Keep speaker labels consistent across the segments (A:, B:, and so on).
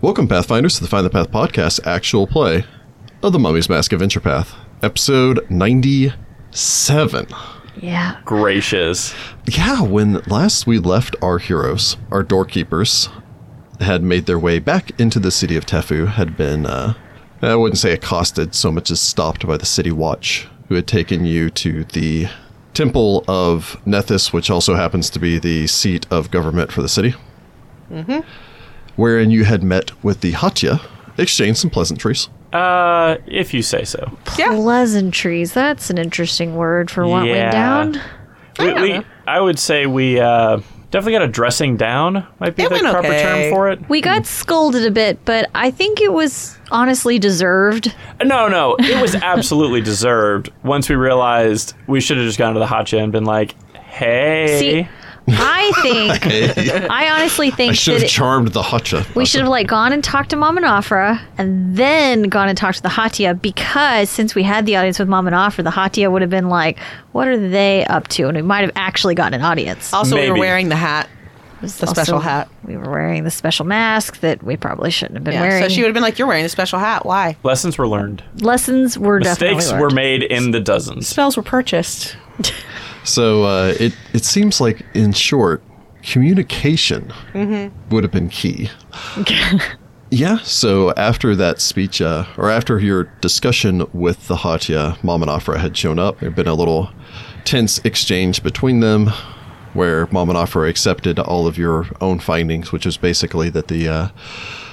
A: Welcome, Pathfinders, to the Find the Path podcast actual play of the Mummy's Mask Adventure Path, episode 97.
B: Yeah.
C: Gracious.
A: Yeah, when last we left our heroes, our doorkeepers had made their way back into the city of Tefu, had been, uh, I wouldn't say accosted so much as stopped by the city watch, who had taken you to the temple of Nethys, which also happens to be the seat of government for the city. Mm-hmm. Wherein you had met with the Hatya, exchanged some pleasantries.
C: Uh, if you say so.
D: Yeah.
B: Pleasantries. That's an interesting word for what
C: Yeah.
B: went down.
C: We,
D: don't
C: we,
D: know.
C: I would say we uh, definitely got a dressing down. Might be
D: It
C: the
D: went
C: proper
D: okay.
C: term for it.
B: We got scolded a bit, but I think it was honestly deserved.
C: No, no, it was absolutely deserved. Once we realized we should have just gone to the hotcha and been like, "Hey,
B: See, I think, I honestly
A: I
B: think
A: should
B: that
A: have
B: it-
A: charmed the Hatya.
B: we should have like gone and talked to Mom and Afra and then gone and talked to the Hatia because since we had the audience with Mom and Afra, the Hatia would have been like, what are they up to? And we might have actually gotten an audience.
D: Also, we
C: Maybe.
D: were wearing the hat, the special
B: Also,
D: hat.
B: We were wearing the special mask that we probably shouldn't have been
D: Yeah.
B: wearing.
D: So she would have been like, "You're wearing the special hat. Why?"
C: lessons were learned.
B: Lessons were
C: Mistakes
B: definitely
C: were
B: learned.
C: made in the dozens."
D: Spells were purchased.
A: So uh, it it seems like, in short, communication would have been key. yeah. So after that speech, uh, or after your discussion with the Hatya, Mom and Afra had shown up. There had been a little tense exchange between them, where Mom and Afra accepted all of your own findings, which was basically that the uh,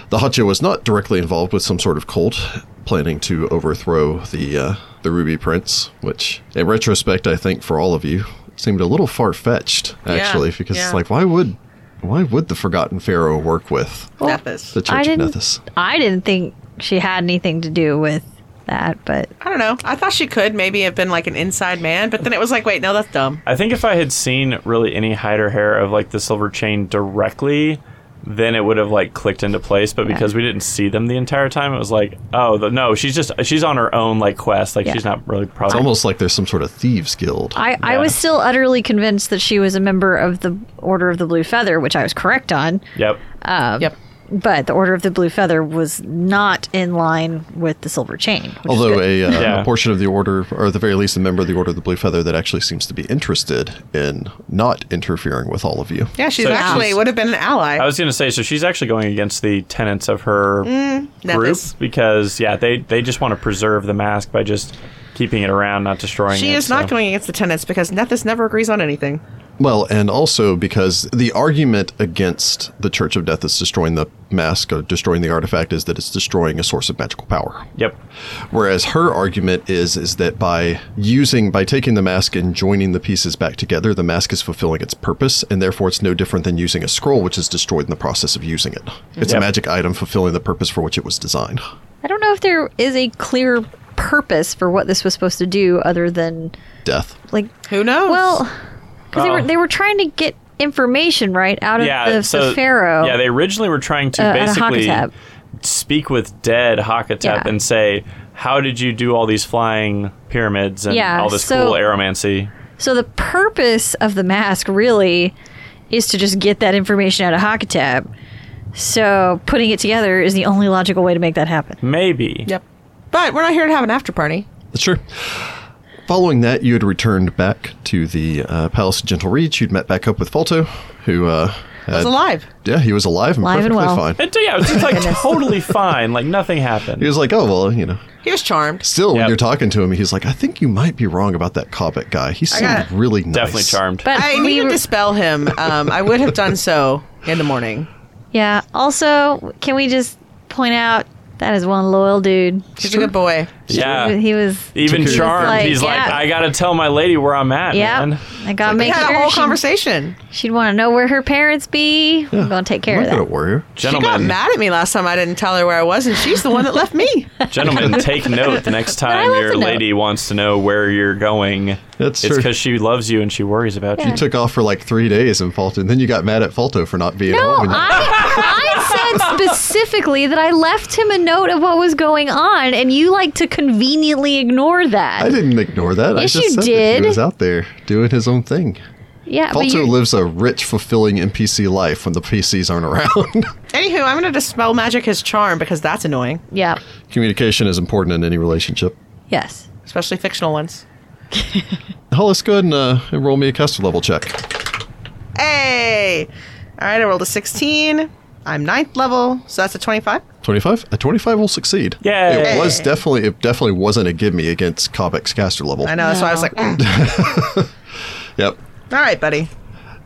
A: the Hatya was not directly involved with some sort of cult planning to overthrow the uh, the Ruby Prince, which, in retrospect, I think for all of you seemed a little far fetched, actually, because
D: yeah.
A: it's like, why would why would the Forgotten Pharaoh work with
D: Nethys.
A: the Church
B: I
A: of
B: didn't.
A: Nethys?
B: I didn't think she had anything to do with that, but
D: I don't know. I thought she could maybe have been like an inside man, but then it was like, wait, no, that's dumb.
C: I think if I had seen really any hide or hair of like the silver chain directly, then it would have like clicked into place. But because we didn't see them the entire time, it was like, oh the, no, she's just she's on her own like quest. Like
B: Yeah.
C: she's not really probably
A: It's almost like there's some sort of thieves guild.
B: I, I
C: Yeah.
B: was still utterly convinced that she was a member of the Order of the Blue Feather, which I was correct on.
C: Yep.
B: Uh,
D: yep.
B: But the Order of the Blue Feather was not in line with the Silver Chain. which is
A: Although
B: good.
A: a, uh,
C: Yeah.
A: a portion of the order, or at the very least, a member of the Order of the Blue Feather that actually seems to be interested in not interfering with all of you.
D: Yeah, she
C: So
D: actually
C: she's-
D: would have been an ally.
C: I was gonna say, so she's actually going against the tenets of her
B: Mm,
C: group
D: Nethys.
C: because yeah, they they just want to preserve the mask by just keeping it around, not destroying it.
D: She is not
C: so-
D: going against the tenants because Nethys never agrees on anything.
A: Well, and also because the argument against the Church of Death is destroying the mask or destroying the artifact is that it's destroying a source of magical power.
C: Yep.
A: Whereas her argument is is that by using by taking the mask and joining the pieces back together, the mask is fulfilling its purpose, and therefore it's no different than using a scroll which is destroyed in the process of using it. It's
C: Mm-hmm. Yep.
A: a magic item fulfilling the purpose for which it was designed.
B: I don't know if there is a clear purpose for what this was supposed to do other than,
A: Death.
B: like,
D: Who knows?
B: well, because they were,
A: Uh.
C: Uh-oh.
B: they were trying to get information, right, out of
C: Yeah.
B: the, the
C: so
B: Pharaoh.
C: Yeah, they originally were trying to
B: Uh, and a
C: basically
B: Hakatep.
C: speak with dead Hakatep
B: Yeah.
C: and say, "How did you do all these flying pyramids and
B: Yeah,
C: all this
B: so-
C: cool aeromancy?"
B: So the purpose of the mask really is to just get that information out of Hakatab. So putting it together is the only logical way to make that happen.
C: Maybe.
D: Yep. But we're not here to have an after party.
A: Sure. Following that, you had returned back to the uh, Palace of Gentle Reach. You'd met back up with Falto, who uh,
D: It's
A: had-
D: alive.
A: Yeah, he was alive and
B: Alive and
A: perfectly
B: well.
A: fine.
C: It, yeah, it was like totally fine. Like nothing happened.
A: He was like, "Oh well, you know."
D: He was charmed.
A: Still,
C: Yep.
A: when you're talking to him, he's like, "I think you might be wrong about that Cobbett guy. He seemed
D: got-
A: really nice."
C: Definitely charmed.
B: But
D: I
B: we
D: needed
B: were-
D: to spell him. Um, I would have done so in the morning.
B: yeah. Also, can we just point out that is one loyal dude.
D: He's a good boy.
C: yeah.
B: He was.
C: even
A: He was
C: charmed,
B: like,
C: he's like,
B: yeah.
C: I gotta tell my lady where I'm at,
B: Yeah,
C: man.
B: I got to
D: We
B: make
D: had a
B: sure
D: whole
B: she,
D: conversation.
B: she'd want to know where her parents be. I'm gonna take care
A: Look
B: of
A: at a
B: that.
A: warrior.
D: She got
C: Gentlemen,
D: mad at me last time I didn't tell her where I was, and she's the one that left me.
C: Gentlemen, take note the next time
B: left a
C: your
B: note.
C: lady wants to know where you're going.
A: That's
C: it's
A: true.
C: because she loves you and she worries about
B: Yeah.
C: you.
A: Took off for like three days in Falto, and then you got mad at Falto for not being
B: No,
A: home. and-
B: I, I said specifically that I left him a note of what was going on, and you like to conveniently ignore that.
A: I didn't ignore that.
B: Yes,
A: I just
B: you
A: said that
B: did.
A: he was out there doing his own thing.
B: Yeah, but
A: Falto
B: you-
A: lives a rich, fulfilling NPC life when the PCs aren't around.
D: Anywho, I'm going to dispel magic his charm because that's annoying,
B: Yeah.
A: Communication is important in any relationship.
B: Yes.
D: especially fictional ones.
A: Hollis, go ahead and, uh, and roll me a caster level check.
D: Hey! All right, I rolled a 16. I'm ninth level, so that's a 25.
A: 25? A 25 will succeed.
C: Yay.
A: It was definitely, it definitely wasn't a gimme against Cobb's caster level.
D: I know, that's why I was
B: No.
D: like, mm.
A: Yep.
D: all right, buddy.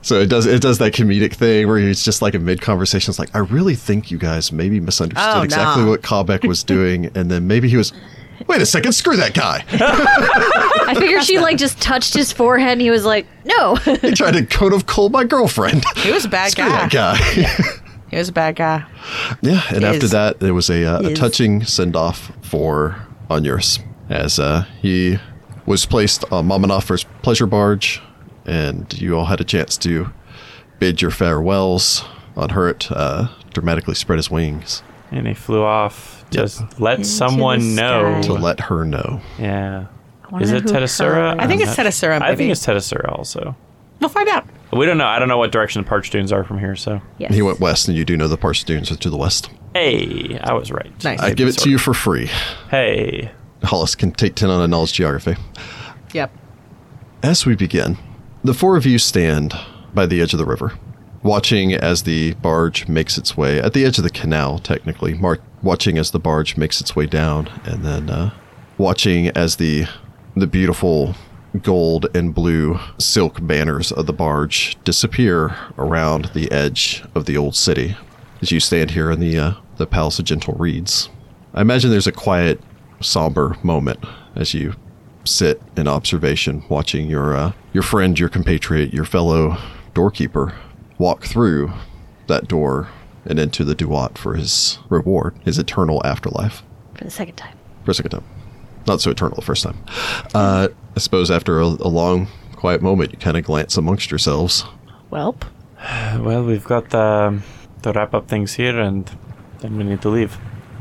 A: So it does it does that comedic thing where he's just like in mid conversation, it's like, I really think you guys maybe misunderstood
D: Oh,
A: exactly
D: nah.
A: what Cobbeck was doing, and then maybe he was wait a second, screw that guy.
B: I figured she like just touched his forehead and he was like, "No."
A: he tried to coat of coal my girlfriend.
D: He was a bad
A: screw
D: guy.
A: that guy.
D: He was a bad guy.
A: yeah, and after
D: Is.
A: that there was a, uh, a
D: Is.
A: touching send off for Onuris as uh, he was placed on Mamanoffer's pleasure barge and you all had a chance to bid your farewells unhurt, uh, dramatically spread his wings.
C: And he flew off. Just let someone know.
A: to let her know.
C: Yeah.
B: wonder
C: Is it
B: who
C: Tedasura?
B: her-
D: I think
C: I'm
D: it's
C: not-
D: Tedasura,
C: I think
D: maybe.
C: it's Tedasura also.
D: We'll find out.
C: We don't know. I don't know what direction the parched dunes are from here. So,
B: yes.
A: He went west, and you do know the parts of dunes are to the west.
C: hey, I was right. Uh,
D: Nice.
A: I give it to you for free.
C: Hey,
A: Hollis can take 10 on a knowledge geography.
D: Yep.
A: As we begin, the four of you stand by the edge of the river, watching as the barge makes its way at the edge of the canal, technically, mark, watching as the barge makes its way down, and then uh, watching as the the beautiful gold and blue silk banners of the barge disappear around the edge of the old city. As you stand here in the uh, the Palace of Gentle Reeds, I imagine there's a quiet, somber moment as you sit in observation, watching your uh, your friend, your compatriot, your fellow doorkeeper walk through that door and into the Duat for his reward, his eternal afterlife.
B: for the second time.
A: For a second time, not so eternal the first time. Uh, I suppose after a, a long, quiet moment, you kind of glance amongst yourselves.
D: Welp.
C: well, we've got the, the wrap up things here, and then we need to leave.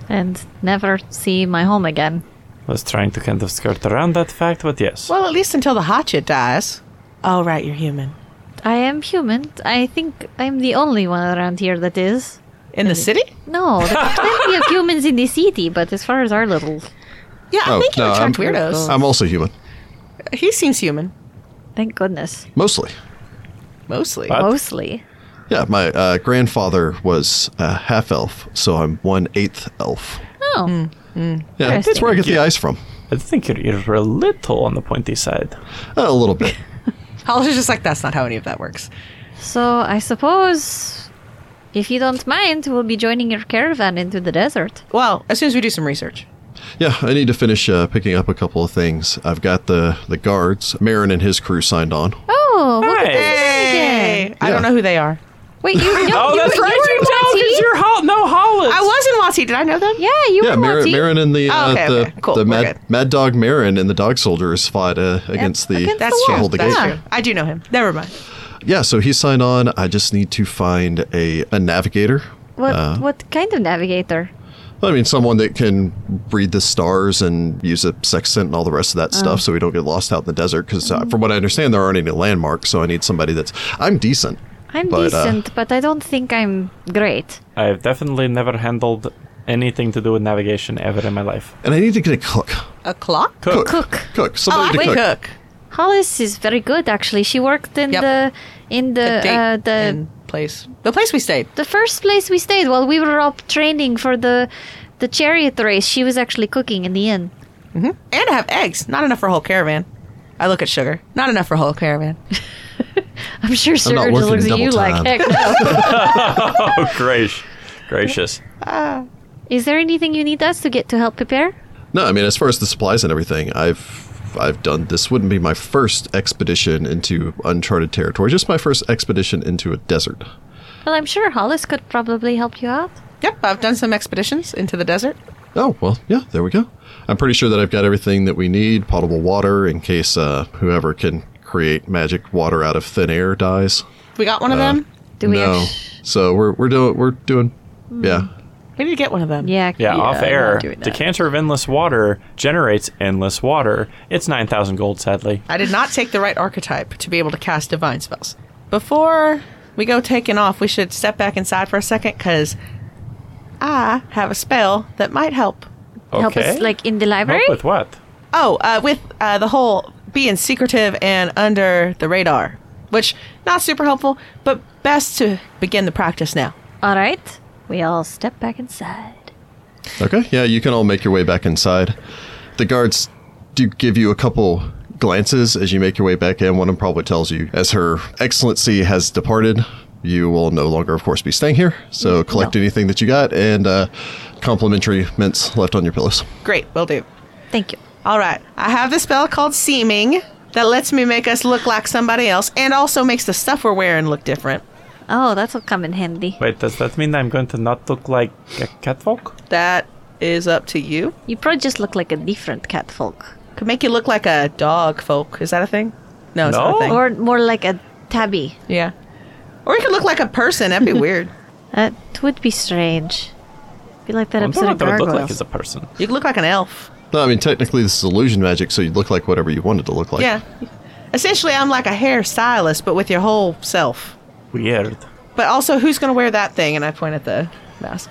B: And never see my home again.
C: was trying to kind of skirt around that fact, but yes.
D: Well, at least until the Hatchet dies. Oh, right, you're human.
B: I am human. I think I'm the only one around here that is.
D: In the city?
B: No, there's plenty of humans in the city, but as far as our little,
D: Yeah, I
A: Oh,
D: think you
A: no,
D: attract
A: I'm-
D: weirdos.
A: I'm also human,
D: he seems human,
B: thank goodness,
A: mostly.
D: mostly.
C: But-
B: mostly.
A: Yeah, my uh, grandfather was a half elf, so I'm one eighth elf.
B: Oh,
C: Hmm.
A: Yeah, that's where I get the eyes from.
C: I think your ears were a little on the pointy side.
A: A little bit.
D: Hollis is just like, that's not how any of that works.
B: so I suppose if you don't mind, we'll be joining your caravan into the desert.
D: Well, as soon as we do some research.
A: Yeah, I need to finish uh, picking up a couple of things. I've got the the guards. Marin and his crew signed on.
B: Oh, look at
C: Hey.
B: this again.
D: I don't
A: Yeah.
D: know who they are.
B: Wait, you? No,
C: Oh,
B: you,
C: that's
B: you
C: right, you
B: were
C: know,
B: Wati?
C: because you're Hol- no Hollis.
D: I was in Wati. Did I know them?
B: Yeah, you
A: Yeah,
B: were
A: Marin,
B: Wati.
A: Marin and the uh,
D: Oh, okay,
A: the,
D: okay. Cool,
A: the
D: we're
A: mad,
D: good.
A: mad dog Marin and the dog soldiers fought uh, against the
B: against
D: That's
B: the
D: true.
A: hold the
D: That's
A: gate.
D: true. I do know him. Never mind.
A: Yeah, so he signed on. I just need to find a, a navigator.
B: What
A: Uh,
B: what kind of navigator?
A: I mean, someone that can read the stars and use a sextant and all the rest of that
D: Oh.
A: stuff, so we don't get lost out in the desert. Because
D: Mm-hmm.
A: uh, from what I understand, there aren't any landmarks, so I need somebody that's I'm decent.
B: I'm
A: but, uh,
B: decent, but I don't think I'm great.
C: I've definitely never handled anything to do with navigation ever in my life.
A: and I need to get a cook.
D: A clock?
C: Cook.
B: Cook.
A: Cook.
D: Oh, I
A: Somebody to
D: can
A: cook.
D: cook.
B: Hollis is very good actually. She worked in
D: Yep.
B: the in the
D: The date
B: uh, the
D: and place. The place we stayed.
B: the first place we stayed while we were up training for the the chariot race. She was actually cooking in the inn.
D: And I have eggs. Not enough for a whole caravan. I look at sugar. Not enough for a whole caravan.
B: I'm sure
A: I'm not
B: Sarah just
A: working
B: looks at
A: double
B: you
A: time.
B: like heck no.
C: Oh, gracious. Gracious.
B: is there anything you need us to get to help prepare?
A: No, I mean as far as the supplies and everything, I've I've done this wouldn't be my first expedition into uncharted territory, just my first expedition into a desert.
B: Well, I'm sure Hollis could probably help you out.
D: Yep, I've done some expeditions into the desert.
A: Oh, well, yeah, there we go. I'm pretty sure that I've got everything that we need, potable water in case uh, whoever can create magic water out of thin air dies. Uh.
D: We got one of them.
B: Do we
A: no.
B: act-
A: So we're we're doing we're doing yeah.
E: We need to get one of them.
B: Yeah.
C: Yeah, off
E: I'm
C: air.
E: not doing that.
C: Decanter of endless water generates endless water. It's 9,000 gold, sadly.
D: I did not take the right archetype to be able to cast divine spells. Before we go taking off, we should step back inside for a second because I have a spell that might help.
C: Okay.
B: Help us like in the
C: Help
B: library.
C: with what?
D: Oh, uh, with uh, the whole being secretive and under the radar, which not super helpful, but best to begin the practice now.
B: All right. We all step back inside.
A: Okay, yeah, you can all make your way back inside. The guards do give you a couple glances as you make your way back in. One of them probably tells you, as Her Excellency has departed, you will no longer, of course, be staying here. So collect anything that you got and uh, complimentary mints left on your pillows.
D: Great, will do.
B: Thank you.
D: All right, I have this spell called Seeming that lets me make us look like somebody else and also makes the stuff we're wearing look different.
B: Oh, that's will come in handy.
C: Wait, does that mean I'm going to not look like a catfolk?
D: That is up to you.
B: You probably just look like a different catfolk,
D: Could make you look like a dog, folk. Is that a thing? No, it's not
C: No.
D: a thing.
B: or more like a tabby.
D: yeah. Or you could look like a person. That'd be weird.
B: That would be strange. Be like that
C: I don't know
B: episode of
C: what that would look like
B: Gargoyles.
C: as a person.
D: You could look like an elf.
A: No, I mean, technically, this is illusion magic, so you look like whatever you wanted to look like.
D: Yeah. Essentially, I'm like a hairstylist, but with your whole self.
C: Weird.
D: But also, who's going to wear that thing? And I point at the mask.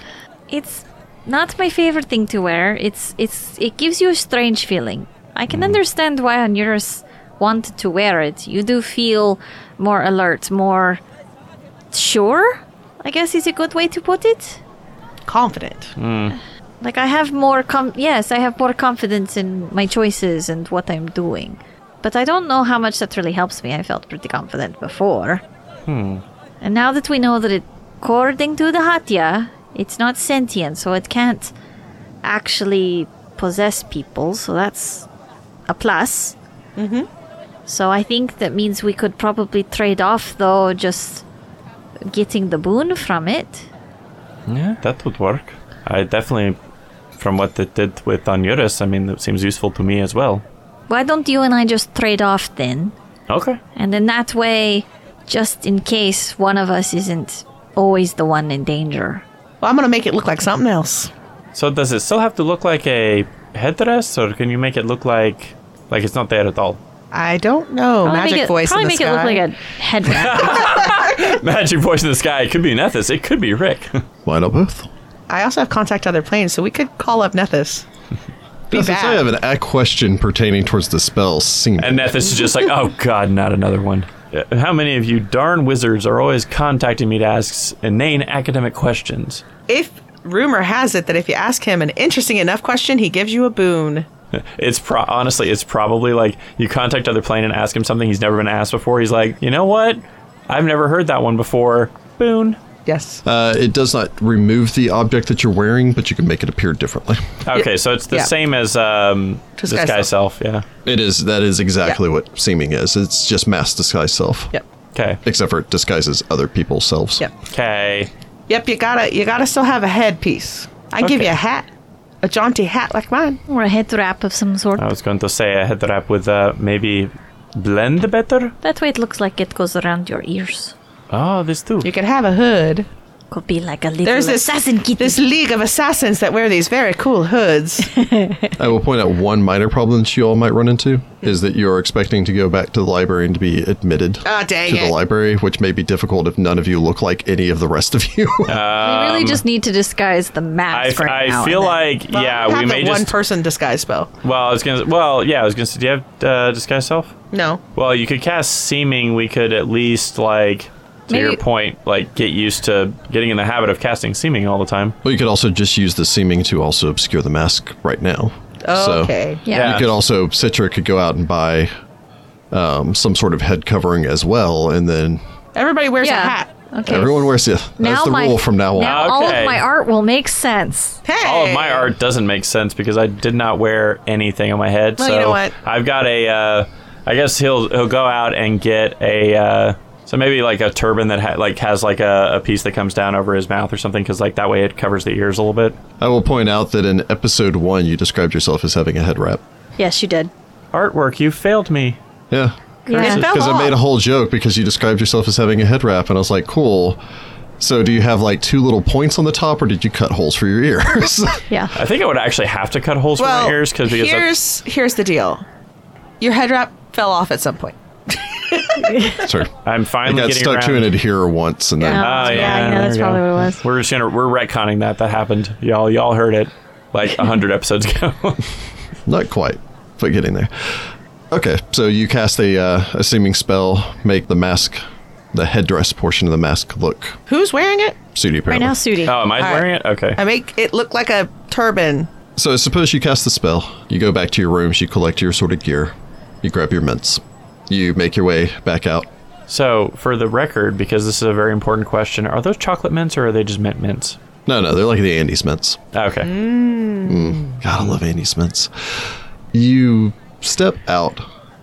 B: it's not my favorite thing to wear. It's it's it gives you a strange feeling. I
C: Hmm.
B: can understand why Onuris wanted to wear it. You do feel more alert, more sure. I guess is a good way to put it.
D: Confident.
A: Hmm.
B: Like I have more com yes, I have more confidence in my choices and what I'm doing. But I don't know how much that really helps me. I felt pretty confident before. Hmm. And now that we know that it according to the Hatya, it's not sentient, so it can't actually possess people, so that's a plus. Mm-hmm. So I think that means we could probably trade off though just getting the boon from it.
C: Yeah, that would work. I definitely, from what it did with Onuris, I mean, it seems useful to me as well.
B: Why don't you and I just trade off then?
C: Okay.
B: And in that way, just in case one of us isn't always the one in danger.
D: Well, I'm going to make it look like something else.
C: So does it still have to look like a headdress, or can you make it look like like it's not there at all?
D: I don't know.
B: Probably
D: Magic
B: make it,
D: voice.
B: Probably
D: in the
B: make it look
D: sky.
B: like a head wrap.
C: Magic voice in the sky. It could be Nethys. It could be Rick.
A: Why not both?
D: I also have contact other planes, so we could call up Nethys. Be
A: Since I have
D: back.
A: an a question pertaining towards the spell, seem
C: and Nethys is just like, oh god, not another one. Uh, How many of you darn wizards are always contacting me to ask inane academic questions?
D: If rumor has it that if you ask him an interesting enough question, he gives you a boon.
C: It's pro- honestly, it's probably like you contact other plane and ask him something he's never been asked before. He's like, you know what? I've never heard that one before. Boon.
D: Yes.
A: uh, it does not remove the object that you're wearing, but you can make it appear differently.
C: Okay, so it's the
D: Yeah.
C: same as um,
D: To
C: this
D: sky
C: guy self. Yeah.
A: It is. That is exactly what seeming is. It's just mass disguise self.
D: Yep.
C: Okay.
A: Except for it disguises other people's selves.
D: Yep.
C: Okay.
D: Yep, you gotta you gotta still have a headpiece. I give
C: Okay.
D: you a hat, a jaunty hat like mine.
B: or a head wrap of some sort.
C: I was going to say a head wrap with uh, maybe blend better.
B: That way it looks like it goes around your ears.
C: Oh, this too.
D: You could have a hood.
B: Could be like a little
D: There's this
B: assassin kitten.
D: This league of assassins that wear these very cool hoods.
A: I will point out one minor problem that you all might run into is that you are expecting to go back to the library and to be admitted
D: Ah, dang
A: to
D: it.
A: the library, which may be difficult if none of you look like any of the rest of you.
B: we really just need to disguise the
C: I,
B: mask. right now
C: I
B: and
C: feel
B: then.
C: like
D: Well, I
C: yeah
D: have
C: we
D: the
C: may
D: one
C: just
D: person disguise spell.
C: well I was gonna well yeah I was gonna say do you have uh, disguise self?
D: No.
C: Well, you could cast seeming. We could at least like to your
B: Maybe-
C: point like get used to getting in the habit of casting seeming all the time.
A: well, you could also just use the seeming to also obscure the mask right now.
D: Okay.
A: So
B: Yeah.
C: Yeah.
A: you could also Citra could go out and buy um, some sort of head covering as well, and then
D: Everybody wears
B: Yeah.
D: a hat.
B: Okay.
A: everyone wears it. That's
B: now
A: the
B: my,
A: rule from now on.
B: Now all
C: Okay.
B: of my art will make sense.
D: Hey.
C: All of my art doesn't make sense because I did not wear anything on my head.
D: Well,
C: so
D: you know what?
C: I've got a. Uh, I guess he'll he'll go out and get a. Uh, so maybe like a turban that ha- like has like a, a piece that comes down over his mouth or something because like that way it covers the ears a little bit.
A: I will point out that in episode one, you described yourself as having a head wrap.
B: Yes, you did.
C: Artwork, you failed me.
A: Yeah.
B: Yeah.
D: It fell
A: Because I
D: off.
A: made a whole joke because you described yourself as having a head wrap, and I was like, cool. So do you have like two little points on the top, or did you cut holes for your ears?
B: Yeah.
C: I think I would actually have to cut holes
D: Well,
C: for my ears cause, because that's-
D: here's here's the deal. Your head wrap fell off at some point.
A: Sorry.
C: I'm
A: I
C: finally
A: got
C: getting
A: stuck
C: around.
A: to an adherer once, and then
B: Yeah.
C: Oh,
B: Yeah,
C: yeah,
B: yeah,
C: there
B: that's
C: we go.
B: probably what it was.
C: We're just gonna we're retconning that that happened. Y'all y'all heard it like a hundred episodes ago. Oh,
A: not quite, but getting there. Okay, so you cast a uh, a seeming spell, make the mask, the headdress portion of the mask look
D: Who's wearing it?
A: suited.
B: Right
A: apparently.
B: now, Sudi.
C: oh, am I
D: All right. Uh,
C: wearing it? Okay.
D: I make it look like a turban.
A: So suppose you cast the spell, you go back to your rooms, you collect your assorted gear, you grab your mints, you make your way back out.
C: So for the record, because this is a very important question, are those chocolate mints or are they just mint mints?
A: No, no, they're like the Andes mints.
C: Okay.
D: Hmm.
A: God, I love Andy Smiths. You step out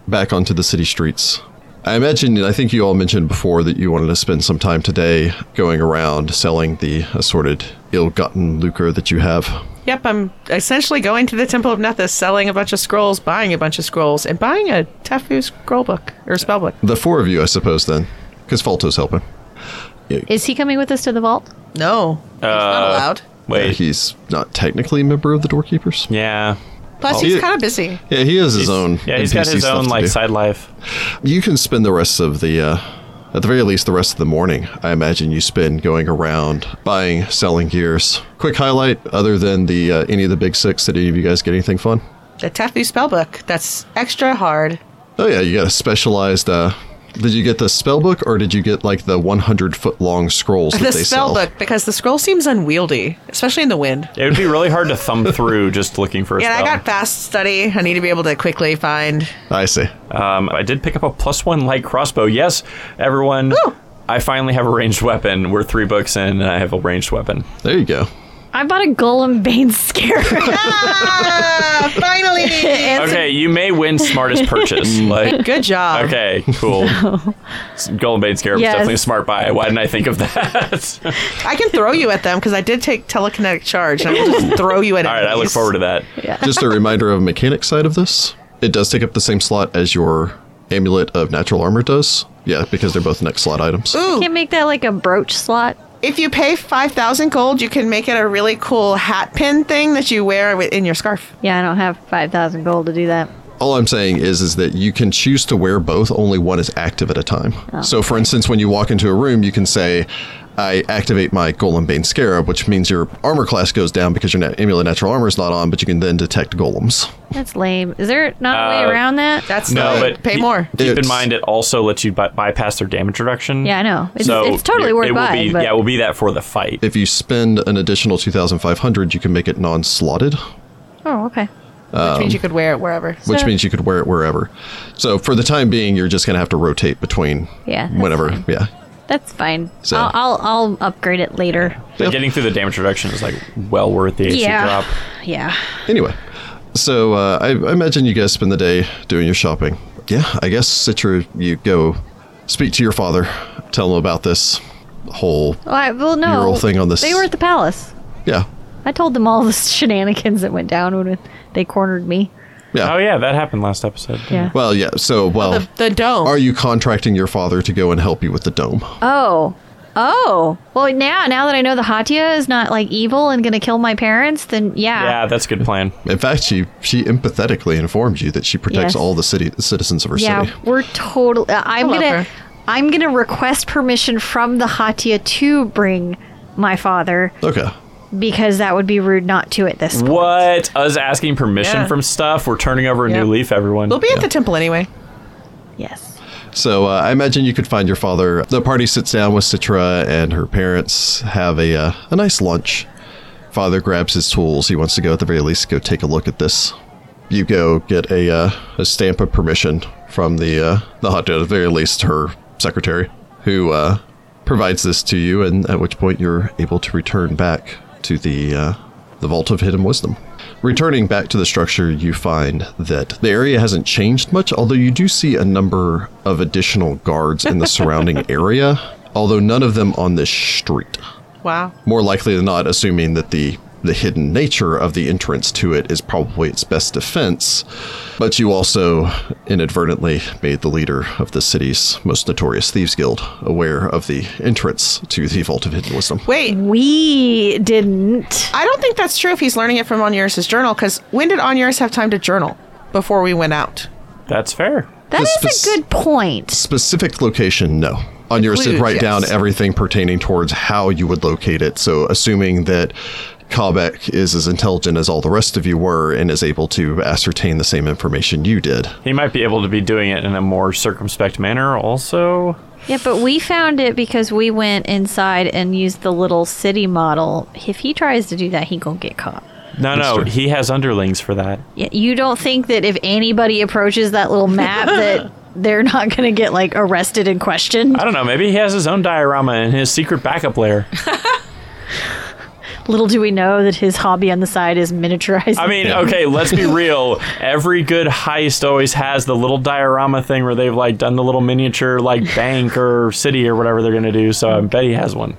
A: back onto the city streets. I imagine, I think you all mentioned before that you wanted to spend some time today going around selling the assorted ill gotten lucre that you have.
D: Yep, I'm essentially going to the Temple of Nethus, selling a bunch of scrolls, buying a bunch of scrolls, and buying a Tefu scroll book or spell book.
A: The four of you, I suppose, then, because Falto's helping.
B: Is he coming with us to the vault?
D: No, it's not
C: Uh,
D: allowed.
C: Wait.
A: He's not technically a member of the doorkeepers.
C: yeah.
D: Plus,
A: he-
D: he's kind of busy.
A: Yeah, he has his own.
C: Yeah, he's
A: NPC
C: got his
A: stuff
C: own
A: to
C: like
A: do.
C: side life.
A: You can spend the rest of the, uh, at the very least, the rest of the morning. I imagine you spend going around buying, selling gears. Quick highlight: other than the uh, any of the big six, did any of you guys get anything fun?
D: The Tefu spell book that's extra hard.
A: Oh yeah, you got a specialized. Uh, did you get the spell book, or did you get like the 100 foot long scrolls that
D: The
A: they sell?
D: spell book because the scroll seems unwieldy, especially in the wind.
C: It would be really hard to thumb through just looking for a
D: Yeah, I
C: spell.
D: got fast study. I need to be able to quickly find.
A: I see.
C: Um, I did pick up a plus one light crossbow. Yes, everyone.
D: Woo!
C: I finally have a ranged weapon. We're three books in, and I have a ranged weapon.
A: There you go.
B: I bought a golem bane scarab.
D: Ah, finally!
C: Okay, you may win smartest purchase. like,
D: Good job.
C: okay, cool. S- Golden Bane Scarab
B: Yes.
C: is definitely a smart buy. Why didn't I think of that? All
D: I can throw you at them because I did take telekinetic charge. And I can just throw you at
C: right, I look forward to that.
A: Just a reminder of mechanic side of this. It does take up the same slot as your amulet of natural armor does. Yeah, because they're both next slot items.
D: Ooh,
B: Can't make that like a brooch slot.
D: if you pay 5,000 gold, you can make it a really cool hat pin thing that you wear wi- in your scarf.
B: Yeah, I don't have 5,000 gold to do that.
A: All I'm saying is is that you can choose to wear both, only one is active at a time.
B: Oh.
A: so for instance, when you walk into a room, you can say I activate my Golem Bane Scarab, which means your armor class goes down because your na- amulet natural armor is not on, but you can then detect golems.
B: That's lame. Is there not a
C: Uh,
B: way around that?
D: That's
C: No,
D: the-
C: but
D: pay
C: y-
D: more.
C: Keep in
A: It's-
C: mind, it also lets you by- bypass their damage reduction.
B: Yeah, I know. It's- it's totally
C: it-
B: worth
C: it will
B: buying,
C: be-
B: but-
C: Yeah, it will be that for the fight.
A: If you spend an additional 2500, you can make it non-slotted,
B: oh, okay.
D: which means you
A: Um,
D: could wear it wherever.
A: which
B: So-
A: means you could wear it wherever. So for the time being, you're just going to have to rotate between
B: Yeah, that's
A: whatever.
B: fine.
A: Yeah.
B: That's fine.
A: So-
B: I'll, I'll I'll upgrade it later.
C: But
A: Yep.
C: getting through the damage reduction is like well worth the AC
B: Yeah.
C: drop.
B: Yeah.
A: Anyway, so uh, I, I imagine you guys spend the day doing your shopping. Yeah, I guess Citra, you go speak to your father, tell him about this whole.
B: Well, I, well no.
A: Your whole thing on this-
B: Oh, They were at the palace.
A: Yeah,
B: I told them all the shenanigans that went down when they cornered me.
A: yeah.
C: Oh yeah, that happened last episode. didn't
B: Yeah.
A: Well, yeah. So, well,
B: Oh,
D: The, the dome.
A: oh. are you contracting your father to go and help you with the dome?
B: Oh. Oh. Well, now now that I know the Hatia is not like evil and going to kill my parents, then
C: it?
B: yeah.
C: Yeah, that's a good plan.
A: In fact, she she empathetically informed you that she protects
B: Yes.
A: all the city citizens of her
B: Yeah,
A: city.
B: we're total. Uh, I'm
D: love
B: gonna,
D: her.
B: I'm gonna request permission from the Hatia to bring my father
A: Okay.
B: because that would be rude not to at this point.
C: What? Us asking permission
D: Yeah.
C: from stuff? We're turning over a
D: Yeah.
C: new leaf, everyone.
D: we'll be at the temple anyway.
B: Yes.
A: So uh, I imagine you could find your father. The party sits down with Citra and her parents, have a, uh, a nice lunch. Father grabs his tools. He wants to go at the very least go take a look at this. You go get a, uh, a stamp of permission from the uh, the hot dog, at the very least her secretary, who uh, provides this to you, and at which point you're able to return back to the uh, the vault of hidden wisdom. Returning back to the structure, you find that the area hasn't changed much, although you do see a number of additional guards in the surrounding area, although none of them on this street
D: Wow.
A: more likely than not, assuming that the the hidden nature of the entrance to it is probably its best defense. But you also inadvertently made the leader of the city's most notorious thieves guild aware of the entrance to the Vault of Hidden Wisdom.
D: Wait,
B: We didn't.
D: I don't think that's true if he's learning it from Onuris's journal, because when did Onuris have time to journal before we went out?
C: That's fair.
B: That
A: This
B: is
A: spec-
B: a good point.
A: Specific location, no. On yours, did
D: Includes,
A: write down
D: yes.
A: everything pertaining towards how you would locate it. So, assuming that Kalbeck is as intelligent as all the rest of you were and is able to ascertain the same information you did,
C: He might be able to be doing it in a more circumspect manner, also.
B: Yeah, but we found it because we went inside and used the little city model. If he tries to do that, he gonna get caught.
C: No,
A: That's
C: no,
A: true.
C: he has underlings for that.
B: Yeah, you don't think that if anybody approaches that little map that they're not gonna get like arrested and questioned?
C: I don't know. Maybe he has his own diorama in his secret backup layer.
B: Little do we know that his hobby on the side is miniaturized.
C: I mean,
A: Yeah.
C: okay, let's be real. Every good heist always has the little diorama thing where they've like done the little miniature like bank or city or whatever they're gonna do. So I bet he has one.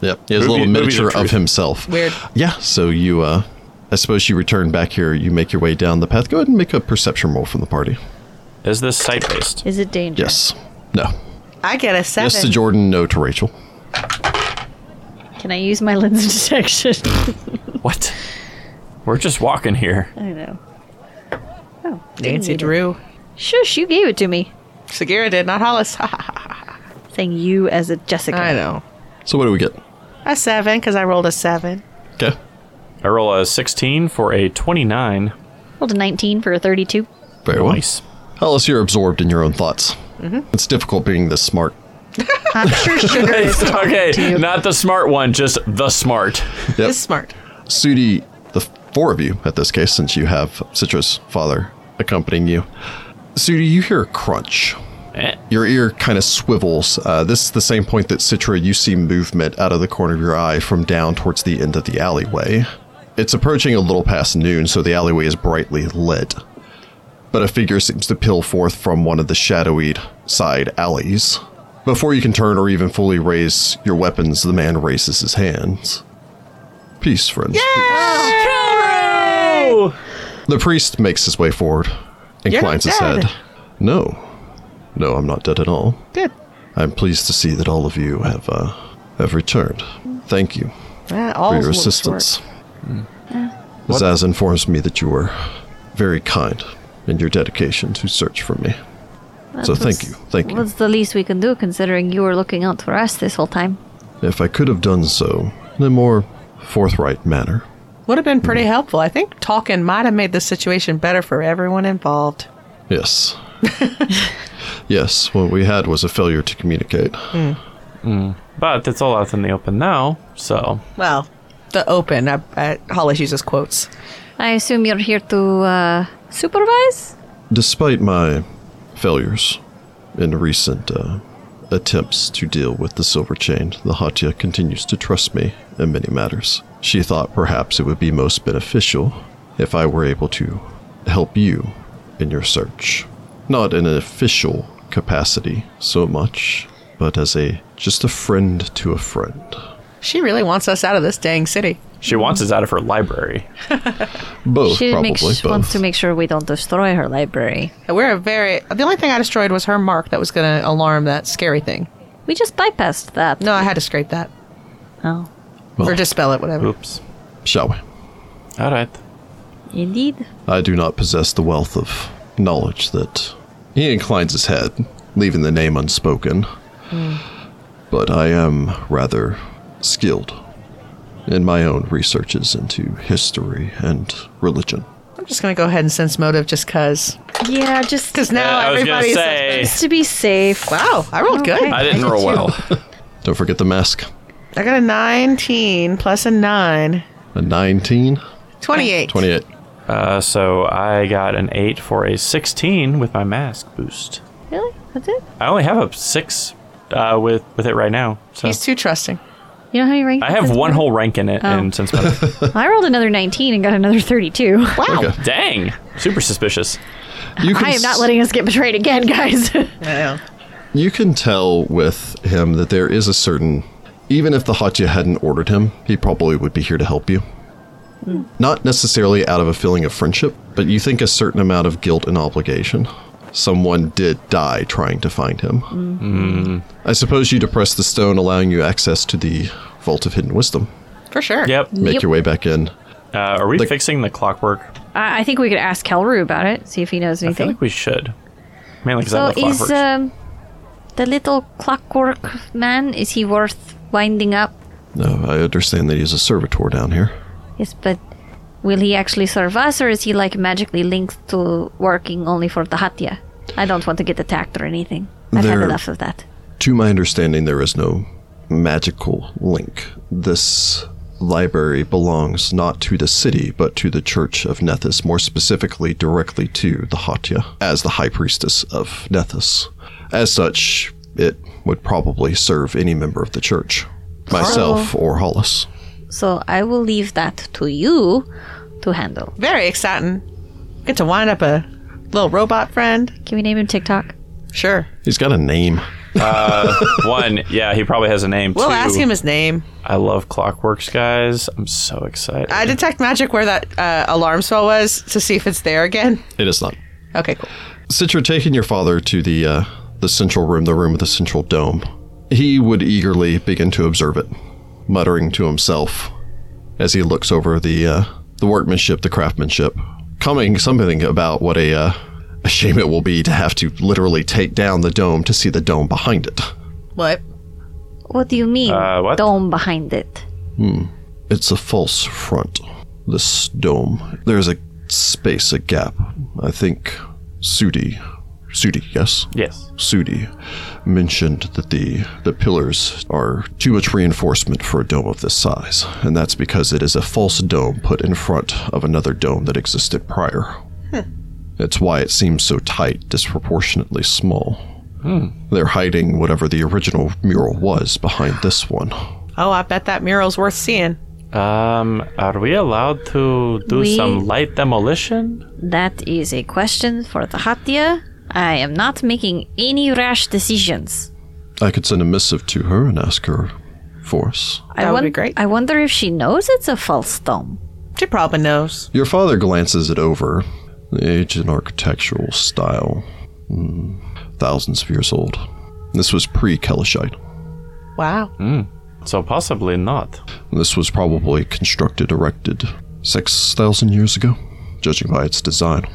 A: Yep. He has
C: Movie-
A: a little
C: movie the
A: miniature of
C: truth.
A: himself.
D: Weird.
A: Yeah. So you, uh, I suppose you return back here. You make your way down the path. Go ahead and make a perception roll from the party.
C: Is this site based?
B: is it dangerous?
A: Yes. No.
D: I get a seven.
A: Yes to Jordan. No to Rachel.
B: Can I use my lens of detection?
C: What? We're just walking here.
B: I know. Oh, didn't
D: Nancy
B: need it.
D: Drew.
B: Shush, you gave it to me.
D: Sagira did, not Hollis.
B: Saying you as a Jessica.
D: I know.
A: So what do we get?
D: A seven, because I rolled a seven.
A: Okay.
C: I roll a 16 for a 29.
B: Rolled a 19 for a 32.
A: Very well.
C: Nice.
A: Alice, you're absorbed in your own thoughts. It's difficult being this smart.
B: I'm sure sugar is talking to
C: Okay,
B: you.
C: not the smart one, just the smart.
A: Yep.
D: Is smart.
A: Sudi, the four of you at this case, since you have Citra's father accompanying you. Sudi, you hear a crunch.
C: Eh.
A: Your ear kind of swivels. Uh, this is the same point that Citra, you see movement out of the corner of your eye from down towards the end of the alleyway. It's approaching a little past noon, so the alleyway is brightly lit. But a figure seems to peel forth from one of the shadowy side alleys. Before you can turn or even fully raise your weapons, the man raises his hands. Peace, friends.
C: Oh,
A: peace. The priest makes his way forward,
D: You're
A: inclines
D: not
A: his
D: dead.
A: head. No. No, I'm not dead at all.
D: Good.
A: I'm pleased to see that all of you have uh, have returned. Thank you
D: Ah,
A: for
D: all's
A: your
D: well that
A: assistance. Zaz informs me that you were very kind in your dedication to search for me. so thank you, thank you.
B: What's the least we can do considering you were looking out for us this whole time?
A: If I could have done so in a more forthright manner,
D: worked. Would have been pretty helpful. I think talking might have made the situation better for everyone involved.
A: yes. yes, what we had was a failure to communicate.
C: But it's all out in the open now, so
D: Well, the open. I, I, Hollis uses quotes.
B: I assume you're here to uh, supervise?
A: Despite my failures in recent uh, attempts to deal with the silver chain, the Hatia continues to trust me in many matters. She thought perhaps it would be most beneficial if I were able to help you in your search. Not in an official capacity so much, but as a just a friend to a friend.
D: She really wants us out of this dang city.
C: she wants us out of her library.
A: Both
B: she
A: probably
B: makes,
A: both.
B: wants to make sure we don't destroy her library.
D: And We're a very. The only thing I destroyed was her mark that was going to alarm that scary thing.
B: We just bypassed that.
D: No, I had to scrape that.
B: Oh,
A: Well.
D: Or dispel it, whatever.
C: Oops.
A: Shall we?
C: All right.
B: indeed.
A: I do not possess the wealth of knowledge that. He inclines his head, leaving the name unspoken. But I am rather skilled in my own researches into history and religion.
D: I'm just going to go ahead and sense motive just because.
B: Yeah, just
D: Because now
C: Uh, I was gonna
D: everybody's.
C: say,
B: to be safe.
D: wow, I rolled good.
B: Okay.
C: I didn't roll well.
A: Don't forget the mask.
D: I got a 19 plus a 9.
A: A 19,
D: 28.
A: 28.
C: Uh, so I got an eight for a 16 with my mask boost.
B: Really? That's it?
C: I only have a six uh, with with it right now. So
D: He's too trusting.
B: You know how you rank?
C: I have one whole rank in it, and since my,
B: I rolled another 19 and got another 32.
D: Wow.
A: Okay.
C: dang, super suspicious.
A: You
B: I
A: s-
B: am not letting us get betrayed again, guys.
A: You can tell with him that there is a certain. Even if the Hatia hadn't ordered him, he probably would be here to help you. Not necessarily out of a feeling of friendship, but you think a certain amount of guilt and obligation. Someone did die trying to find him. I suppose you depress the stone, allowing you access to the Vault of Hidden Wisdom.
D: For sure.
C: Yep.
A: Make
B: Yep.
A: your way back in.
C: Uh, are we
A: Like-
C: fixing the clockwork?
B: I, I think we could ask Kelru about it, see if he knows
C: I feel
B: anything.
C: like we should. Mainly because I
B: So
C: love
B: is
C: clockworks.
B: um, the little clockwork man? Is he worth winding up?
A: No, I understand that he's a servitor down here.
B: Yes, but will he actually serve us, or is he like magically linked to working only for the Hatya? I don't want to get attacked or anything. I've had
A: There-
B: enough of that.
A: To my understanding, there is no magical link. This library belongs not to the city, but to the Church of Nethys, more specifically, directly to the Hatya, as the High Priestess of Nethys. As such, it would probably serve any member of the church, myself or Hollis.
B: So I will leave that to you to handle.
D: Very exciting. Get to wind up a little robot friend.
B: Can we name him TikTok?
D: Sure.
A: He's got a name.
C: One, yeah, he probably has a name.
D: uh, We'll
C: Two,
D: ask him his name.
C: I love clockworks, guys. I'm so excited.
D: I detect magic where that uh, alarm spell was to see if it's there again.
A: It is not.
D: Okay, cool.
A: since you're taking your father to the uh, the central room, the room with the central dome, he would eagerly begin to observe it, muttering to himself as he looks over the uh, the workmanship, the craftsmanship, coming something about what a, uh, a shame it will be to have to literally take down the dome to see the dome behind it.
D: What?
B: What do you mean?
C: Uh, what?
B: Dome behind it.
A: It's a false front. This dome. There's a space, a gap. I think Sudi, Sudi, yes,
C: yes.
A: Sudi mentioned that the the pillars are too much reinforcement for a dome of this size, and that's because it is a false dome put in front of another dome that existed prior. That's why it seems so tight, disproportionately small. They're hiding whatever the original mural was behind this one.
D: Oh, I bet that mural's worth seeing.
C: Um, are we allowed to do
B: We-
C: some light demolition?
B: That is a question for the Hatya. I am not making any rash decisions.
A: I could send a missive to her and ask her for us.
B: I
D: That would
B: won-
D: be great.
B: I wonder if she knows it's a false dome.
D: She probably knows.
A: Your father glances it over. The ancient architectural style. Mm, thousands of years old. This was pre Kelishite.
D: Wow.
C: So possibly not.
A: This was probably constructed, erected 6,000 years ago, judging by its design.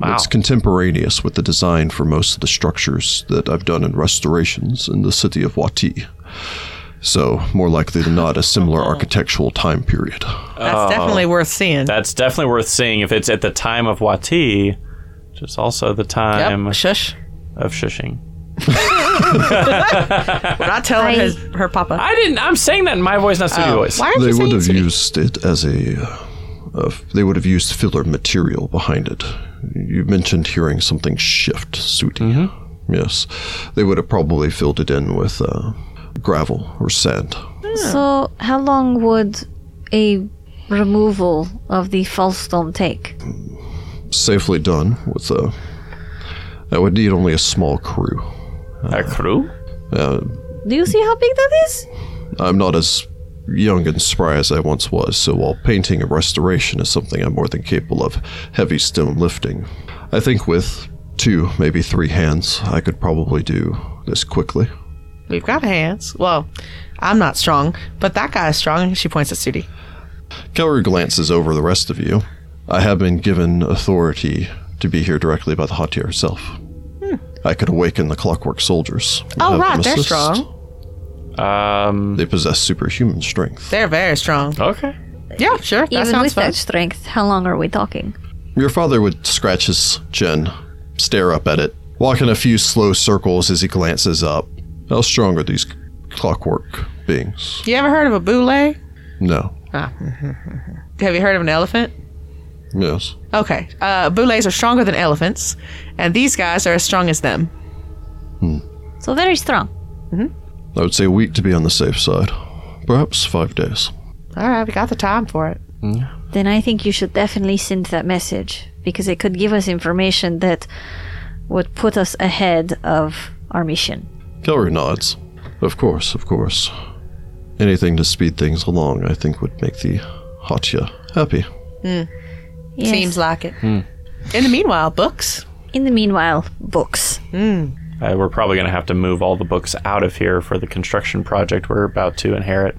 C: Wow.
A: It's contemporaneous with the design for most of the structures that I've done in restorations in the city of Wati. So, more likely than not, a similar architectural time period.
D: That's
B: Oh.
D: definitely worth seeing.
C: That's definitely worth seeing if it's at the time of Wati, which is also the time
D: Yep. Shush.
C: of shushing.
D: We're not telling
B: I-
D: his, her papa.
C: I didn't. I'm saying that in my voice, not studio voice.
D: Why aren't
A: they
D: you
A: would
D: saying
A: have
D: city?
A: used it as a, uh, of- they would have used filler material behind it. You mentioned hearing something shift, Sooty. Yes, they would have probably filled it in with uh, gravel or sand.
B: So, how long would a removal of the false dome take?
A: Safely done with uh That would need only a small crew.
C: A Uh, crew?
B: Do you see how big that is?
A: I'm not as young and spry as I once was, so while painting and restoration is something I'm more than capable of, heavy stone lifting, I think with two, maybe three hands, I could probably do this quickly.
D: We've got hands. Well, I'm not strong, but that guy is strong. She points at Sudi.
A: Kellery glances over the rest of you. I have been given authority to be here directly by the Hatia herself. I could awaken the clockwork soldiers. and
D: Hmm. Oh,
A: have
D: right.
A: them
D: They're
A: assist.
D: strong.
C: Um.
A: They possess superhuman strength.
D: They're very strong.
C: Okay.
D: Yeah, sure. That
B: Even
D: sounds
B: with
D: fun.
B: that strength, how long are we talking?
A: Your father would scratch his chin, stare up at it, walk in a few slow circles as he glances up. How strong are these clockwork beings?
D: You ever heard of a boule?
A: No.
D: Have you heard of an elephant?
A: Yes.
D: Okay. Uh, boules are stronger than elephants, and these guys are as strong as them.
B: So, very strong.
A: I would say a week to be on the safe side. Perhaps five days.
D: All right, we got the time for it.
B: Then I think you should definitely send that message because it could give us information that would put us ahead of our mission.
A: Kellery nods. Of course, of course. Anything to speed things along, I think, would make the Hotya happy.
B: Yes.
D: Seems like it. In the meanwhile, books.
B: In the meanwhile, books.
C: Uh, we're probably going to have to move all the books out of here for the construction project we're about to inherit.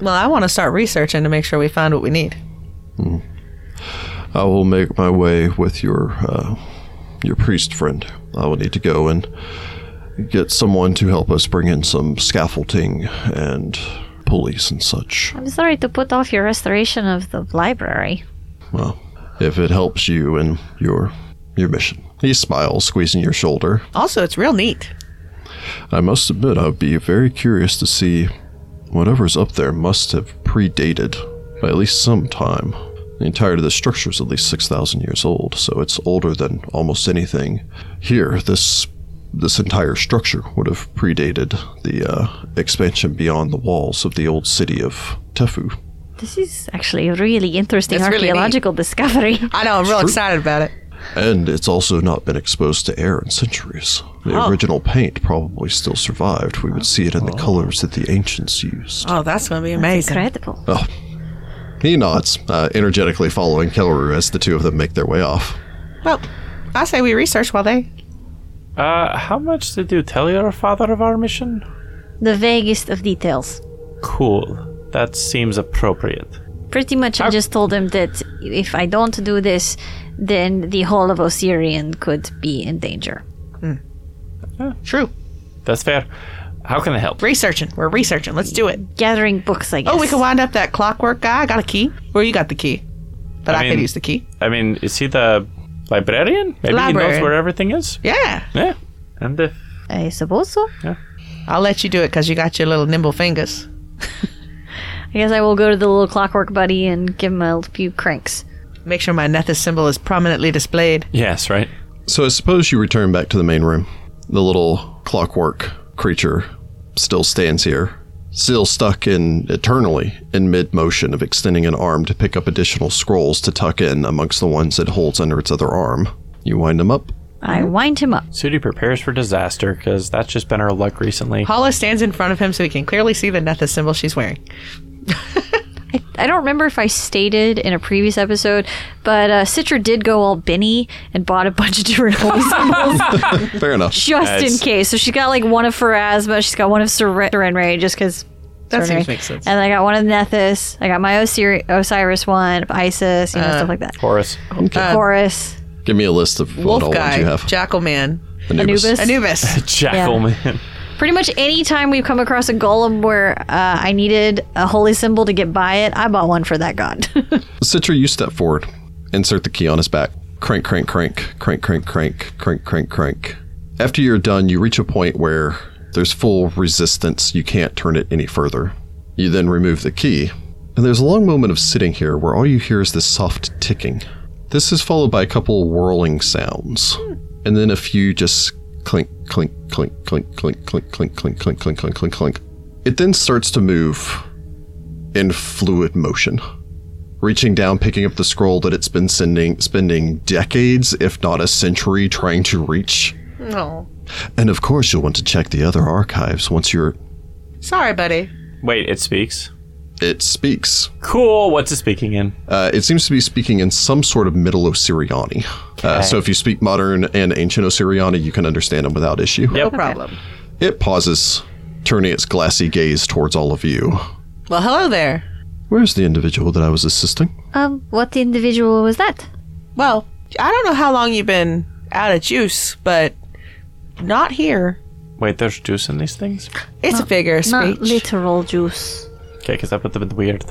D: Well, I want to start researching to make sure we find what we need.
A: I will make my way with your uh, your priest friend. I will need to go and get someone to help us bring in some scaffolding and pulleys and such.
B: I'm sorry to put off your restoration of the library.
A: Well, if it helps you in your your mission. He smiles, squeezing your shoulder.
D: Also, it's real neat.
A: I must admit, I'd be very curious to see whatever's up there must have predated by at least some time. The entirety of the structure is at least six thousand years old, so it's older than almost anything here. This this entire structure would have predated the uh, expansion beyond the walls of the old city of Tefu.
B: This is actually a really interesting
D: That's really neat.
B: archaeological discovery.
D: I know, I'm real
A: True.
D: excited about it.
A: And it's also not been exposed to air in centuries. The
D: Oh.
A: original paint probably still survived. We would see it in the colors that the ancients used.
D: Oh, that's going to be amazing.
B: Incredible.
A: He nods, uh, energetically following Kelleru as the two of them make their way off.
D: Well, I say we research while they.
C: Uh, how much did you tell your father of our mission?
B: The vaguest of details.
C: Cool. That seems appropriate.
B: Pretty much, I just told him that if I don't do this, then the whole of Osirian could be in danger.
D: True.
C: That's fair. How can I help?
D: Researching. We're researching. Let's do it.
B: Gathering books, I guess.
D: Oh, we can wind up that clockwork guy. I got a key. Well, you got the key. But
C: I
D: I,
C: mean-
D: could use the key.
C: I mean, is he the librarian? Maybe he knows
D: Librarian.
C: where everything is.
D: Yeah.
C: Yeah. And if
B: I suppose so.
D: I'll let you do it because you got your little nimble fingers.
B: I guess I will go to the little clockwork buddy and give him a few cranks.
D: Make sure my Nethys symbol is prominently displayed.
C: yes, right.
A: So I suppose you return back to the main room. The little clockwork creature still stands here, still stuck in eternally in mid motion of extending an arm to pick up additional scrolls to tuck in amongst the ones it holds under its other arm. You wind them up.
B: I
C: Mm-hmm.
B: wind him up.
C: Sudi prepares for disaster because that's just been our luck recently.
D: Paula stands in front of him so he can clearly see the Nethys symbol she's wearing.
B: I don't remember if I stated in a previous episode, but uh, Citra did go all Benny and bought a bunch of different holy symbols
A: Fair enough.
B: just in
C: Nice.
B: case. So she got like one of Pharasma, she's got one of Seren- Serenray, just because.
D: That seems makes sense.
B: And I got one of Nethys. I got my Osir- Osiris one, Isis, you know, stuff like that.
C: Horus.
D: Oh,
B: Horus,
A: Give me a list of what all
D: Wolf
A: ones you
D: guy,
A: have.
D: Jackal Man,
A: Anubis.
B: Anubis.
D: Anubis.
C: Jackal man.
B: Pretty much any time we've come across a golem where uh, I needed a holy symbol to get by it, I bought one for that god.
A: Citra, you step forward. Insert the key on his back. Crank, crank, crank, crank, crank, crank, crank, crank, crank. After you're done, you reach a point where there's full resistance. You can't turn it any further. You then remove the key. And there's a long moment of sitting here where all you hear is this soft ticking. This is followed by a couple whirling sounds. And then a few just clink, clink, clink, clink, clink, clink, clink, clink, clink, clink, clink, clink, clink. It then starts to move in fluid motion reaching down, picking up the scroll that it's been sending, spending decades, if not a century, trying to reach.
D: No.
A: And of course, you'll want to check the other archives once you're.
D: Sorry, buddy.
C: Wait, it speaks.
A: It speaks.
C: Cool. What's it speaking in?
A: Uh, it seems to be speaking in some sort of Middle Osiriani. Uh, so if you speak modern and ancient Osiriani, you can understand them without issue.
D: No problem.
A: It pauses, turning its glassy gaze towards all of you.
D: Well, hello there.
A: Where's the individual that I was assisting?
B: um, what individual was that?
D: Well, I don't know how long you've been out of juice, but not here.
C: Wait, there's juice in these things?
D: It's a figure of
B: Not
D: speech.
B: literal juice.
C: Okay, because that put them in the weird.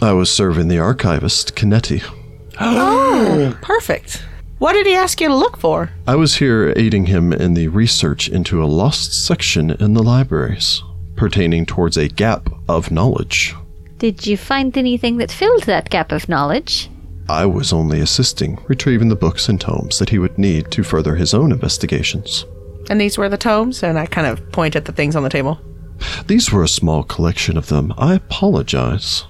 A: I was serving the archivist, Kinetti.
D: Perfect. What did he ask you to look for?
A: I was here aiding him in the research into a lost section in the libraries pertaining towards a gap of knowledge.
B: Did you find anything that filled that gap of knowledge?
A: I was only assisting retrieving the books and tomes that he would need to further his own investigations.
D: And these were the tomes, and I kind of point at the things on the table.
A: These were a small collection of them. I apologize.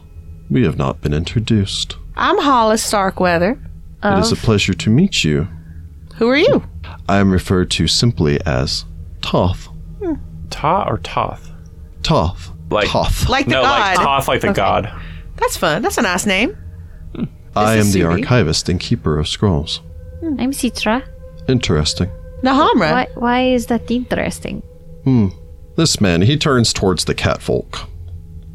A: We have not been introduced.
D: I'm Hollis Starkweather.
A: It is a pleasure to meet you.
D: Who are you?
A: I am referred to simply as Toth.
C: Ta or Toth?
A: Toth.
C: Like-
A: Toth.
D: Like the
C: no,
D: god.
C: like Toth, like the god.
D: That's fun. That's a nice name.
A: I am
D: is
A: the
D: Sumi.
A: archivist and keeper of scrolls.
B: I'm Citra.
A: Interesting.
D: Nahamra.
B: Why, why is that interesting?
A: This man, he turns towards the catfolk.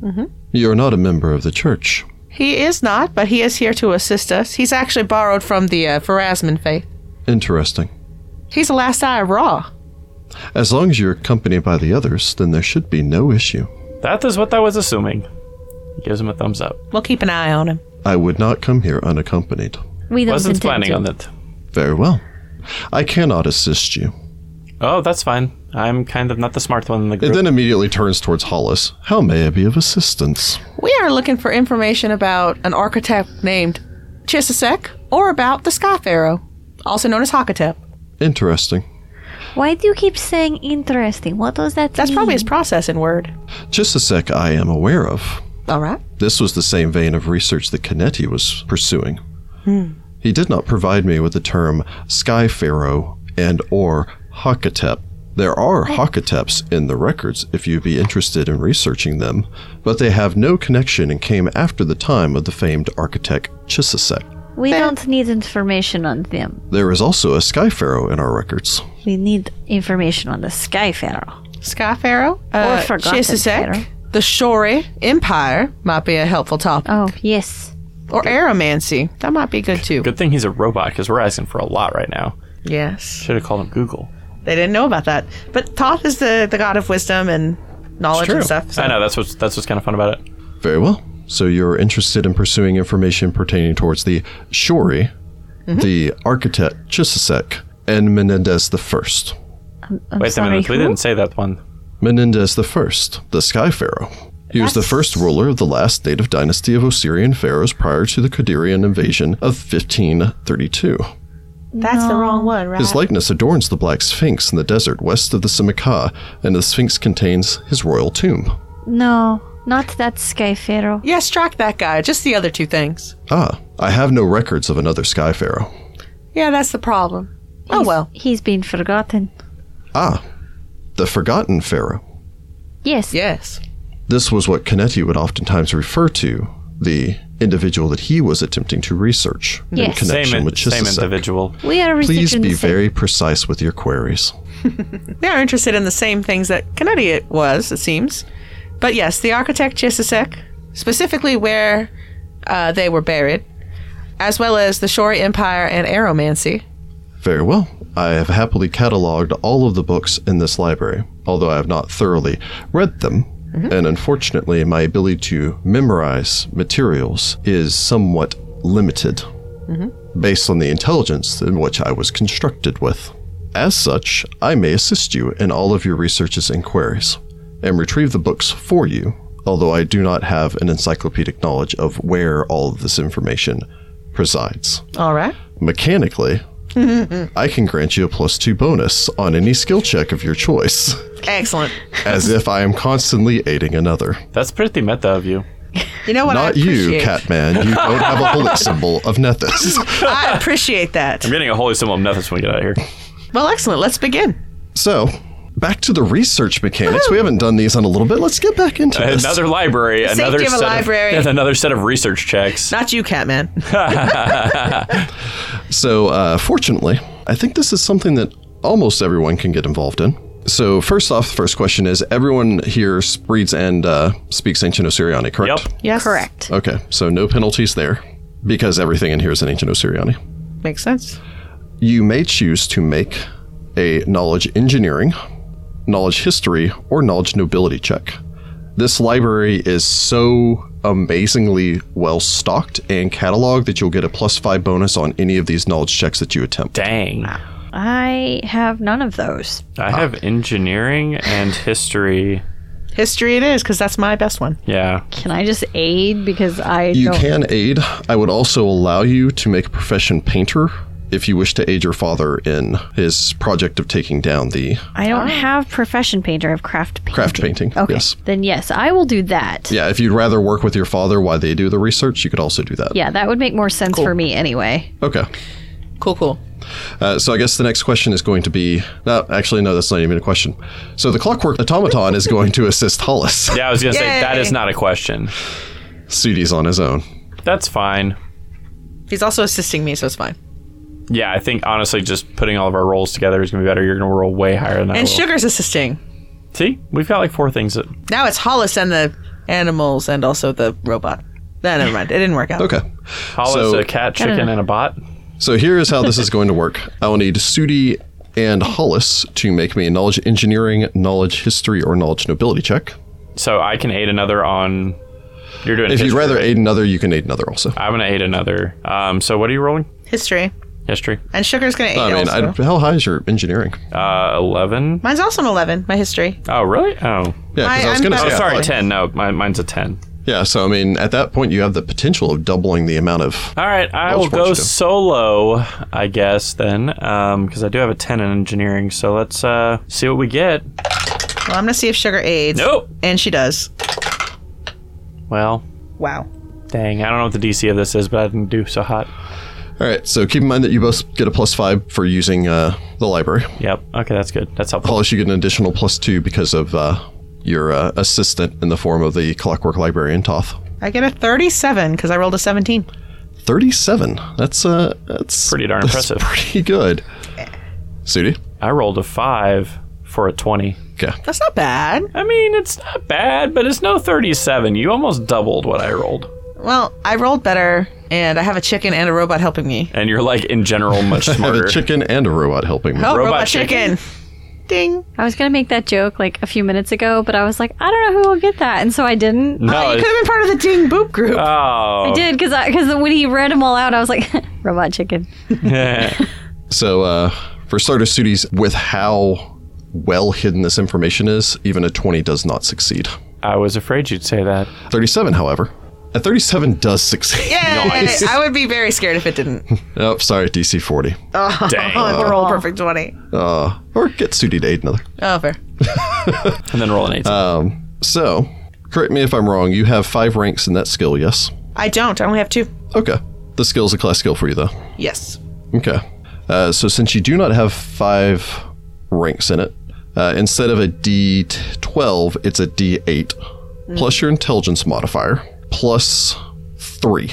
A: Mm-hmm. You're not a member of the church.
D: He is not, but he is here to assist us. He's actually borrowed from the uh, Pharasman faith.
A: Interesting.
D: He's the last eye of Ra.
A: As long as you're accompanied by the others, then there should be no issue.
C: That is what I was assuming. He gives him a thumbs up.
D: We'll keep an eye on him.
A: I would not come here unaccompanied.
B: We don't
C: Wasn't
B: intend
C: planning
B: to.
C: on that.
A: Very well. I cannot assist you.
C: Oh, that's fine. I'm kind of not the smart one in the
A: It
C: group.
A: then immediately turns towards Hollis. How may I be of assistance?
D: We are looking for information about an architect named Chisisek or about the Sky Pharaoh, also known as Hakatep.
A: Interesting.
B: Why do you keep saying interesting? What does that
D: That's
B: mean?
D: probably his processing word.
A: Just a sec, I am aware of.
D: All right.
A: This was the same vein of research that Canetti was pursuing. He did not provide me with the term Sky Pharaoh and or Hakatep. There are Hakateps in the records if you'd be interested in researching them, but they have no connection and came after the time of the famed architect Chisisek.
B: We don't need information on them.
A: There is also a Sky Pharaoh in our records.
B: We need information on the Sky Pharaoh.
D: Sky Pharaoh,
B: forgotten
D: Chisisek,
B: pharaoh.
D: the Shori Empire might be a helpful topic,
B: Oh, yes.
D: or Aromancy. That might be good too.
C: Good thing he's a robot because we're asking for a lot right now.
D: Yes.
C: Should have called him Google.
D: They didn't know about that. But Toth is the, the god of wisdom and knowledge and stuff. so-
C: I know that's what's that's what's kind of fun about it.
A: Very well. So you're interested in pursuing information pertaining towards the Shori, the architect Chisisek, and Menendez the First.
B: I'm
C: Wait
B: sorry,
C: a minute, we
B: who?
C: didn't say that one.
A: Menendez the First, the Sky Pharaoh. He was the first ruler of the last native dynasty of Osirian pharaohs prior to the Qadirian invasion of 1532.
D: That's the wrong one, right?
A: His likeness adorns the Black Sphinx in the desert west of the Simikah, and the Sphinx contains his royal tomb.
B: No, not that Sky Pharaoh.
D: yeah, strike that guy. Just the other two things.
A: Ah, I have no records of another Sky Pharaoh.
D: Yeah, that's the problem. Oh, well.
B: He's been forgotten.
A: Ah, the Forgotten Pharaoh.
B: Yes.
D: Yes.
A: This was what Canetti would oftentimes refer to the individual that he was attempting to research in
B: Yes.
A: connection
C: Same, in-
A: with
C: same
A: Chisisek.
C: individual.
B: We are
A: Please
B: researching
A: be
B: the same-
A: very precise with your queries.
D: They are interested in the same things that Connecticut was, it seems. But yes, the architect Chisisek, specifically where uh, they were buried, as well as the Shori Empire and Aromancy.
A: Very well. I have happily cataloged all of the books in this library, although I have not thoroughly read them. And unfortunately, my ability to memorize materials is somewhat limited based on the intelligence in which I was constructed with. As such, I may assist you in all of your researches and queries and retrieve the books for you, although I do not have an encyclopedic knowledge of where all of this information presides
D: All right.
A: mechanically, I can grant you a plus two bonus on any skill check of your choice,
D: Excellent.
A: as if I am constantly aiding another.
C: That's pretty meta of you.
D: You know what? I
A: Not you,
D: appreciate?
A: Catman. You don't have a holic symbol of Nethys.
D: I appreciate that.
C: I'm getting a holy symbol of nothing when we get out of here.
D: Well, excellent. Let's begin.
A: So, back to the research mechanics. We haven't done these in a little bit. Let's get back into this.
C: Another library, another
D: safety of a
C: set
D: library.
C: Of, yeah, another set of research checks.
D: Not you, Catman.
A: So, uh, fortunately, I think this is something that almost everyone can get involved in. So, first off, the first question is everyone here reads and uh, speaks ancient Osiriani, correct?
C: Yep.
D: Yes.
B: Correct.
A: Okay, so no penalties there because everything in here is in ancient Osiriani.
D: Makes sense.
A: You may choose to make a knowledge engineering, knowledge history, or knowledge nobility check. This library is so amazingly well stocked and cataloged that you'll get a plus five bonus on any of these knowledge checks that you attempt.
C: Dang.
D: Ah.
B: I have none of those.
C: I have engineering and history.
D: History it is, because that's my best one.
C: Yeah.
B: Can I just aid because I
A: You
B: don't?
A: can aid. I would also allow you to make a profession painter if you wish to aid your father in his project of taking down the
B: I don't have profession painter. I have craft painting.
A: craft painting.
B: Okay.
A: Yes.
B: Then yes, I will do that.
A: Yeah, if you'd rather work with your father while they do the research, you could also do that.
B: Yeah, that would make more sense for me anyway.
A: Okay.
D: Cool, cool.
A: Uh, so I guess the next question is going to be. No, actually, no, that's not even a question. So the clockwork automaton is going to assist Hollis.
C: Yeah, I was going to say, that
D: Yay.
C: is not a question.
A: Sudi's on his own.
C: That's fine.
D: He's also assisting me, so it's fine.
C: Yeah, I think honestly, just putting all of our rolls together is gonna be better. You're gonna roll way higher than that.
D: And
C: roll.
D: Sugar's assisting.
C: See, we've got like four things that.
D: Now it's Hollis and the animals and also the robot. No, never mind. It didn't work out.
A: Okay.
C: Hollis,
A: So-
C: a cat, chicken, and a bot.
A: So here is how this is going to work. I will need Sudi and Hollis to make me a knowledge engineering, knowledge history, or knowledge nobility check.
C: So I can aid another on. You're doing.
A: If you'd
C: history,
A: rather
C: right?
A: aid another, you can aid another also.
C: I'm gonna aid another. Um. So what are you rolling?
D: History.
C: History.
D: And Sugar's going to aid
A: I mean,
D: also.
A: I, how high is your engineering?
C: Uh, eleven.
D: Mine's also an 11, my history.
C: Oh, really? Oh.
A: Yeah, because I,
D: I-
A: was going
D: I'm
A: to
D: not-
A: say.
C: Oh,
A: I
C: sorry,
A: thought-
C: ten. No, mine, mine's a ten.
A: Yeah, so I mean, at that point, you have the potential of doubling the amount of.
C: All right, I
A: Well,
C: will
A: of course
C: go
A: you do.
C: solo, I guess then, because I do have a ten in engineering. So let's uh, see what we get.
D: Well, I'm going to see if Sugar aids.
C: Nope.
D: And she does.
C: Well,
D: Wow.
C: dang, I don't know what the DC of this is, but I didn't do so hot.
A: All right, so keep in mind that you both get a plus five for using uh, the library.
C: Yep. Okay, that's good. That's helpful.
A: Plus, you get an additional plus two because of uh, your uh, assistant in the form of the Clockwork Librarian Toth.
D: I get a 37 because I rolled a 17.
A: Thirty-seven. That's uh, that's
C: Pretty darn
A: that's
C: impressive.
A: Pretty good. Sudi.
C: I rolled a five for a twenty.
A: Okay.
D: That's not bad.
C: I mean, it's not bad, but it's no thirty-seven. You almost doubled what I rolled,
D: Well, I rolled better, and I have a chicken and a robot helping me.
C: and you're like in general much
A: I have
C: smarter.
A: a chicken and a robot helping me.
D: Oh,
C: Robot
D: robot,
C: chicken.
D: chicken. Ding.
E: Oh,
B: I was gonna make that joke like a few minutes ago, but I was like, I don't know who will get that, and so I didn't.
C: no,
D: Oh, you
C: it's-
D: could have been part of the ding boop group.
B: I
C: oh,
B: did because because when he read them all out, I was like, robot chicken.
A: So, uh, for starters, Sudi's with how well hidden this information is, even a twenty does not succeed.
C: I was afraid you'd say that.
A: Thirty-seven, however, a thirty-seven does succeed.
D: yeah,
C: nice.
D: I would be very scared if it didn't.
A: Oh, sorry, DC forty.
C: Dang.
D: Oh, roll a perfect 20.
A: Uh, or get Sudi to aid another.
D: Oh, fair.
C: and then roll an eight.
A: So, correct me if I'm wrong. You have five ranks in that skill, yes?
D: I don't. I only have two.
A: Okay. The skill's a class skill for you, though.
D: Yes.
A: Okay. Uh, so since you do not have five ranks in it, uh, instead of a D12, it's a D8 plus your intelligence modifier plus three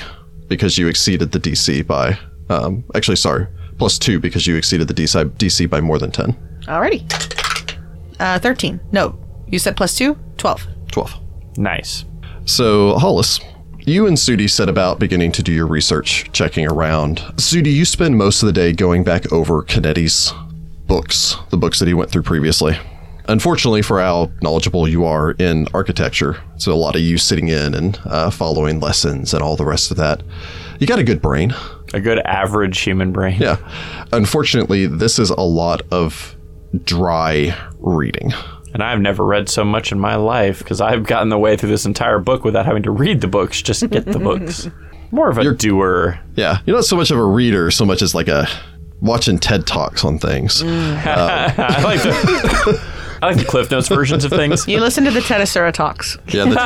A: because you exceeded the DC by. Um, actually, sorry, plus two because you exceeded the DC, DC by more than 10.
D: Alrighty. Uh, 13. No, you said plus two? 12.
A: 12.
C: nice.
A: So, Hollis, you and Sudi set about beginning to do your research, checking around. Sudi, you spend most of the day going back over Canetti's books, the books that he went through previously. Unfortunately, for how knowledgeable you are in architecture, so a lot of you sitting in and uh, following lessons and all the rest of that, you got a good brain.
C: A good average human brain.
A: Yeah. Unfortunately, this is a lot of dry reading.
C: And I've never read so much in my life because I've gotten the way through this entire book without having to read the books, just to get the books. More of a doer.
A: Yeah, you're not so much of a reader, so much as like a watching TED talks on things.
C: I like the, I like the Cliff Notes versions of things.
D: You listen to the Tedasura talks.
A: Yeah, the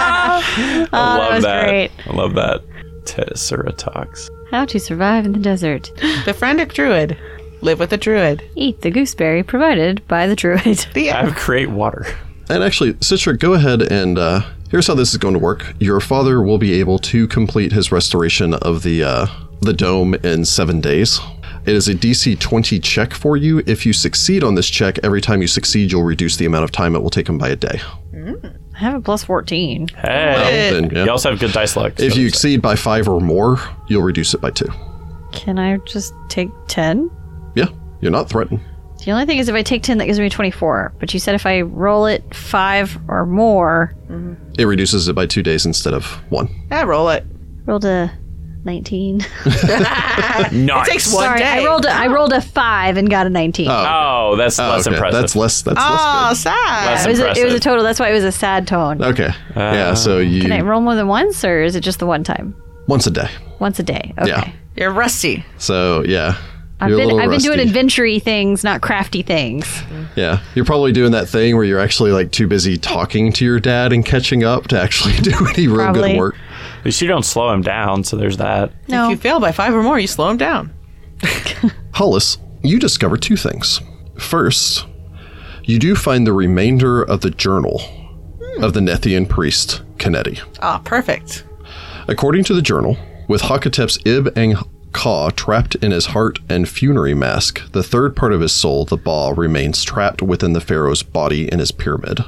C: I love
B: was great.
C: I love that. Tesseratox.
B: How to survive in the desert?
D: Befriend a druid. Live with a druid.
B: Eat the gooseberry provided by the druid.
D: The
C: I have create water.
A: And actually, Citra, go ahead and uh, here's how this is going to work. Your father will be able to complete his restoration of the uh, the dome in seven days. It is a DC 20 check for you. If you succeed on this check, every time you succeed, you'll reduce the amount of time it will take him by a day.
B: I have a plus fourteen.
C: Hey.
A: Then, yeah.
C: You also have good dice luck.
A: If
C: so
A: you
C: it's-
A: exceed by five or more, you'll reduce it by two.
B: Can I just take ten?
A: Yeah, you're not threatened.
B: The only thing is, if I take ten, that gives me twenty-four. But you said if I roll it five or more,
A: It reduces it by two days instead of one.
D: I roll it.
B: rolled a nineteen.
C: nice.
D: takes one-
B: Sorry, I
D: day.
B: rolled a, I rolled a five and got a nineteen.
C: Oh, that's less
A: Okay,
C: impressive.
A: That's less. That's
D: Oh,
A: less
D: sad.
B: it, was a, it was a
C: impressive.
B: total. That's why it was a sad tone.
A: good. Okay. yeah. So you
B: Oh. Can I roll more than once, or is it just the one time?
A: once a day.
B: Once a day. Okay.
A: Yeah.
D: You're rusty.
A: So yeah.
B: I've
A: You're a
B: been
A: little
B: I've been doing
A: rusty.
B: adventure things, not crafty things.
A: Yeah, you're probably doing that thing where you're actually like too busy talking to your dad and catching up to actually do any real
B: Probably.
A: good work.
C: At least you don't slow him down, so there's that.
B: No.
D: If you fail by five or more, you slow him down.
A: Hollis, you discover two things. First, you do find the remainder of the journal of the Nethian priest Kennedy.
D: Ah, perfect.
A: According to the journal, with Hakatep's Ib and Ka trapped in his heart and funerary mask, the third part of his soul, the Ba, remains trapped within the pharaoh's body in his pyramid.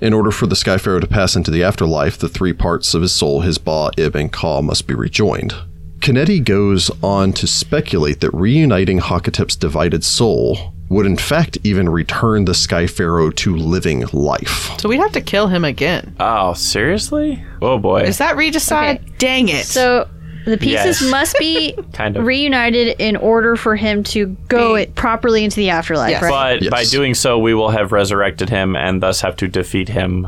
A: In order for the Sky Pharaoh to pass into the afterlife, the three parts of his soul, his Ba, Ib, and Ka, must be rejoined. Kennedy goes on to speculate that reuniting Hakatep's divided soul would in fact even return the Sky Pharaoh to living life.
D: So we'd have to kill him again.
A: Uh,
C: Oh, seriously? Oh boy.
D: Is that regicide?
E: Okay.
D: Dang it.
E: So the pieces
C: Yes.
E: must be
C: Kind of.
E: reunited in order for him to go
D: Be-
E: it properly into the afterlife,
D: Yes.
E: right?
C: but by
A: Yes.
C: doing so, we will have resurrected him and thus have to defeat him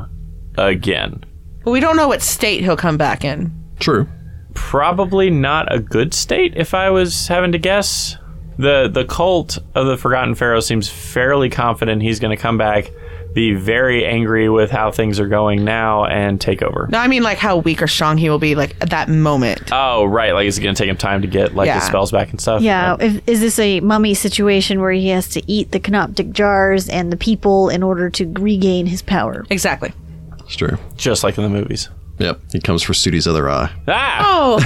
C: again.
D: but we don't know what state he'll come back in.
A: True.
C: Probably not a good state, if I was having to guess. The the cult of the Forgotten Pharaoh seems fairly confident he's going to come back, be very angry with how things are going now, and take over.
D: No, I mean like how weak or strong he will be like at that moment.
A: Uh.
C: Oh, right. Like, is it going to take him time to get like
D: Yeah.
C: his spells back and stuff? Uh,
B: Yeah, if, is this a mummy situation where he has to eat the canoptic jars and the people in order to regain his power?
D: Exactly.
A: It's true.
C: Just like in the movies.
A: Yep. He comes for Sudi's other eye.
C: Ah!
D: Oh,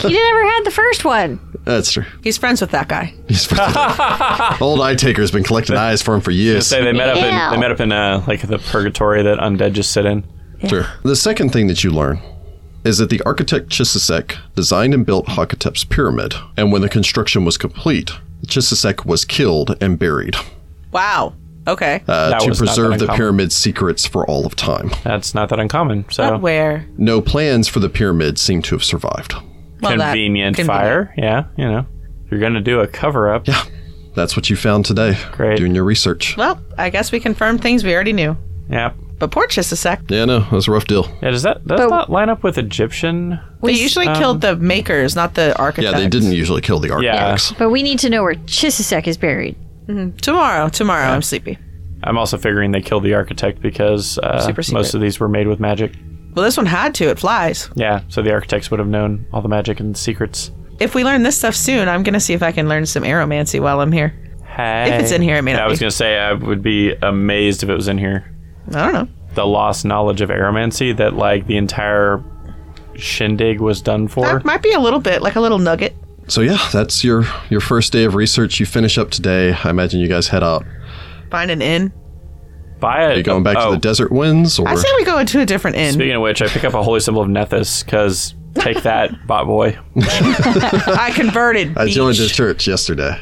B: he never had the first one.
A: That's true.
D: he's friends with that guy.
A: He's Old eye taker's been collecting eyes for him for years.
C: Say they met up in
B: Ew.
C: they met up in uh, like the purgatory that undead just sit in.
A: Sure. The second thing that you learn is that the architect Chisisek designed and built Hakatep's pyramid, and when the construction was complete, Chisisek was killed and buried
D: Wow. Okay.
A: uh,
C: That
A: to
C: was not that
A: preserve the
C: uncommon.
A: pyramid's secrets for all of time.
C: That's not that uncommon.
D: Oh,
C: So
D: Where?
A: No plans for the pyramid seem to have survived.
D: Well, that-
C: convenient
D: convenient.
C: fire. Yeah, you know. If You're gonna do a cover up.
A: Yeah, that's what you found today
C: Great.
A: doing your research.
D: Well, I guess we confirmed things we already knew.
C: Yeah.
D: But poor Chisisek.
A: Yeah, no, that was a rough deal.
C: Yeah, does that does
B: But-
C: that line up with Egyptian?
D: They usually killed the makers, not the
A: Yeah,
D: architects.
A: they didn't usually kill the architects.
B: But we need to know where Chisisek is buried.
D: Tomorrow, tomorrow, I'm sleepy.
C: I'm also figuring they killed the architect because uh,
D: Super secret.
C: most of these were made with magic.
D: Well, this one had to. It flies.
C: Yeah, so the architects would have known all the magic and secrets.
D: If we learn this stuff soon, I'm gonna see if I can learn some aeromancy while I'm here.
C: Hey.
D: If it's in here, it may not
C: I was
D: be.
C: gonna say I would be amazed if it was in here.
D: I don't know.
C: The lost knowledge of aromancy that like the entire shindig was done for.
D: That might be a little bit like a little nugget.
A: So yeah, that's your your first day of research. You finish up today. I imagine you guys head out.
D: Find an inn.
C: Buy it.
A: Are you going back
C: oh,
A: to the desert winds or
D: I say we go into a different inn.
C: Speaking of which, I pick up a holy symbol of Nethys because take that, bot boy.
D: I converted.
A: I joined
D: beach.
A: his church yesterday.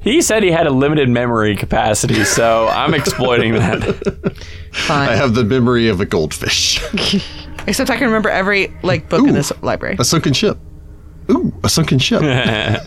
C: He said he had a limited memory capacity, so I'm exploiting that.
A: I
D: Fine.
A: have the memory of a goldfish.
D: Except I can remember every like book in this library.
A: a sunken ship. Ooh, a sunken ship.
D: All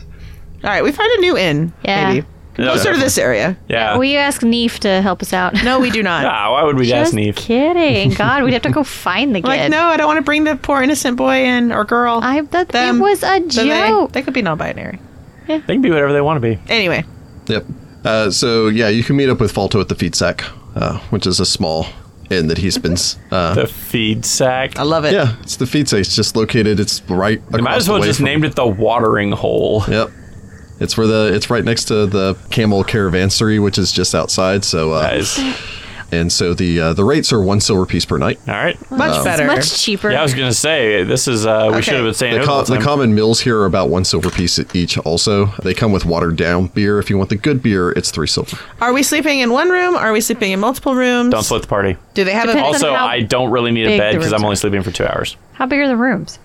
D: right, we find a new inn.
B: Yeah.
D: Maybe.
C: No,
D: Closer to this area.
C: Yeah.
B: Will you ask Neef to help us out?
D: No, we do not.
C: Ah, why would we ask
B: Just
C: Neve?
B: kidding. God, we'd have to go find the kid.
D: like, no, I don't want to bring the poor innocent boy in or girl.
B: I that
D: Them.
B: it was a
D: So they,
B: joke.
D: they could be non-binary.
C: They can be whatever they want to be.
D: Anyway,
A: Yep. Uh, so yeah, you can meet up with Falto at the feed sack, uh, which is a small inn that he's been. s- Uh,
C: The feed sack.
D: I love it.
A: yeah, it's the feed sack. It's just located. It's right. Across
C: You might as well
A: the way
C: just
A: from-
C: named it the watering hole.
A: Yep. It's where the it's right next to the camel caravanserai, which is just outside. So uh,
C: Guys. All
A: and so the uh, the rates are one silver piece per night.
C: right.
D: Much better.
B: it's much cheaper.
C: Yeah, I was gonna say this is. uh We
D: Okay.
C: should have been saying
A: The,
C: it
A: com-
C: all the
A: the
C: time.
A: common meals here are about one silver piece each. Also, they come with watered down beer. If you want the good beer, it's three silver.
D: Are we sleeping in one room? Are we sleeping in multiple rooms?
C: Don't split the party.
D: Do they have a
B: Depends on
C: Also,
B: how
C: I don't really need a
B: big
C: bed
B: the
C: because I'm
B: rooms
C: only sleeping for two hours.
B: How big are the rooms?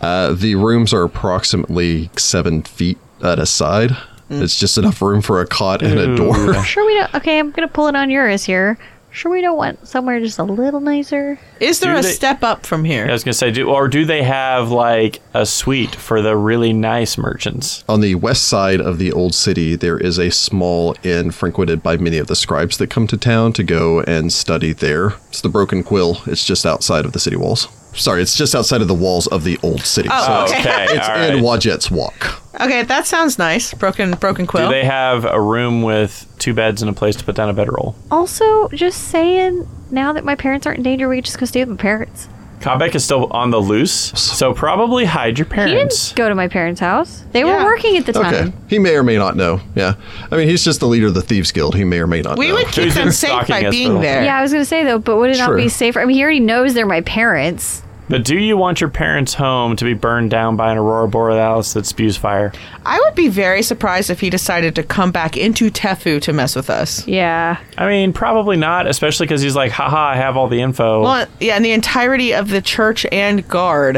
A: Uh, the rooms are approximately seven feet at a side. It's just enough room for a cot and a door.
B: Sure, we don't. Okay, I'm gonna pull it on yours here. Sure, we don't want somewhere just a little nicer.
D: Is there
C: Do
D: a
C: they-
D: step up from here?
C: I was gonna say, do or do they have like a suite for the really nice merchants?
A: On the west side of the old city, there is a small inn frequented by many of the scribes that come to town to go and study there. It's the Broken Quill. It's just outside of the city walls. Sorry, it's just outside of the walls of the old city.
D: Oh,
A: it's,
D: okay.
C: Okay,
A: it's
C: all right.
A: in Wajet's Walk.
D: Okay, that sounds nice. Broken broken
C: Do
D: quill.
C: they have a room with two beds and a place to put down a bedroll?
B: Also, just saying, now that my parents aren't in danger, we could just go stay with my parents.
C: Kabek is still on the loose, so probably hide your
B: He
C: parents.
B: didn't go to my parents' house. They
D: Yeah.
B: were working at the time.
A: Okay. He may or may not know. Yeah. I mean, he's just the leader of the Thieves Guild. He may or may not
D: We
A: know.
D: would keep
C: Who's
D: them
C: been
D: safe
C: stalking
D: by
C: us for
D: being
C: the-
D: there.
B: Yeah, I was gonna say though, but would it
A: Sure.
B: not be safer? I mean, he already knows they're my parents.
C: But do you want your parents' home to be burned down by an aurora borealis that spews fire?
D: I would be very surprised if he decided to come back into Tefu to mess with us.
B: Yeah.
C: I mean, probably not, especially because he's like, haha, I have all the info.
D: Well, yeah, and the entirety of the church and guard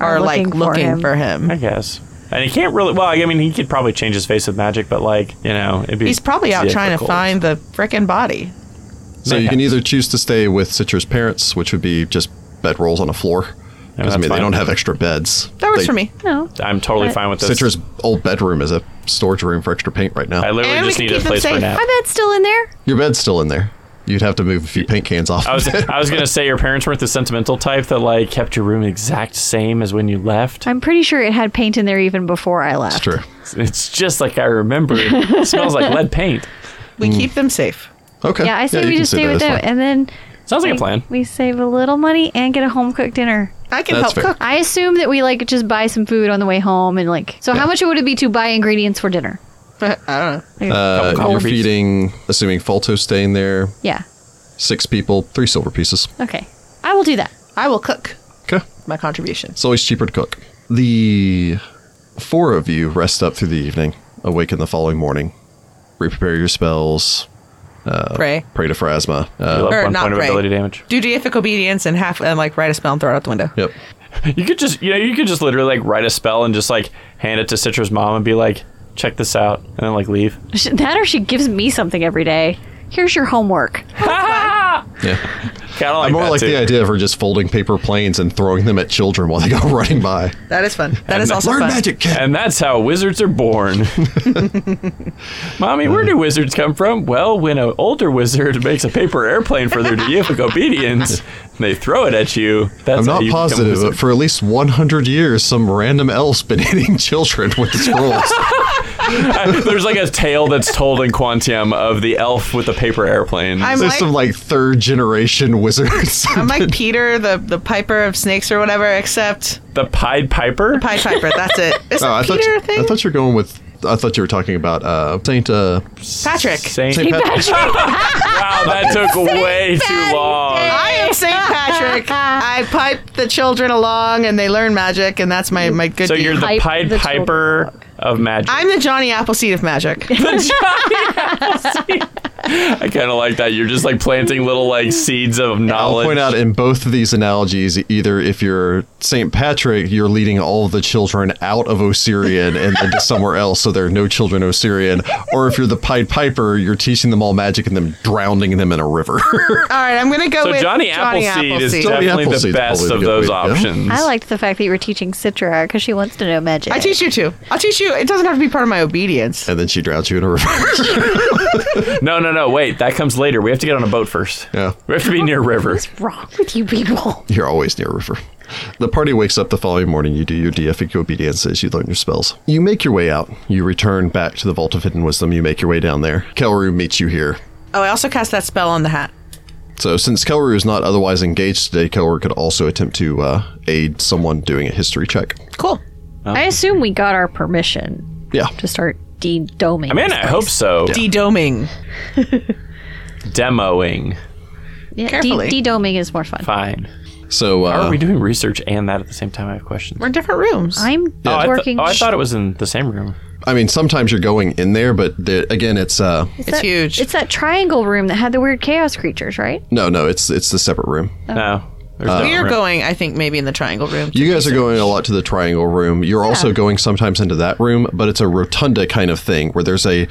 D: are,
B: Are
D: like
B: looking for
D: looking
B: him.
D: for him.
C: I guess. And he can't really. Well, I mean, he could probably change his face with magic, but like, you know, it'd be.
D: He's probably out trying to
C: difficult.
D: find the frickin' body.
A: So you can either choose to stay with Citra's parents, which would be just bedrolls on a floor. Because,
C: that's
A: I mean,
C: fine.
A: they don't have extra beds.
D: That works
A: They-
D: for me.
B: No.
C: I'm totally fine with this.
A: Citra's old bedroom is a storage room for extra paint right now.
C: I literally
D: And we
C: just
D: can
C: need a
D: keep them
C: place for a
D: safe.
C: nap.
B: My bed's still in there.
A: Your bed's still in there. You'd have to move a few paint cans off.
C: I was,
A: of it.
C: I was gonna say your parents weren't the sentimental type that like kept your room exact same as when you left.
B: I'm pretty sure it had paint in there even before I left.
A: That's true.
C: It's just like I remember. It smells like lead paint.
D: We
A: Mm.
D: keep them safe.
A: Okay.
B: Yeah, I say
A: you
B: we
A: can
B: just
A: sit
B: stay
A: there,
B: with them,
A: that's fine.
B: and then
C: Sounds like a
B: we-
C: plan.
B: We save a little money and get a home cooked dinner.
D: I can
A: That's
D: help
A: fair.
D: cook.
B: I assume that we like just buy some food on the way home and like. So how much would it be to buy ingredients for dinner?
D: I don't know.
A: Uh,
C: Couple
A: you're
C: coffees.
A: feeding, assuming Falto's staying there,
B: Yeah.
A: six people, three silver pieces.
B: Okay. I will do that.
D: I will cook
A: Okay.
D: my contributions.
A: It's always cheaper to cook. The four of you rest up through the evening, awaken the following morning, re-prepare your spells, Oh.
D: Pray.
A: pray to Phrasma. Uh,
C: Love
D: or
C: one
D: not
C: point of
D: great.
C: ability damage.
D: Do deific obedience and half and like write a spell and throw it out the window.
A: yep.
C: You could just you know you could just literally like write a spell and just like hand it to Citra's mom and be like, check this out, and then like leave.
B: Sh- That or she gives me something every day. Here's your homework.
A: Yeah.
C: Kind of
A: I
C: like
A: more
C: that
A: like
C: too.
A: the idea of her just folding paper planes and throwing them at children while they go running by.
D: That is fun. That is
C: And
D: also
A: Learn
D: fun.
A: magic, kid.
C: And that's how wizards are born. Mommy, where do wizards come from? Well, when an older wizard makes a paper airplane for their deific obedience, and they throw it at you. That's
A: I'm
C: how
A: not
C: you become a
A: positive,
C: wizard.
A: but for at least 100 years, some random elf's been hitting children with scrolls.
C: There's like a tale that's told in Quantium of the elf with the paper airplane.
D: I'm
A: There's
D: like
A: some like third generation wizards.
D: I'm like Peter, the the Piper of snakes or whatever, except
C: the Pied Piper.
D: Pied Piper. That's it. Is
A: Oh, I
D: it
A: thought
D: Peter
A: you,
D: a thing?
A: I thought you were going with. I thought you were talking about uh, Saint uh,
D: Patrick.
C: Saint.
A: Saint Patrick.
C: wow, that took way too long.
D: I am Saint Patrick. I pipe the children along, and they learn magic, and that's my my good.
C: So you're
D: deed.
C: the
B: Pipe
C: Pied
B: the
C: Piper of magic.
D: I'm the Johnny Appleseed of magic.
C: I kind of like that. You're just like planting little like seeds of
A: I'll
C: knowledge.
A: point out in both of these analogies, either if you're Saint Patrick, you're leading all of the children out of Osirian and then to somewhere else, so there are no children Osirian, or if you're the Pied Piper, you're teaching them all magic and then drowning them in a river.
D: All right, I'm gonna go
C: So
D: with
C: Johnny Appleseed, is
D: Appleseed.
A: Johnny
C: definitely the
A: Appleseed's
C: best
A: probably
C: of
A: the good way
C: those
A: to go.
C: options.
B: I liked the fact that you were teaching Citra because she wants to know magic.
D: I teach you too. I'll teach you. It doesn't have to be part of my obedience.
A: and then she drowns you in a river.
C: No, no, no. Wait, that comes later. We have to get on a boat first.
A: Yeah.
C: We have to be near river.
B: What's wrong with you people?
A: You're always near a river. The party wakes up the following morning. You do your deific obediences. You learn your spells. You make your way out. You return back to the Vault of Hidden Wisdom. You make your way down there. Kelru meets you here.
D: Oh, I also cast that spell on the hat.
A: So, since Kelru is not otherwise engaged today, Kelru could also attempt to uh, aid someone doing a history check.
D: Cool.
B: I assume we got our permission
A: Yeah.
B: to start de doming.
C: I mean, I hope so.
D: De-doming.
C: Demoing.
B: yeah,
D: carefully.
B: de doming is more fun.
C: Fine.
A: So,
C: How are
A: uh,
C: we doing research and that at the same time? I have questions.
D: We're in different rooms.
B: I'm
C: Oh, I,
B: working.
C: oh, I thought it was in the same room.
A: I mean, sometimes you're going in there, but the, again, it's uh,
D: it's huge.
B: It's that triangle room that had the weird chaos creatures, right?
A: no, no, it's it's the separate room.
B: Oh.
C: No.
A: Uh,
C: there's no
D: we are
C: room.
D: going, I think, maybe in the triangle room.
A: You guys are going a lot to the triangle room. You're also going sometimes into that room, but it's a rotunda kind of thing where there's a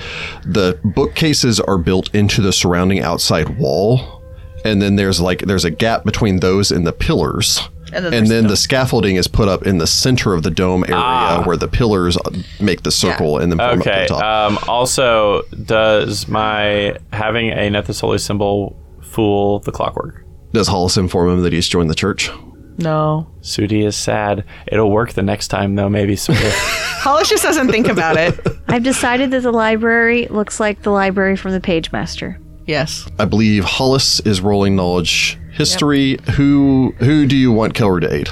A: the bookcases are built into the surrounding outside wall, and then there's like there's a gap between those and the pillars. And
D: And then
A: then,
D: there's
A: the scaffolding is put up in the center of the dome area where the pillars make the circle and then form
C: Ah. Okay.
A: up on top.
C: Um, also, does my having a Nethus Holy symbol fool the clockwork?
A: Does Hollis inform him that he's joined the church?
D: No.
C: Sudi is sad. It'll work the next time, though, maybe. Sort of.
D: Hollis just doesn't think about it.
B: I've decided that the library looks like the library from the Pagemaster.
D: Yes.
A: I believe Hollis is rolling knowledge History. Who who do you want Keller to aid?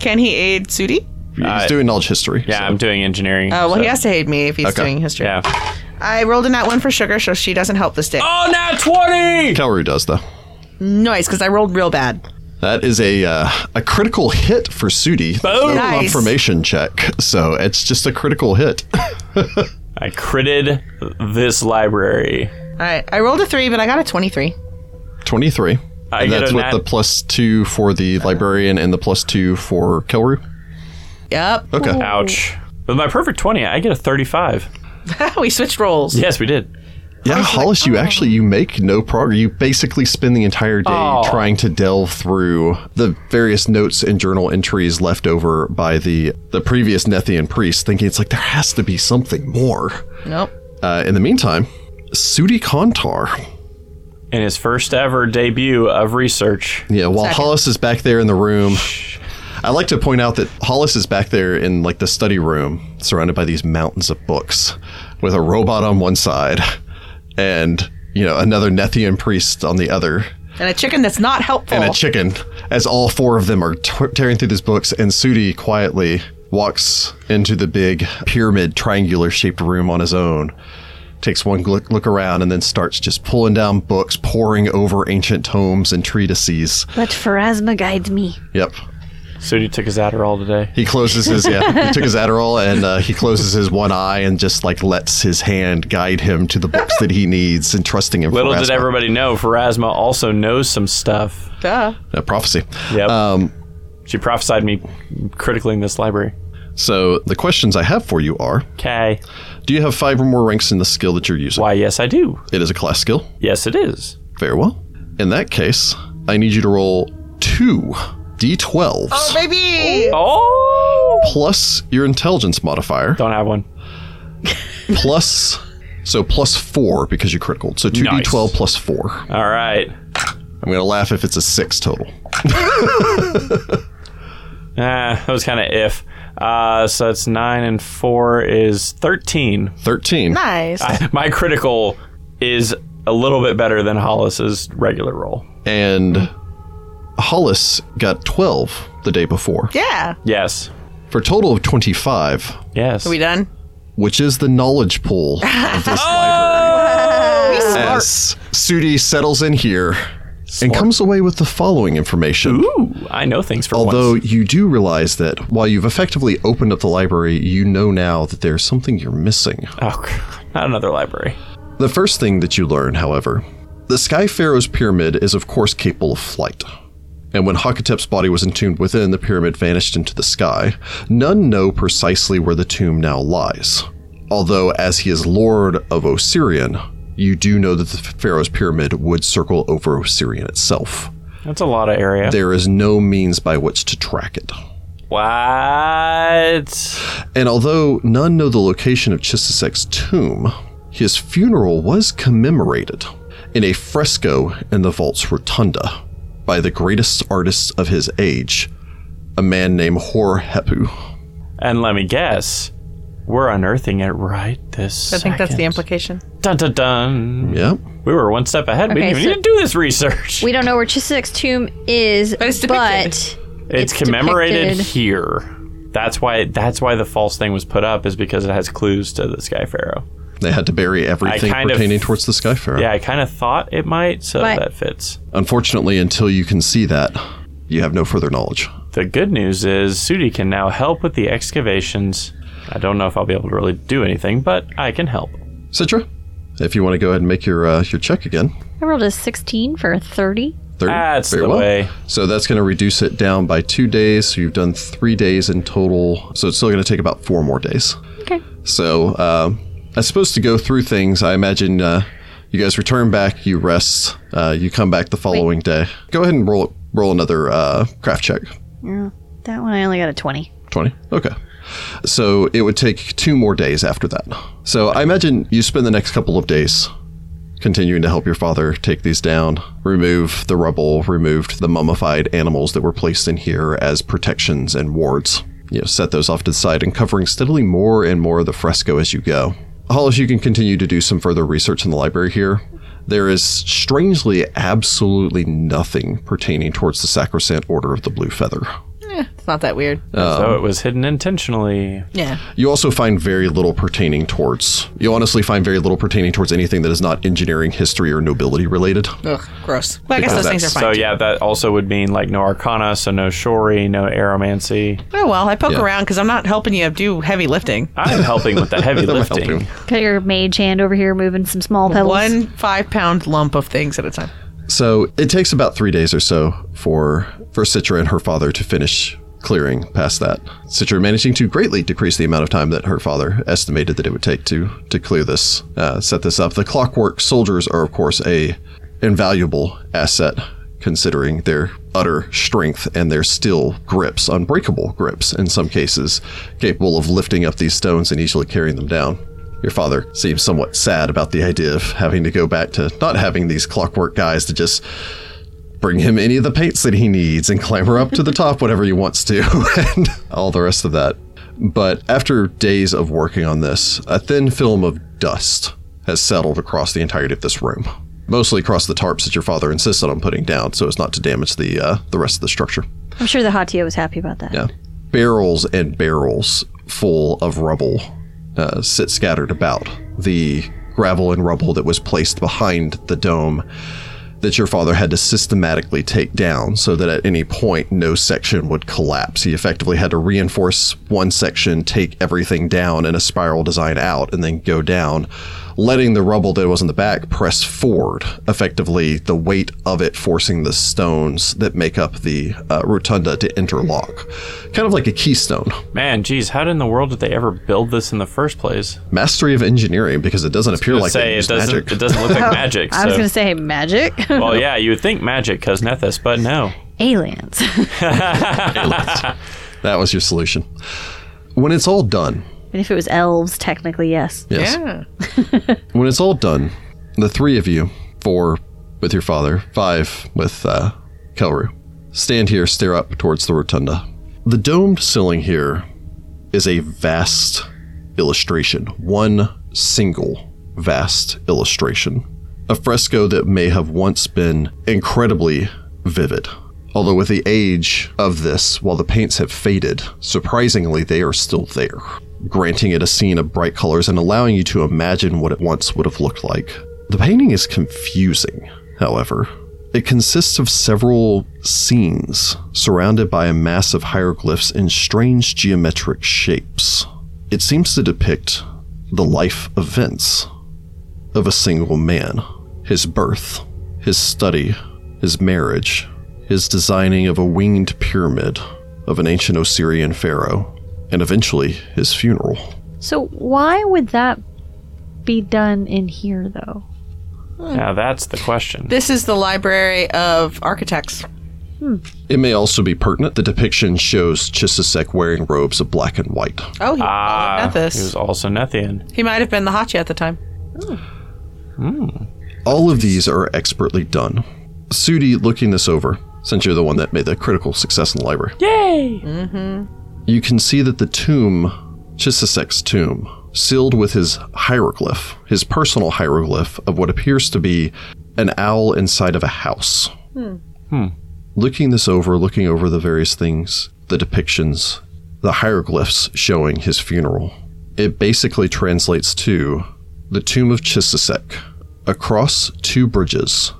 D: Can he aid Sudi?
A: He's
C: Uh,
A: doing knowledge history.
C: Yeah,
A: so-
C: I'm doing engineering.
D: Oh, well,
C: so-
D: he has to aid me if he's
A: Okay.
D: doing history.
C: Yeah.
D: I rolled a nat one for Sugar, so she doesn't help this day.
C: Oh, nat 20!
A: Keller does though.
D: Nice, because I rolled real bad.
A: That is a uh, a critical hit for Sudi. There's No
C: Boom.
D: Nice.
A: confirmation check. So it's just a critical hit.
C: I critted this library.
D: All right, I rolled a three, but I got a 23.
A: Twenty three.
C: I
A: And
C: get
A: that's
C: a
A: with
C: nat-
A: the plus two for the librarian and the plus two for Kelru.
D: Yep.
A: Okay.
C: Ouch. With my perfect 20, I get a 35.
D: we switched roles.
C: Yes, we did.
A: Yeah, Hollis, you actually you make no progress. You basically spend the entire day
C: Aw.
A: trying to delve through the various notes and journal entries left over by the the previous Nethian priest, thinking it's like there has to be something more.
D: Nope.
A: Uh, in the meantime, Sudi Kantar.
C: In his first ever debut of research.
A: Yeah, while
D: Second.
A: Hollis is back there in the room, I like to point out that Hollis is back there in like the study room, surrounded by these mountains of books, with a robot on one side, and you know another Nethian priest on the other.
D: And a chicken that's not helpful.
A: and a chicken as all four of them are t- tearing through these books and sudi quietly walks into the big pyramid triangular shaped room on his own takes one look, look around and then starts just pulling down books poring over ancient tomes and treatises
B: Let Pharasma guide me.
A: yep
C: So he took his Adderall today.
A: he closes his yeah he took his adderall and uh, he closes his one eye and just like lets his hand guide him to the books that he needs and trusting him
C: Little
A: for
C: did
A: Rasma.
C: everybody know, Pharasma also knows some stuff.
D: Duh.
A: Uh, prophecy
C: Yep.
A: um
C: she prophesied me critically in this library.
A: so the questions i have for you are
C: Okay.
A: do you have five or more ranks in the skill that you're using
C: Why, yes, I do.
A: It is a class skill.
C: Yes, it is.
A: Very well. In that case, I need you to roll two d12s Oh.
D: Baby!
C: Oh!
A: plus your intelligence modifier
C: Don't have one.
A: plus so plus four because you critical. So two
C: Nice.
A: d12 plus four. I'm
C: All right.
A: gonna laugh if it's a six total.
C: Ah, that was kind of if. Uh, so that's nine and four is thirteen.
A: Thirteen.
D: Nice.
C: My critical is a little bit better than Hollis's regular roll.
A: And Hollis got twelve the day before
D: yeah.
C: Yes.
A: for a total of twenty-five,
C: Yes.
D: We done?
A: which is the knowledge pool of this library. As Sudi settles in here and comes away with the following information.
C: Ooh, I know things for
A: Although
C: once.
A: you do realize that while you've effectively opened up the library, you know now that there's something you're missing.
C: Oh, God, not another library.
A: The first thing that you learn, however, the Sky Pharaoh's pyramid is of course capable of flight. And when Hakatep's body was entombed within, the pyramid vanished into the sky. None know precisely where the tomb now lies. Although, as he is Lord of Osirian, you do know that the Pharaoh's pyramid would circle over Osirian itself.
C: That's a lot of area.
A: There is no means by which to track it.
C: What?
A: And although none know the location of Chissisek's tomb, his funeral was commemorated in a fresco in the vault's rotunda by the greatest artist of his age, a man named Hor Hepu.
C: And let me guess, we're unearthing it right this.
D: I think that's the
C: second.
D: implication.
C: Dun dun dun.
A: Yep.
C: We were one step ahead. we
E: Okay,
C: didn't even
E: so-
C: need to do this research.
E: We don't know where Chisek's tomb is, but
D: it's depicted.
C: it's,
E: it's
C: commemorated
E: depicted-
C: here. That's why. That's why the false thing was put up is because it has clues to the Sky Pharaoh.
A: They had to bury everything
C: kind of-
A: pertaining towards the Sky Pharaoh.
C: Yeah, I kind of thought it might, so
E: But-
C: that fits.
A: Unfortunately, until you can see that, you have no further knowledge.
C: The good news is Sudi can now help with the excavations. I don't know if I'll be able to really do anything, but I can help.
A: Citra, if you want to go ahead and make your uh, your check again.
E: I rolled a 16 for a 30.
A: 30.
C: That's
A: Very
C: the
A: well.
C: way.
A: So that's going to reduce it down by two days. So you've done three days in total. So it's still going to take about four more days.
E: Okay.
A: So uh, as supposed to go through things, I imagine uh, you guys return back, you rest, uh, you come back the following day. Go ahead and roll roll another uh, craft check.
E: That one I only got a 20.
A: 20. Okay. So it would take two more days after that. So I imagine you spend the next couple of days continuing to help your father take these down, remove the rubble, removed the mummified animals that were placed in here as protections and wards. You know, set those off to the side and covering steadily more and more of the fresco as you go. Hollis, you can continue to do some further research in the library here. There is strangely absolutely nothing pertaining towards the sacrosanct order of the blue feather.
D: Eh, it's not that weird.
A: Um,
C: so it was hidden intentionally.
D: yeah.
A: You also find very little pertaining towards. You honestly find very little pertaining towards anything that is not engineering, history, or nobility related.
D: Ugh, gross. Well, I guess
A: Because
D: those things are
A: that's-
D: fine.
C: So Oh, yeah, that also would mean like no arcana, so no shori, no aromancy.
D: Oh well, I poke
A: Yeah.
D: around because I'm not helping you do heavy lifting.
C: I'm helping with the heavy lifting.
A: helping.
E: Got your mage hand over here moving some small pebbles.
D: One five pound lump of things at a time.
A: So it takes about three days or so for for Citra and her father to finish clearing past that. Citra managing to greatly decrease the amount of time that her father estimated that it would take to to clear this, uh, set this up. The clockwork soldiers are of course a invaluable asset considering their utter strength and their still grips, unbreakable grips in some cases, capable of lifting up these stones and easily carrying them down. Your father seems somewhat sad about the idea of having to go back to not having these clockwork guys to just bring him any of the paints that he needs and clamber up to the top whenever he wants to and all the rest of that. But after days of working on this, a thin film of dust has settled across the entirety of this room, mostly across the tarps that your father insisted on putting down so as not to damage the uh, the rest of the structure.
E: I'm sure the Hatia was happy about that.
A: Yeah. Barrels and barrels full of rubble uh, sit scattered about. The gravel and rubble that was placed behind the dome that your father had to systematically take down so that at any point no section would collapse. He effectively had to reinforce one section, take everything down in a spiral design out, and then go down, letting the rubble that was in the back press forward, effectively the weight of it forcing the stones that make up the uh, rotunda to interlock. Kind of like a keystone.
C: Man, geez, how in the world did they ever build this in the first place?
A: Mastery of engineering because it doesn't appear like
C: Say
A: it
C: it
A: used
C: doesn't.
A: magic.
C: It doesn't look like magic.
E: I was
C: so-
E: going to say magic.
C: well, yeah, you would think magic, cause Nethus, but no.
E: Aliens. and
A: That was your solution. When it's all done,
E: if it was elves, technically, yes.
A: yes.
D: Yeah.
A: When it's all done, the three of you, four with your father, five with uh, Kelru, stand here, stare up towards the rotunda. The domed ceiling here is a vast illustration, one single vast illustration. A fresco that may have once been incredibly vivid. Although, with the age of this, while the paints have faded, surprisingly, they are still there, granting it a scene of bright colors and allowing you to imagine what it once would have looked like. The painting is confusing, however. It consists of several scenes surrounded by a mass of hieroglyphs in strange geometric shapes. It seems to depict the life events of a single man his birth, his study, his marriage, his designing of a winged pyramid of an ancient Osirian pharaoh, and eventually his funeral.
E: So why would that be done in here, though?
C: Now that's the question.
D: This is the Library of Architects.
A: It may also be pertinent. The depiction shows Chisisek wearing robes of black and white.
D: Oh, he
C: Ah,
D: uh,
C: he
D: Nethus.
C: was also Nethian.
D: He might have been the Hachi at the time.
A: All of these are expertly done. Sudi, looking this over, since you're the one that made the critical success in the library,
C: Yay!
A: you can see that the tomb, Chisisek's tomb, sealed with his hieroglyph, his personal hieroglyph of what appears to be an owl inside of a house. Looking this over, looking over the various things, the depictions, the hieroglyphs showing his funeral, it basically translates to the tomb of Chisisek, across two bridges,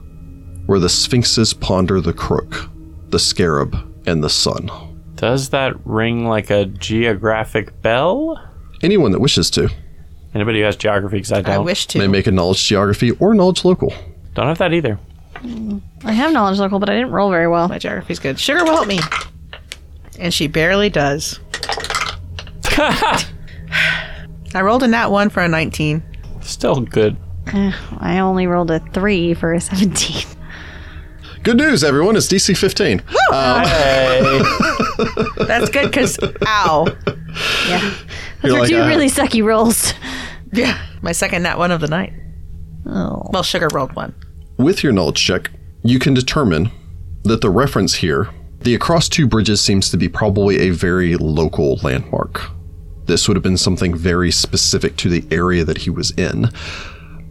A: where the sphinxes ponder the crook, the scarab, and the sun.
C: Does that ring like a geographic bell?
A: Anyone that wishes to
C: Anybody who has geography, because I don't.
D: I wish to.
A: may make a knowledge geography or knowledge local.
C: Don't have that either.
E: I have knowledge local, but I didn't roll very well.
D: My geography's good. Sugar will help me. And she barely does. I rolled a nat one for a 19.
C: Still good.
E: I only rolled a three for a 17.
A: Good news, everyone. It's DC 15.
C: Hey.
D: That's good because, ow.
A: You're
E: Those are
A: like,
E: two
A: uh,
E: really sucky rolls.
D: Yeah. My second nat one of the night.
E: Oh.
D: Well, Sugar rolled one.
A: With your knowledge check, you can determine that the reference here, the across two bridges, seems to be probably a very local landmark. This would have been something very specific to the area that he was in.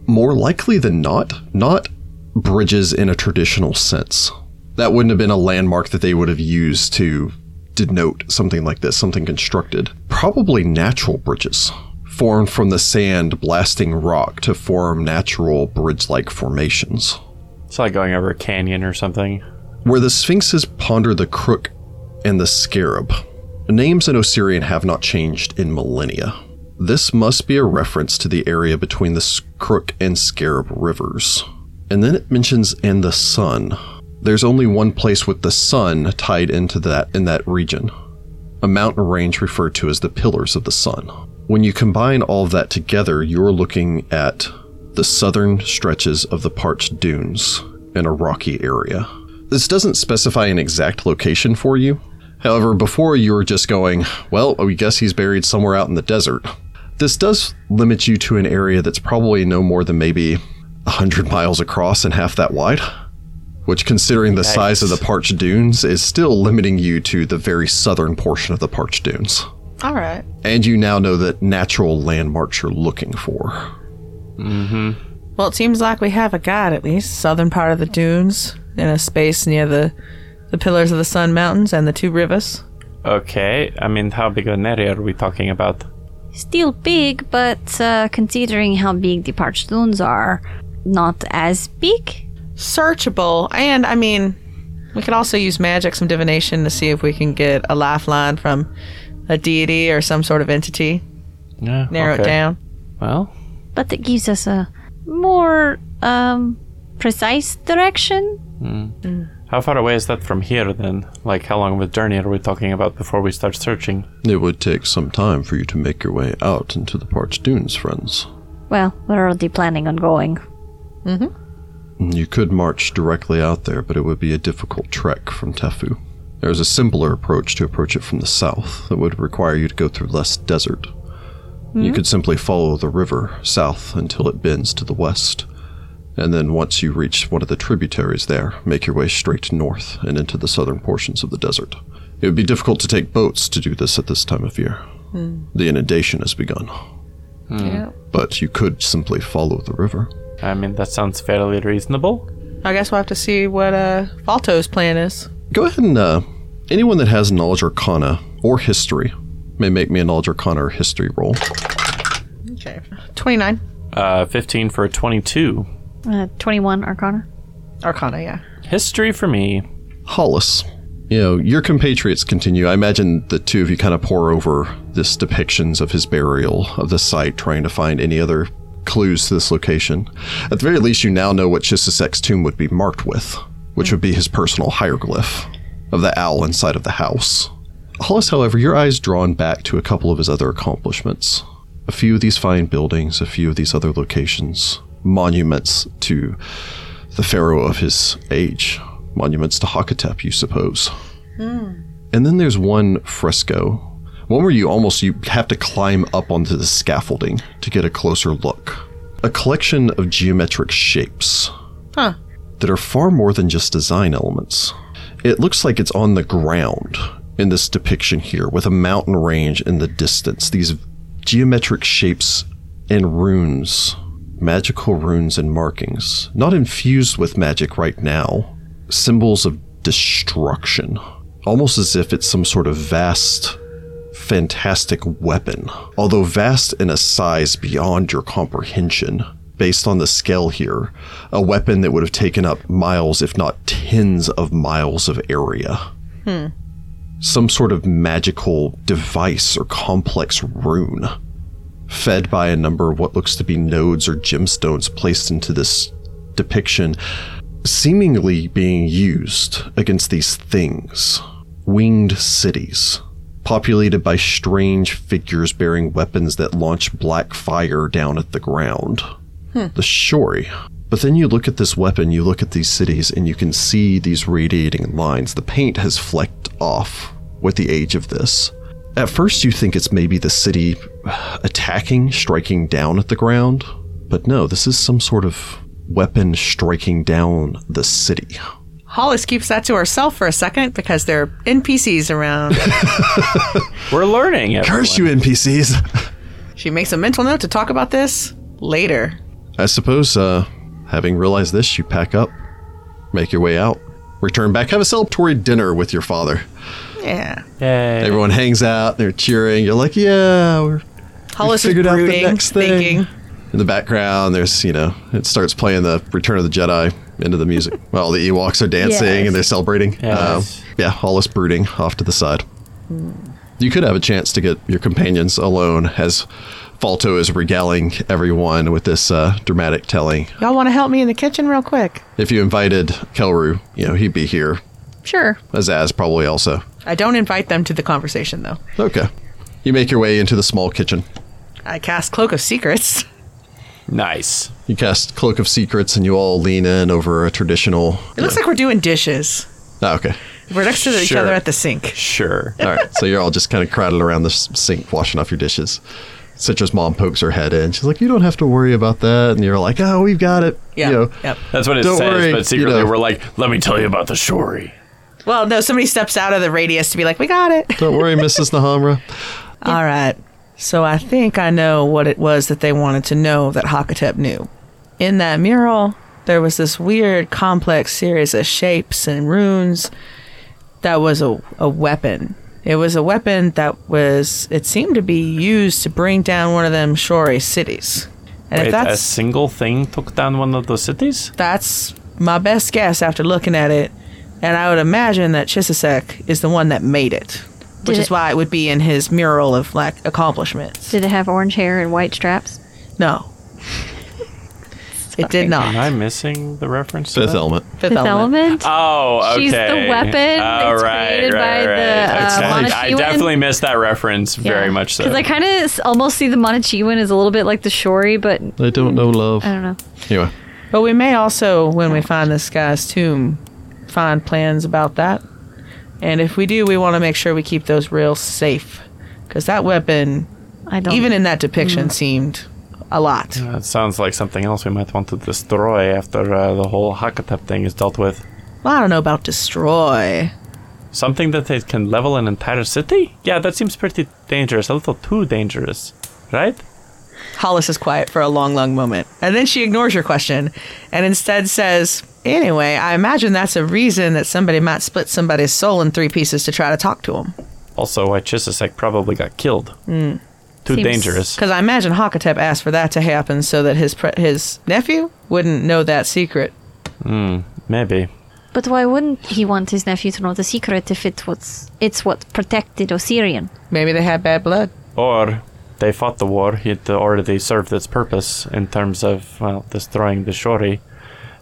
A: more likely than not, not bridges in a traditional sense. That wouldn't have been a landmark that they would have used to denote something like this, something constructed. Probably natural bridges, formed from the sand blasting rock to form natural bridge like formations.
C: It's like going over a canyon or something.
A: Where the sphinxes ponder the crook and the scarab. Names in Osirian have not changed in millennia. This must be a reference to the area between the S- crook and scarab rivers. And then it mentions and the sun. There's only one place with the sun tied into that in that region. A mountain range referred to as the Pillars of the Sun. When you combine all of that together, you're looking at the southern stretches of the parched dunes in a rocky area. This doesn't specify an exact location for you. However, before you were just going, well, I guess he's buried somewhere out in the desert. This does limit you to an area that's probably no more than maybe 100 miles across and half that wide, which, considering the size of the parched dunes, is still limiting you to the very southern portion of the parched dunes.
D: All right.
A: And you now know that natural landmarks you're looking for.
D: Well, it seems like we have a guide at least. Southern part of the dunes, in a space near the the Pillars of the Sun Mountains and the two rivers.
C: Okay, I mean, how big an area are we talking about?
B: Still big, but uh, considering how big the parched dunes are, not as big.
D: Searchable, and I mean, we could also use magic, some divination, to see if we can get a lifeline from a deity or some sort of entity.
C: Yeah,
D: Narrow it
C: okay.
D: down.
C: Well,
B: But it gives us a more um, precise direction.
C: how far away is that from here then? Like, how long of a journey are we talking about before we start searching?
A: It would take some time for you to make your way out into the parched dunes, friends.
B: Well, we're already planning on going.
A: You could march directly out there, but it would be a difficult trek from Tefu. There's a simpler approach to approach it from the south that would require you to go through less desert. You could simply follow the river south until it bends to the west. And then once you reach one of the tributaries there, make your way straight north and into the southern portions of the desert. It would be difficult to take boats to do this at this time of year. The inundation has begun. But you could simply follow the river.
C: I mean, that sounds fairly reasonable.
D: I guess we'll have to see what uh, Falto's plan is.
A: Go ahead and uh, anyone that has knowledge arcana or history may make me a knowledge arcana or history roll.
D: Okay. 29.
C: Uh, 15 for a 22.
B: Uh, 21 Arcana.
D: Arcana, yeah.
C: History for me.
A: Hollis, you know your compatriots continue. I imagine the two of you kind of pore over this depictions of his burial of the site, trying to find any other clues to this location. At the very least, you now know what Chissisek's tomb would be marked with, which would be his personal hieroglyph of the owl inside of the house. Hollis, however, your eyes drawn back to a couple of his other accomplishments. A few of these fine buildings, a few of these other locations, monuments to the pharaoh of his age, monuments to Hakatep, you suppose. And then there's one fresco, one where you almost you have to climb up onto the scaffolding to get a closer look. A collection of geometric shapes
D: Huh.
A: that are far more than just design elements. It looks like it's on the ground in this depiction here, with a mountain range in the distance. These geometric shapes and runes, magical runes and markings, not infused with magic right now, symbols of destruction, almost as if it's some sort of vast, fantastic weapon, although vast in a size beyond your comprehension. Based on the scale here, a weapon that would have taken up miles, if not tens of miles of area. Some sort of magical device or complex rune, fed by a number of what looks to be nodes or gemstones placed into this depiction, seemingly being used against these things winged cities, populated by strange figures bearing weapons that launch black fire down at the ground. The Shori. But then you look at this weapon, you look at these cities, and you can see these radiating lines. The paint has flecked off with the age of this. At first, you think it's maybe the city attacking, striking down at the ground. But no, this is some sort of weapon striking down the city.
D: Hollis keeps that to herself for a second because there are NPCs around.
C: We're learning.
A: Curse you, NPCs!
D: she makes a mental note to talk about this later.
A: I suppose, uh, having realized this, you pack up, make your way out, return back, have a celebratory dinner with your father.
D: Yeah.
C: Yay.
A: Everyone hangs out, they're cheering. You're like, yeah, we're
D: Hollis is
A: figured out the
D: brooding,
A: next thing.
D: thinking.
A: in the background. There's, you know, it starts playing the Return of the Jedi into the music. well, the Ewoks are dancing
E: Yes.
A: and they're celebrating.
C: Yes.
A: Um, yeah, Hollis brooding off to the side. You could have a chance to get your companions alone as Falto is regaling everyone with this uh, dramatic telling.
D: Y'all want to help me in the kitchen real quick?
A: If you invited Kelru, you know, he'd be here.
D: Sure.
A: Azaz probably also.
D: I don't invite them to the conversation, though.
A: Okay. You make your way into the small kitchen.
D: I cast Cloak of Secrets.
C: Nice.
A: You cast Cloak of Secrets and you all lean in over a traditional.
D: It looks like we're doing dishes.
A: Ah, okay.
D: We're next to each
C: Sure.
D: other at the sink.
C: Sure.
A: All right, so you're all just kind of crowded around the s- sink washing off your dishes. Citra's mom pokes her head in. She's like, "You don't have to worry about that." And you're like, "Oh, we've got it."
D: Yeah.
A: You know,
D: Yep.
C: That's what it
A: Don't
C: says,
A: worry, you
C: but secretly
A: know.
C: we're like, let me tell you about the Shori.
D: Well, no, somebody steps out of the radius to be like, we got it.
A: Don't worry, Mrs. Nahamra.
D: All right. So I think I know what it was that they wanted to know that Hakatep knew. In that mural, there was this weird, complex series of shapes and runes that was a, a weapon. It was a weapon that was, it seemed to be used to bring down one of them Shore cities. And
C: Wait,
D: if
C: a
D: that's,
C: single thing took down one of those cities?
D: that's my best guess after looking at it, and I would imagine that Chisisek is the one that made it, which
B: Did
D: is
B: it-
D: why it would be in his mural of like accomplishments.
B: Did it have orange hair and white straps?
D: No. It did
C: Am I
D: not.
C: missing the reference? to
A: Fifth
C: that?
A: element.
D: Fifth
B: Fifth element?
C: Oh, okay.
B: She's the weapon
C: Oh,
B: that's created by the, uh,
C: Okay. I
B: Montechuan.
C: definitely missed that reference very much so.
B: Because I kind of almost see the Montechiwan as a little bit like the Shori, but
A: I don't know love.
B: I don't know.
A: Anyway,
D: But we may also, when we find this guy's tomb, find plans about that. And if we do, we want to make sure we keep those rails safe. Because that weapon,
B: I don't. Mm.
D: even in that depiction, seemed a lot.
C: That sounds like something else we might want to destroy after uh, the whole Hakatep thing is dealt with.
D: Well, I don't know about destroy.
C: Something that they can level an entire city? Yeah, that seems pretty dangerous. A little too dangerous, right?
D: Hollis is quiet for a long, long moment. And then she ignores your question and instead says, Anyway, I imagine that's a reason that somebody might split somebody's soul in three pieces to try to talk to him.
C: Also, why Chisisek probably got killed. Too
B: Seems-
C: dangerous.
D: Because I imagine Hakatep asked for that to happen so that his pre- his nephew wouldn't know that secret.
C: Maybe.
B: But why wouldn't he want his nephew to know the secret if it was it's what protected Osirian?
D: Maybe they had bad blood.
C: Or they fought the war, it already served its purpose in terms of, well, destroying the Shori.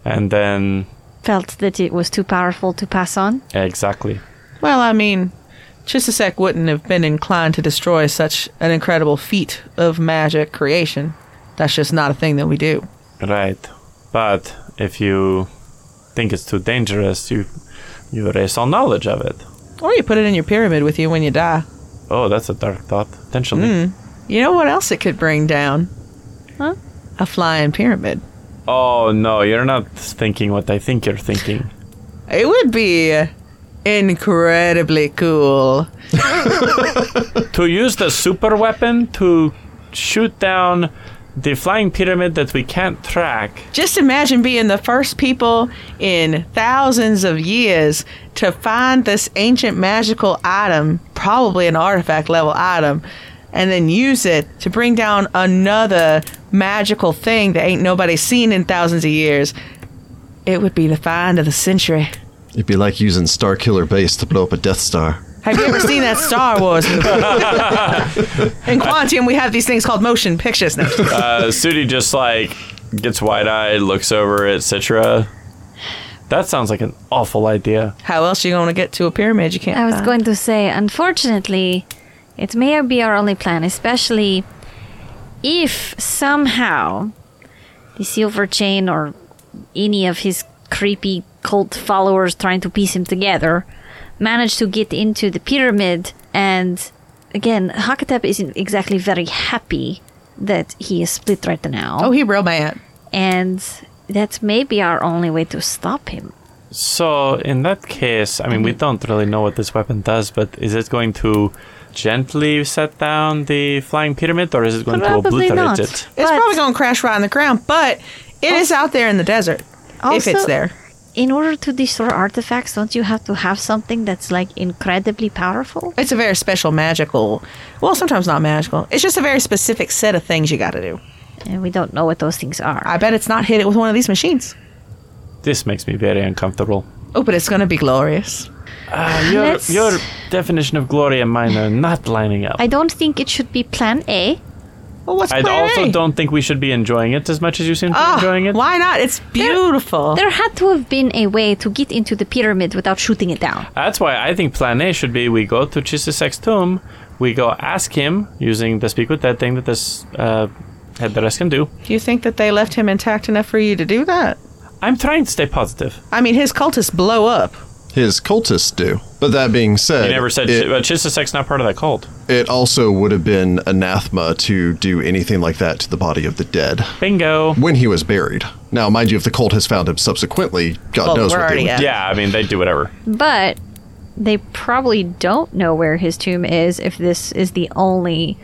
C: And then,
B: Felt that it was too powerful to pass on.
C: exactly.
D: Well, I mean, Chisisek wouldn't have been inclined to destroy such an incredible feat of magic creation. That's just not a thing that we do.
C: Right. But if you think it's too dangerous, you, you erase all knowledge of it.
D: Or you put it in your pyramid with you when you die.
C: Oh, that's a dark thought, potentially.
D: You know what else it could bring down?
B: Huh?
D: A flying pyramid.
C: Oh, no, you're not thinking what I think you're thinking.
D: It would be uh, incredibly cool.
C: to use the super weapon to shoot down the flying pyramid that we can't track.
D: Just imagine being the first people in thousands of years to find this ancient magical item, probably an artifact level item, and then use it to bring down another magical thing that ain't nobody seen in thousands of years. It would be the find of the century.
A: it'd be like using Star Killer Base to blow up a Death Star.
D: Have you ever seen that Star Wars movie? in Quantium, we have these things called motion pictures now.
C: Uh, Sudi just like gets wide eyed, looks over at Citra. That sounds like an awful idea.
D: How else you going to get to a pyramid you can't
B: I was
D: find?
B: going to say, unfortunately, it may be our only plan, especially if somehow the silver chain or any of his creepy cult followers trying to piece him together manage to get into the pyramid and again Hakatep isn't exactly very happy that he is split right now
D: Oh, he real mad.
B: and that may be our only way to stop him
C: So in that case, I mean, we don't really know what this weapon does, but is it going to gently set down the flying pyramid, or is it going to
B: Probably
C: obliterate
B: not.
C: it?
B: But
D: It's probably going to crash right on the ground, but it is out there in the desert. if it's
B: Also-
D: there.
B: in order to destroy artifacts, don't you have to have something that's like incredibly powerful?
D: It's a very special magical, well, sometimes not magical. It's just a very specific set of things you got to do.
B: And we don't know what those things are.
D: I bet it's not hit it with one of these machines.
C: This makes me very uncomfortable.
D: Oh, but it's going to be glorious.
C: Uh, your,
B: Let's-
C: your definition of glory and mine are not lining up.
B: I don't think it should be plan A.
D: Well, what's
C: I
D: plan
C: also
D: A?
C: don't think we should be enjoying it as much as you seem to be
D: Ah,
C: enjoying it.
D: Why not? It's beautiful.
B: There had to have been a way to get into the pyramid without shooting it down.
C: That's why I think plan A should be we go to Chisesek's tomb, we go ask him using the speak with dead thing that this uh, head that can do.
D: Do you think that they left him intact enough for you to do that?
C: I'm trying to stay positive.
D: I mean, his cultists blow up.
A: His cultists do. But that being said,
C: He never said
A: it,
C: it, Chisesek's not part of that cult.
A: it also would have been anathema to do anything like that to the body of the dead
C: Bingo.
A: when he was buried. Now, mind you, if the cult has found him subsequently, God
D: Well,
A: knows
D: we're
A: what they
D: already
A: would
D: at-
A: do.
C: Yeah, I mean they do whatever.
B: But they probably don't know where his tomb is if this is the only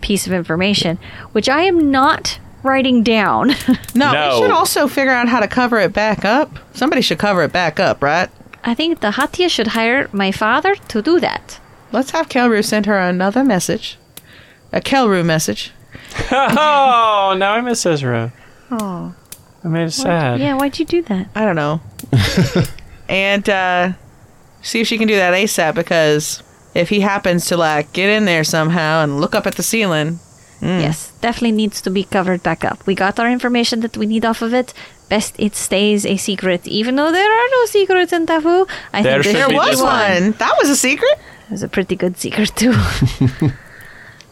B: piece of information, which I am not writing down.
D: No,
C: No.
D: we should also figure out how to cover it back up. Somebody should cover it back up, right?
B: I think the Hatia should hire my father to do that.
D: Let's have Kelru send her another message. A Kelru message.
C: Oh, now I miss Ezra.
B: Oh,
C: I made it sad.
B: yeah. Why'd you do that?
D: I don't know. and uh, see if she can do that ASAP because if he happens to like get in there somehow and look up at the ceiling,
C: Mm.
B: Yes, definitely needs to be covered back up. We got our information that we need off of it. Best it stays a secret, even though there are no secrets in Tafu. I
C: There
B: think
C: should
D: there
C: be
D: was
C: this
D: one.
C: one.
D: That was a secret.
B: It was a pretty good secret too.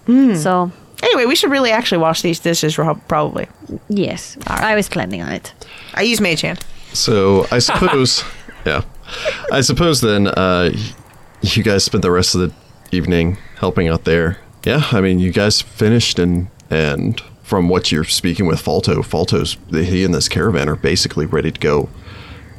B: So
D: Anyway, we should really actually wash these dishes Rob, probably.
B: yes, I was planning on it.
D: I use Mage Hand.
A: So I suppose, yeah, I suppose then uh, you guys spent the rest of the evening helping out there. Yeah, I mean, you guys finished and and from what you're speaking with Falto, Falto's he and this caravan are basically ready to go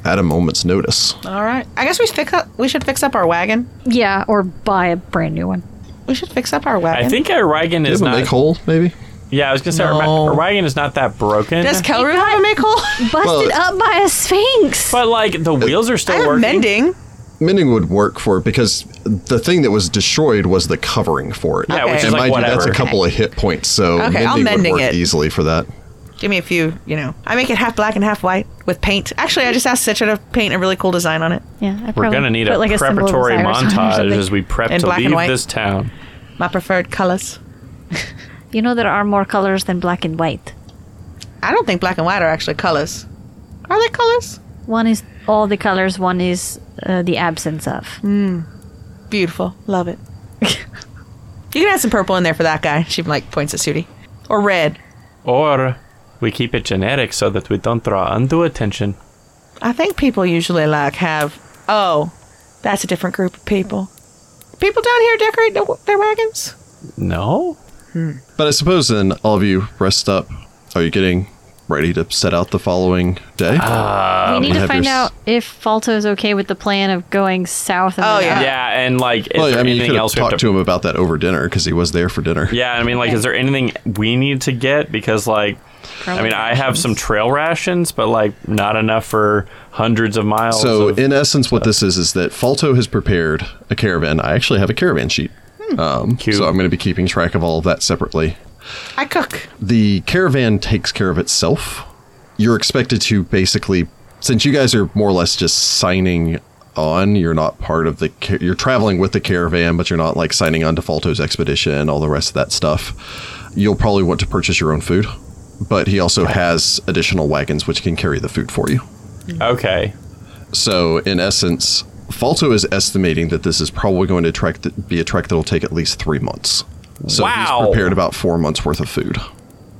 A: at a moment's notice.
D: All right. I guess we should fix up. We should fix up our wagon.
B: Yeah, or buy a brand new one.
D: We should fix up our wagon.
C: I think our wagon is
A: Is a
C: not.
A: make hole, maybe?
C: Yeah, I was gonna say our,
D: No.
C: ma- our wagon is not that broken.
D: Does Kelru have a make hole?
B: Busted up by a sphinx.
C: but like the wheels are still
D: I have
C: working.
D: mending.
A: Mending would work for it because the thing that was destroyed was the covering for it.
C: Yeah,
D: which is
A: and
C: like
A: mind you, that's a
C: whatever.
A: couple of hit points, so
D: Okay,
A: mending,
D: I'll mending
A: would work
D: it.
A: easily for that.
D: Give me a few. You know, I make it half black and half white with paint. Actually, I just asked Citra to paint a really cool design on it.
B: yeah, I
C: We're gonna need a preparatory montage as we prep
D: In
C: to
D: black and
C: leave
D: white.
C: this town.
D: My preferred colors.
B: You know there are more colors than black and white.
D: I don't think black and white are actually colors. Are they colors?
B: One is all the colors. One is uh, the absence of.
D: Beautiful. Love it. you can add some purple in there for that guy. She like points at Sudi. Or red.
C: Or we keep it generic so that we don't draw undue attention.
D: I think people usually like have. Oh, that's a different group of people. People down here decorate their, their wagons.
C: No.
A: But I suppose then all of you rest up. Are you getting ready to set out the following day?
C: Uh,
B: we need
A: we
B: to
A: have
B: find
A: your s-
B: out if Falto is okay with the plan of going south. And
D: Oh,
B: then
D: yeah.
B: up.
C: Yeah, and like, is
A: well,
C: there
A: I mean, you
C: anything
A: could have
C: else we have
A: talked to him about that over dinner because he was there for dinner.
C: Yeah, I mean, like, is there anything we need to get? Because, like, I mean, I have some trail rations, but, like, not enough for hundreds of miles.
A: So,
C: of-
A: in essence, what this is is that Falto has prepared a caravan. I actually have a caravan sheet. Um,
C: Cute.
A: so I'm going to be keeping track of all of that separately.
D: I cook.
A: The caravan takes care of itself. You're expected to basically, since you guys are more or less just signing on, you're not part of the. ca- You're traveling with the caravan, but you're not like signing on to Falto's expedition and all the rest of that stuff. You'll probably want to purchase your own food, but he also has additional wagons which can carry the food for you.
C: okay.
A: So, in essence, Falto is estimating that this is probably going to trek be a trek that'll take at least three months. So
C: Wow.
A: he's prepared about four months worth of food.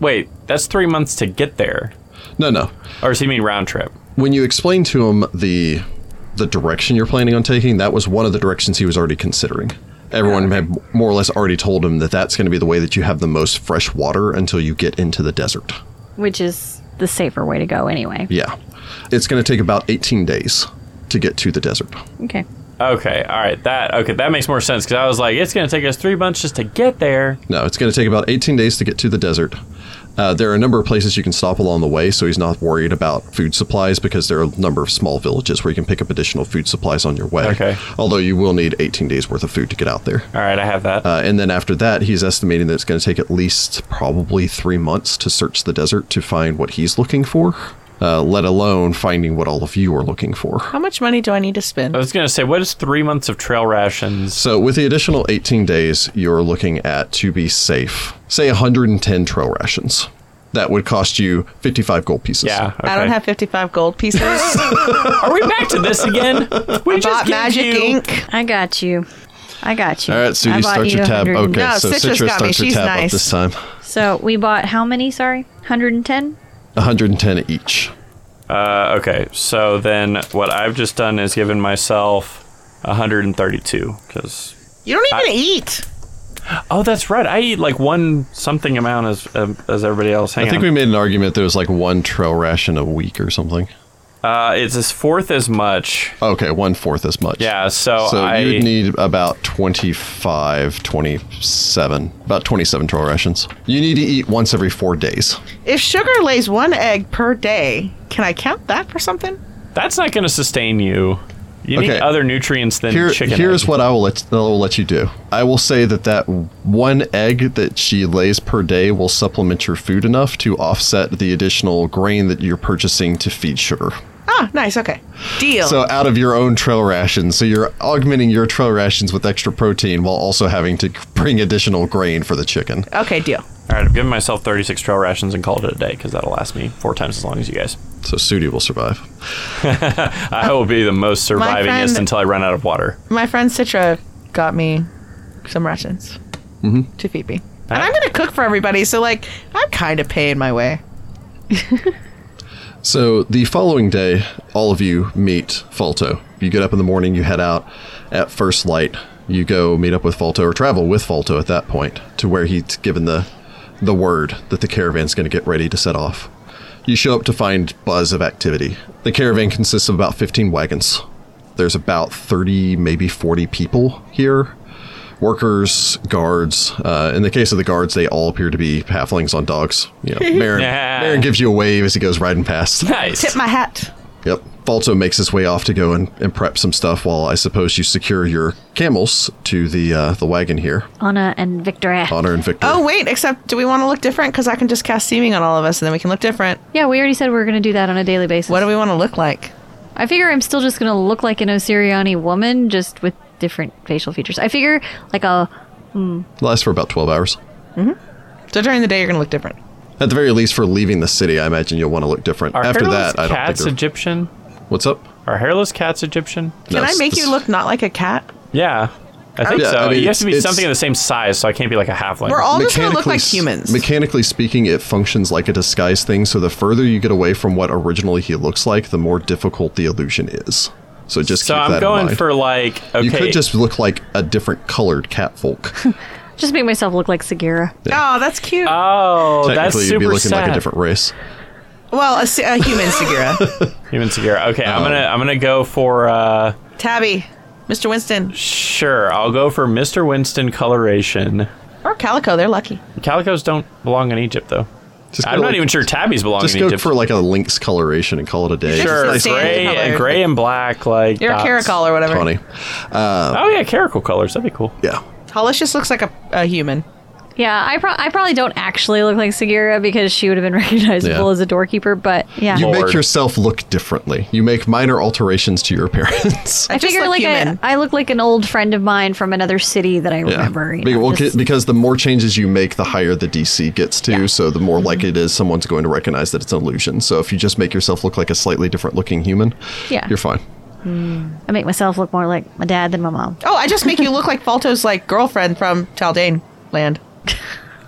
C: Wait, that's three months to get there.
A: No, no.
C: Or does he mean round trip?
A: When you explain to him the the direction you're planning on taking, that was one of the directions he was already considering.
B: Oh,
A: Everyone had more or less already told him that that's going to be the way that you have the most fresh water until you get into the desert.
B: which is the safer way to go anyway.
A: Yeah. It's going to take about 18 days. to get to the desert.
E: Okay.
C: Okay, all right. That okay. That makes more sense because I was like, it's going to take us three months just to get there.
A: No, it's going to take about 18 days to get to the desert. Uh, there are a number of places you can stop along the way, so he's not worried about food supplies because there are a number of small villages where you can pick up additional food supplies on your way.
C: Okay.
A: Although you will need 18 days worth of food to get out there.
C: All right, I have that.
A: Uh, and then after that, he's estimating that it's going to take at least probably three months to search the desert to find what he's looking for, uh, let alone finding what all of you are looking for.
D: How much money do I need to spend?
C: I was going to say, what is three months of trail rations?
A: So, with the additional 18 days, you're looking at, to be safe, say 110 trail rations. That would cost you 55 gold pieces.
C: Yeah, okay.
D: I don't have 55 gold pieces.
C: Are we back to this again? We just
D: Bought
C: gave
D: magic
C: you-
D: ink.
B: I got you. I got you.
A: All right,
B: I
A: Sudie,
B: bought
A: start
B: you
A: your tab.
B: 100.
A: Okay,
D: No,
A: so
D: Citra's
A: Citra
D: got me.
A: starts your
D: She's
A: tab up
D: nice.
A: this time.
B: So we bought how many? Sorry, 110.
A: 110 each.
C: Uh, okay, so then what I've just done is given myself 132 because.
D: You don't even eat.
C: Oh, that's right. I eat like one something amount as um, as everybody else. Hang
A: I think
C: on.
A: we made an argument that it was like one trail ration a week or something.
C: uh, it's as fourth as much.
A: Okay, one fourth as much.
C: Yeah, so,
A: So
C: I
A: you would need about 25, 27, about 27 trail rations. You need to eat once every four days.
D: If sugar lays one egg per day, can I count that for something?
C: that's not going to sustain you. You need
A: Okay.
C: other nutrients than
A: Here,
C: chicken.
A: here's
C: egg.
A: what I will let I will let you do. I will say that that one egg that she lays per day will supplement your food enough to offset the additional grain that you're purchasing to feed sugar.
D: Ah, nice. Okay. Deal.
A: So out of your own trail rations, so you're augmenting your trail rations with extra protein while also having to bring additional grain for the chicken.
D: okay, deal.
C: All right, I've given myself 36 trail rations and called it a day because that'll last me four times as long as you guys.
A: So Sudi will survive.
C: I
A: Oh.
C: will be the most survivingest
D: friend-
C: until I run out of water.
D: My friend Citra got me some rations
A: Mm-hmm.
D: to feed me. And I'm going to cook for everybody, so, like, I'm kind of paying my way.
A: So the following day, all of you meet Falto. You get up in the morning, you head out at first light. You go meet up with Falto or travel with Falto at that point to where he's given the the word that the caravan's going to get ready to set off. You show up to find buzz of activity. The caravan consists of about 15 wagons. There's about 30, maybe 40 people here. Workers, guards. Uh, in the case of the guards, they all appear to be halflings on dogs. You know, Marin,
C: Yeah.
A: Marin gives you a wave as he goes riding past.
C: Nice.
D: Tip my hat.
A: Yep. Falto makes his way off to go and, and prep some stuff while I suppose you secure your camels to the uh, the wagon here.
B: Anna and Victorette.
A: Honor and Victor.
D: Oh, wait, except do we want to look different? Because I can just cast seeming on all of us, and then we can look different.
E: Yeah, we already said we are gonna do that on a daily basis.
D: What do we want to look like?
E: I figure I'm still just gonna look like an Osiriani woman, just with different facial features. I figure like a
A: Lasts for about 12 hours.
D: So during the day, you're going to look different.
A: At the very least, for leaving the city, I imagine you'll want to look different.
C: Are
A: After
C: hairless
A: that, I don't think.
C: cats
A: there-
C: Egyptian?
A: What's up?
C: Are hairless cats Egyptian?
A: No,
D: Can I
A: s-
D: make
A: this-
D: you look not like a cat?
C: Yeah. I think
A: Yeah,
C: so.
A: I mean,
C: you have to be
A: it's-
C: something of the same size, so I can't be like a halfling.
D: We're all just going to look
A: mechanically
D: like
A: s-
D: humans.
A: Mechanically speaking, it functions like a disguise thing. So the further you get away from what originally he looks like, the more difficult the illusion is. So just
C: so
A: keep that
C: I'm
A: in
C: going
A: mind.
C: for like okay.
A: You could just look like a different colored catfolk.
E: just make myself look like Sagira.
D: oh, that's cute.
A: Uh,
C: oh, that's
A: Technically, you'd
C: super
A: be looking
C: sad.
A: like a different race.
D: well, a, s- a human, Segura.
C: Human Sagira. Okay, I'm gonna I'm gonna go for uh
D: Tabby, Mr. Winston,
C: sure. I'll go for Mr. Winston coloration.
D: or Calico. They're lucky.
C: Calicos don't belong in Egypt though.
A: Just
C: I'm
A: go
C: not
A: like-
C: even sure tabbies belong
A: Just
C: in
A: go
C: Egypt.
A: for like a lynx coloration and call it a day.
C: sure,
D: Just a standard
C: gray and
D: color.
C: gray and black like
D: You're
C: dots.
D: a caracal or whatever.
A: Funny.
C: Oh yeah, caracal colors. That'd be cool.
A: Yeah.
D: Hollis just looks like a, a human.
E: Yeah, I, pro- I probably don't actually look like Sagira because she would have been recognizable
A: Yeah.
E: as a doorkeeper, but yeah.
A: You
C: Lord.
A: make yourself look differently. You make minor alterations to your appearance.
E: I
D: just
E: figure
D: look
E: like I,
D: human.
E: I look like an old friend of mine from another city that I remember. you
A: Be-
E: know,
A: well,
E: just-
A: ca- because the more changes you make, the higher the DC gets to, so the
E: Mm-hmm.
A: more likely it is someone's going to recognize that it's an illusion. So if you just make yourself look like a slightly different looking human,
E: Yeah.
A: you're fine.
B: I make myself look more like my dad than my mom.
D: Oh, I just make you look like Falto's like girlfriend from Taldane land.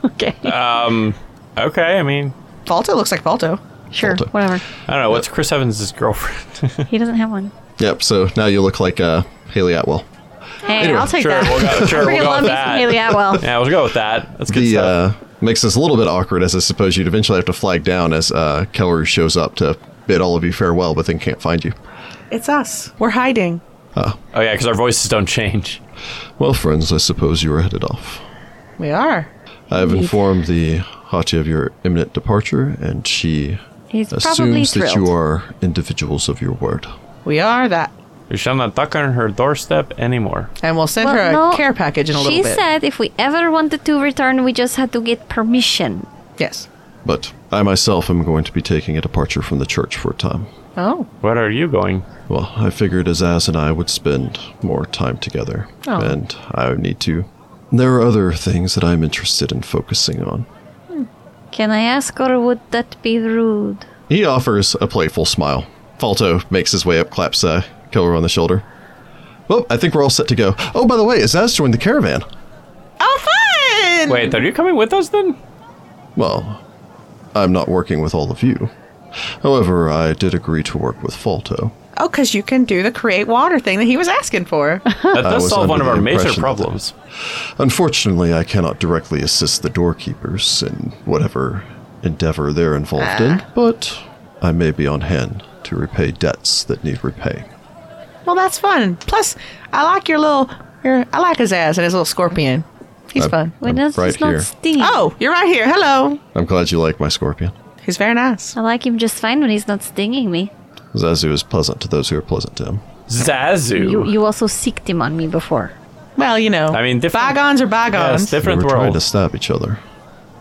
E: okay,
C: Okay, I mean
D: Falto looks like Falto.
E: sure,
A: Hold it.
E: whatever.
C: I don't know, what's Chris Evans' girlfriend?
B: He doesn't have one.
A: Yep, so now you look like uh, Haley Atwell.
B: Hey,
A: Anyway,
B: I'll take
C: sure,
B: that.
C: we'll go sure,
B: Pretty
C: we'll go
B: love
C: with
B: me some Haley
C: that.
B: Atwell.
C: Yeah, we'll go with that. That's good
A: The
C: stuff.
A: uh, makes this a little bit awkward, as I suppose you'd eventually have to flag down as uh, Kelleru shows up to bid all of you farewell, but then can't find you.
D: It's us. We're hiding.
C: Oh yeah, because our voices don't change.
A: Well, friends, I suppose you are headed off.
D: We are.
A: I have informed the Hachi of your imminent departure, and she
E: He's probably
A: assumes
E: thrilled.
A: that you are individuals of your word.
D: We are that.
C: We shall not duck on her doorstep anymore.
D: And we'll send
E: Well,
D: her a
E: no,
D: care package in a
E: she
D: little bit.
E: said if we ever wanted to return, we just had to get permission.
D: yes.
A: But I myself am going to be taking a departure from the church for a time.
D: Oh.
C: Where are you going?
A: Well, I figured as Az and I would spend more time together,
D: Oh.
A: and I would need to. There are other things that I'm interested in focusing on.
E: Can I ask, or would that be rude?
A: He offers a playful smile. Falto makes his way up, claps uh, Killer on the shoulder. Well, I think we're all set to go. Oh, by the way, Azaz joined the caravan.
D: Oh, fun!
C: Wait, are you coming with us then?
A: Well, I'm not working with all of you. However, I did agree to work with Falto.
D: Oh, because you can do the create water thing that he was asking for.
C: That
A: I
C: does
A: was
C: solve one
A: under
C: of
A: the
C: our major
A: impression that-
C: problems.
A: Unfortunately, I cannot directly assist the doorkeepers in whatever endeavor they're involved in, but I may be on hand to repay debts that need repaying.
D: well, that's fun. Plus, I like your little. Your, I like his ass and his little scorpion. He's
A: Uh,
D: fun.
A: I'm
E: When else
A: right
E: it's not
A: here.
E: Steve?
D: Oh, you're right here. Hello.
A: I'm glad you like my scorpion.
D: He's very nice.
E: I like him just fine when he's not stinging me.
A: Zazu is pleasant to those who are pleasant to him.
C: Zazu.
E: You, you also sicked him on me before.
D: Well, you know.
C: I mean, different-
D: bygones are bygones.
C: Yes, different
A: we were trying
C: world.
A: to stab each other.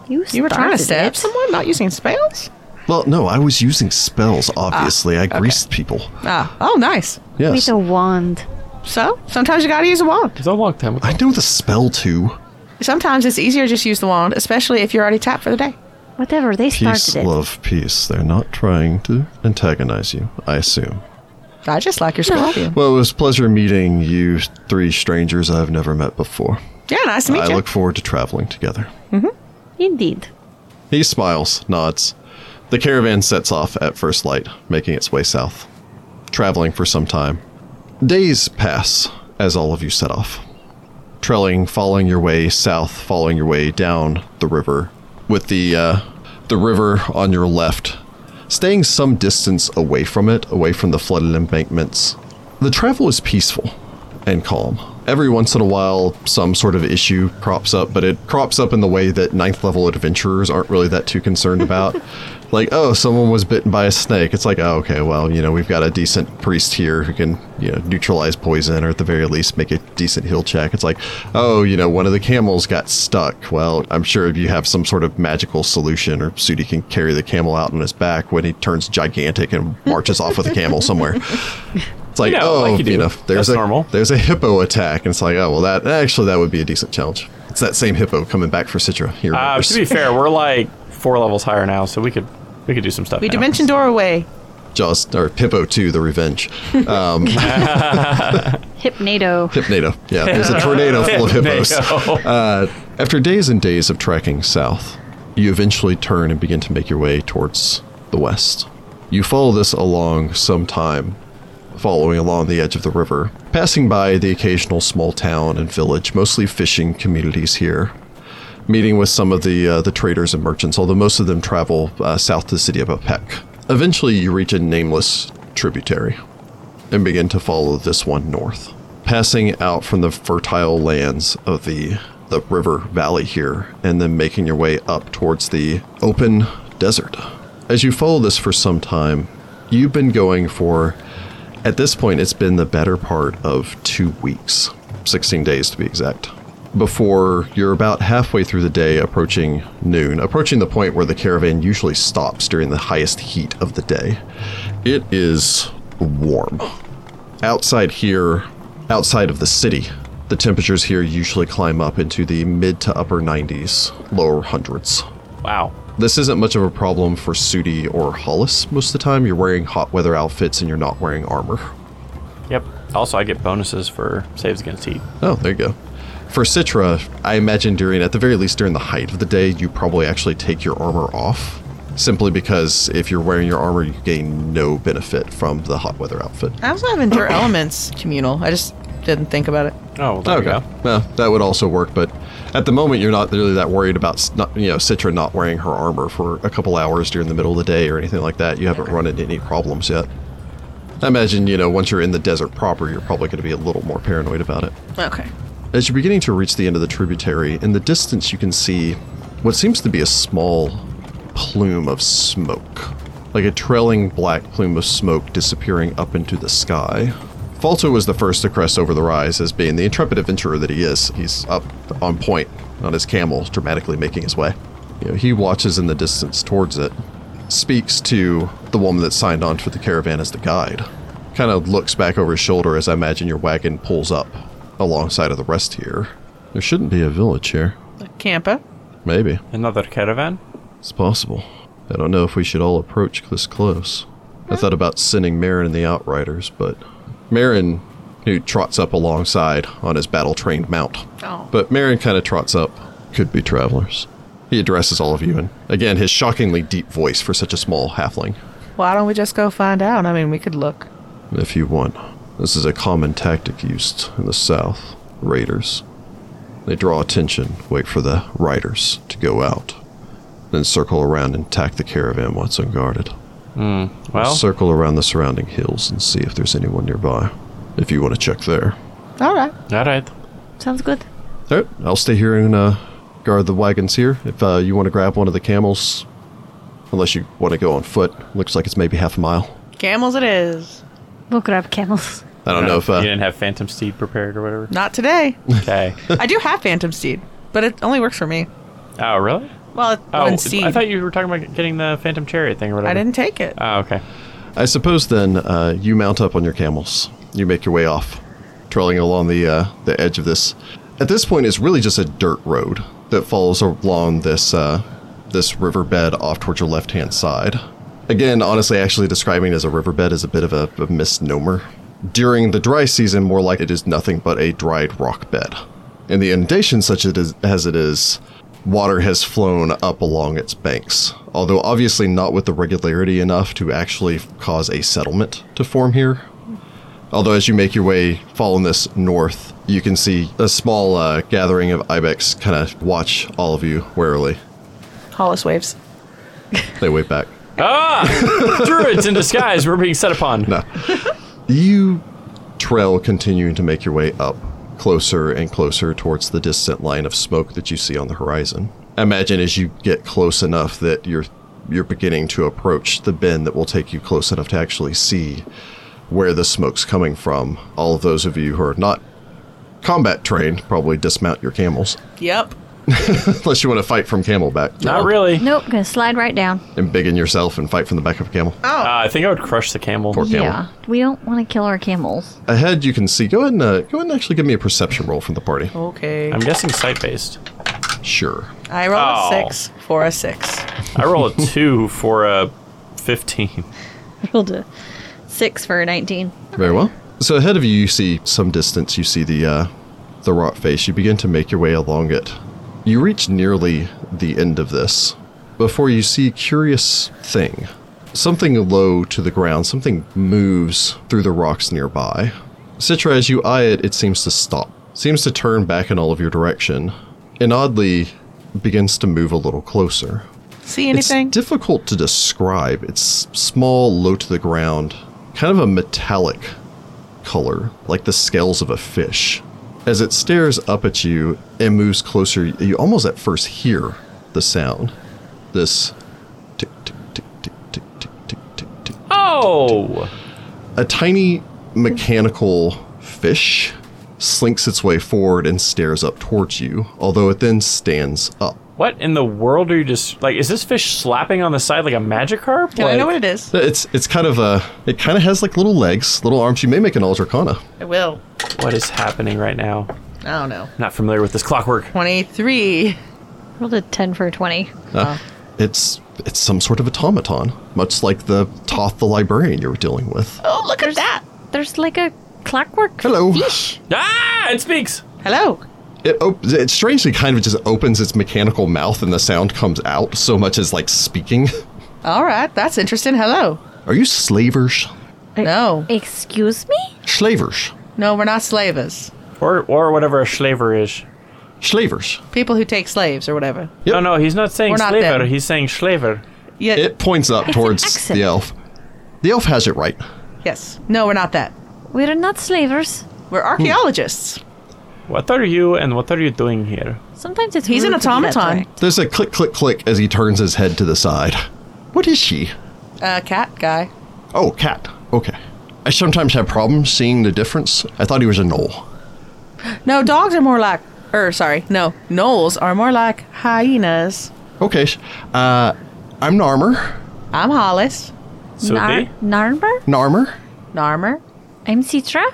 E: You,
D: you were trying to
E: started
D: stab
E: it.
D: someone, not using spells.
A: Well, no, I was using spells, obviously. I greased people.
D: Ah. Oh, nice.
A: Yes.
E: With a wand.
D: So sometimes you gotta use a wand.
C: It's a long time ago.
A: I know the spell too.
D: Sometimes it's easier to just use the wand, especially if you're already tapped for the day.
E: Whatever, they
A: Peace,
E: started it.
A: love, peace. They're not trying to antagonize you, I assume.
D: I just like your scorpion.
A: Well, it was a pleasure meeting you three strangers I've never met before.
D: Yeah, nice to meet
A: I
D: you.
A: look forward to traveling together.
E: Indeed.
A: He smiles, nods. The caravan sets off at first light, making its way south, traveling for some time. Days pass as all of you set off, trailing, following your way south, following your way down the river, with the uh, the river on your left, staying some distance away from it, away from the flooded embankments. The travel is peaceful and calm. Every once in a while, some sort of issue crops up, but it crops up in the way that ninth level adventurers aren't really that too concerned about. like, oh, someone was bitten by a snake. It's like, oh, okay, well, you know, we've got a decent priest here who can, you know, neutralize poison or at the very least make a decent heal check. It's like, oh, you know, one of the camels got stuck. Well, I'm sure if you have some sort of magical solution or Sudi can carry the camel out on his back when he turns gigantic and marches off with a camel somewhere. It's like,
C: You know,
A: oh,
C: like you
A: you,
C: do.
A: know, there's
C: That's
A: a
C: normal.
A: there's a hippo attack, and it's like, oh well, that actually that would be a decent challenge. It's that same hippo coming back for Citra. He
C: Uh,
A: remembers.
C: to be fair, we're like four levels higher now, so we could we could do some stuff.
D: we
C: now.
D: dimension doorway.
A: Jaws or Hippo Two: The Revenge. Um,
E: Hypnado.
A: Hypnado. Yeah, there's a tornado full of hippos.
C: Hypnado.
A: Uh, after days and days of trekking south, you eventually turn and begin to make your way towards the west. You follow this along some time, following along the edge of the river, passing by the occasional small town and village, mostly fishing communities here. Meeting with some of the uh, the traders and merchants, although most of them travel uh, south to the city of Apek. Eventually, you reach a nameless tributary and begin to follow this one north, passing out from the fertile lands of the the river valley here, and then making your way up towards the open desert. As you follow this for some time, you've been going for at this point it's been the better part of 2 weeks, 16 days to be exact. Before you're about halfway through the day approaching noon, approaching the point where the caravan usually stops during the highest heat of the day. It is warm. Outside here, outside of the city, the temperatures here usually climb up into the mid to upper 90s, lower hundreds.
C: Wow.
A: This isn't much of a problem for Sudi or Hollis most of the time. You're wearing hot weather outfits and you're not wearing armor.
C: Yep. Also, I get bonuses for saves against heat.
A: Oh, there you go. For Citra, I imagine during, at the very least during the height of the day, you probably actually take your armor off. Simply because if you're wearing your armor, you gain no benefit from the hot weather outfit.
D: I also have endure elements communal. I just didn't think about it.
C: Oh, well, there we go.
A: Well, that would also work, but at the moment you're not really that worried about s- not, you know Citra not wearing her armor for a couple hours during the middle of the day or anything like that. You haven't run into any problems yet. I imagine, you know, once you're in the desert proper, you're probably going to be a little more paranoid about it.
D: Okay.
A: As you're beginning to reach the end of the tributary, in the distance you can see what seems to be a small plume of smoke, like a trailing black plume of smoke disappearing up into the sky. Falto was the first to crest over the rise, as being the intrepid adventurer that he is. He's up on point on his camel, dramatically making his way. You know, he watches in the distance towards it, speaks to the woman that signed on for the caravan as the guide, kind of looks back over his shoulder as I imagine your wagon pulls up alongside of the rest here. There shouldn't be a village here.
D: Campa.
A: Maybe.
C: Another caravan?
A: It's possible. I don't know if we should all approach this close. I thought about sending Marin and the Outriders, but Marin, who trots up alongside on his battle trained mount.
D: Oh.
A: But Marin kind of trots up. Could be travelers. He addresses all of you, and again, his shockingly deep voice for such a small halfling.
D: Why don't we just go find out? I mean, we could look.
A: If you want, this is a common tactic used in the South. Raiders. They draw attention, wait for the riders to go out, then circle around and attack the caravan once unguarded.
C: Well,
A: Circle around the surrounding hills and see if there's anyone nearby. If you want to check there.
D: All right.
C: all right.
E: Sounds good.
A: All right, I'll stay here and uh, guard the wagons here. If uh, you want to grab one of the camels, unless you want to go on foot, looks like it's maybe half a mile.
D: Camels it is.
E: We'll grab camels.
A: I don't know if
C: you
A: uh,
C: didn't have Phantom Steed prepared or whatever.
D: Not today.
C: Okay.
D: I do have Phantom Steed, but it only works for me.
C: oh, really?
D: Well, it's
C: Oh,
D: one seed.
C: I thought you were talking about getting the Phantom Chariot thing or whatever.
D: I didn't take it.
C: Oh, okay.
A: I suppose then uh, you mount up on your camels. You make your way off, trailing along the uh, the edge of this. At this point, it's really just a dirt road that follows along this uh, this riverbed off towards your left hand side. Again, honestly, actually describing it as a riverbed is a bit of a, a misnomer. During the dry season, more like it is nothing but a dried rock bed. In the inundation, such it is, as it is, water has flown up along its banks, although obviously not with the regularity enough to actually cause a settlement to form here. Although, as you make your way following this north, you can see a small uh, gathering of ibex kind of watch all of you warily.
D: Hollis waves.
A: They wave back.
C: Druids in disguise. We're being set upon.
A: No. You trail continuing to make your way up closer and closer towards the distant line of smoke that you see on the horizon. Imagine as you get close enough that you're you're beginning to approach the bend that will take you close enough to actually see where the smoke's coming from. All of those of you who are not combat trained probably dismount your camels
D: Yep.
A: unless you want to fight from camelback.
C: Not really.
E: Nope, gonna slide right down.
A: And biggin yourself and fight from the back of a camel.
C: Uh, I think I would crush the camel.
A: Poor camel.
E: Yeah, we don't want to kill our camels.
A: Ahead, you can see. Go ahead and uh, go ahead and actually give me a perception roll from the party.
D: Okay.
C: I'm guessing sight based.
A: Sure.
D: I roll
C: Oh.
D: a six for a six.
C: I roll a two for a 15.
E: We'll do six for 19.
A: Very well. So ahead of you, you see some distance. You see the uh, the rock face. You begin to make your way along it. You reach nearly the end of this before you see a curious thing. Something low to the ground. Something moves through the rocks nearby. Citra, as you eye it, it seems to stop. Seems to turn back in all of your direction, and oddly begins to move a little closer.
D: See anything?
A: It's difficult to describe. It's small, low to the ground, kind of a metallic color, like the scales of a fish. As it stares up at you and moves closer, you almost at first hear the sound. This tick, tick, tick, tick, tick, tick, tick, tick, tick.
C: Oh!
A: A tiny mechanical fish slinks its way forward and stares up towards you, although it then stands up.
C: What in the world are you just. Like, is this fish slapping on the side like a magic harp?
D: Do I know what it is?
A: It's it's kind of a it kind of has like little legs, little arms. You may make an Ultracana.
D: I will.
C: What is happening right now?
D: I don't know.
C: Not familiar with this clockwork.
D: 23.
E: Rolled a 10 for a 20.
A: Uh, it's it's some sort of automaton, much like the Toth the librarian you were dealing with.
D: Oh, look at that.
E: There's like a clockwork
A: Hello.
E: fish.
C: Ah! It speaks!
D: Hello.
A: It op- it strangely kind of just opens its mechanical mouth and the sound comes out so much as like speaking.
D: All right. That's interesting. Hello.
A: Are you slavers?
D: No.
E: Excuse me?
A: Slavers.
D: No, we're not slavers.
C: Or, or whatever a slaver is.
A: Slavers.
D: People who take slaves or whatever.
A: Yep.
C: No, no, he's not saying
D: We're not
C: slaver.
D: them.
C: he's saying slaver.
D: Yeah.
A: It points up
E: It's an
A: towards
E: accent.
A: the elf. The elf has it right.
D: Yes. No, we're not that.
E: We're not slavers.
D: We're archaeologists.
C: What are you and what are you doing here?
B: Sometimes it's
D: He's an
B: rude to be that
D: automaton.
B: direct.
A: There's a click, click, click as he turns his head to the side. What is she?
D: Uh, cat guy.
A: Oh, cat. Okay. I sometimes have problems seeing the difference. I thought he was a knoll.
D: No, dogs are more like. Er, sorry. No, gnolls are more like hyenas.
A: Okay. sh- Uh, I'm Narmer.
D: I'm Hollis.
C: So
E: Nar-
C: they
E: Narnber?
A: Narmer.
D: Narmer.
E: I'm Citra.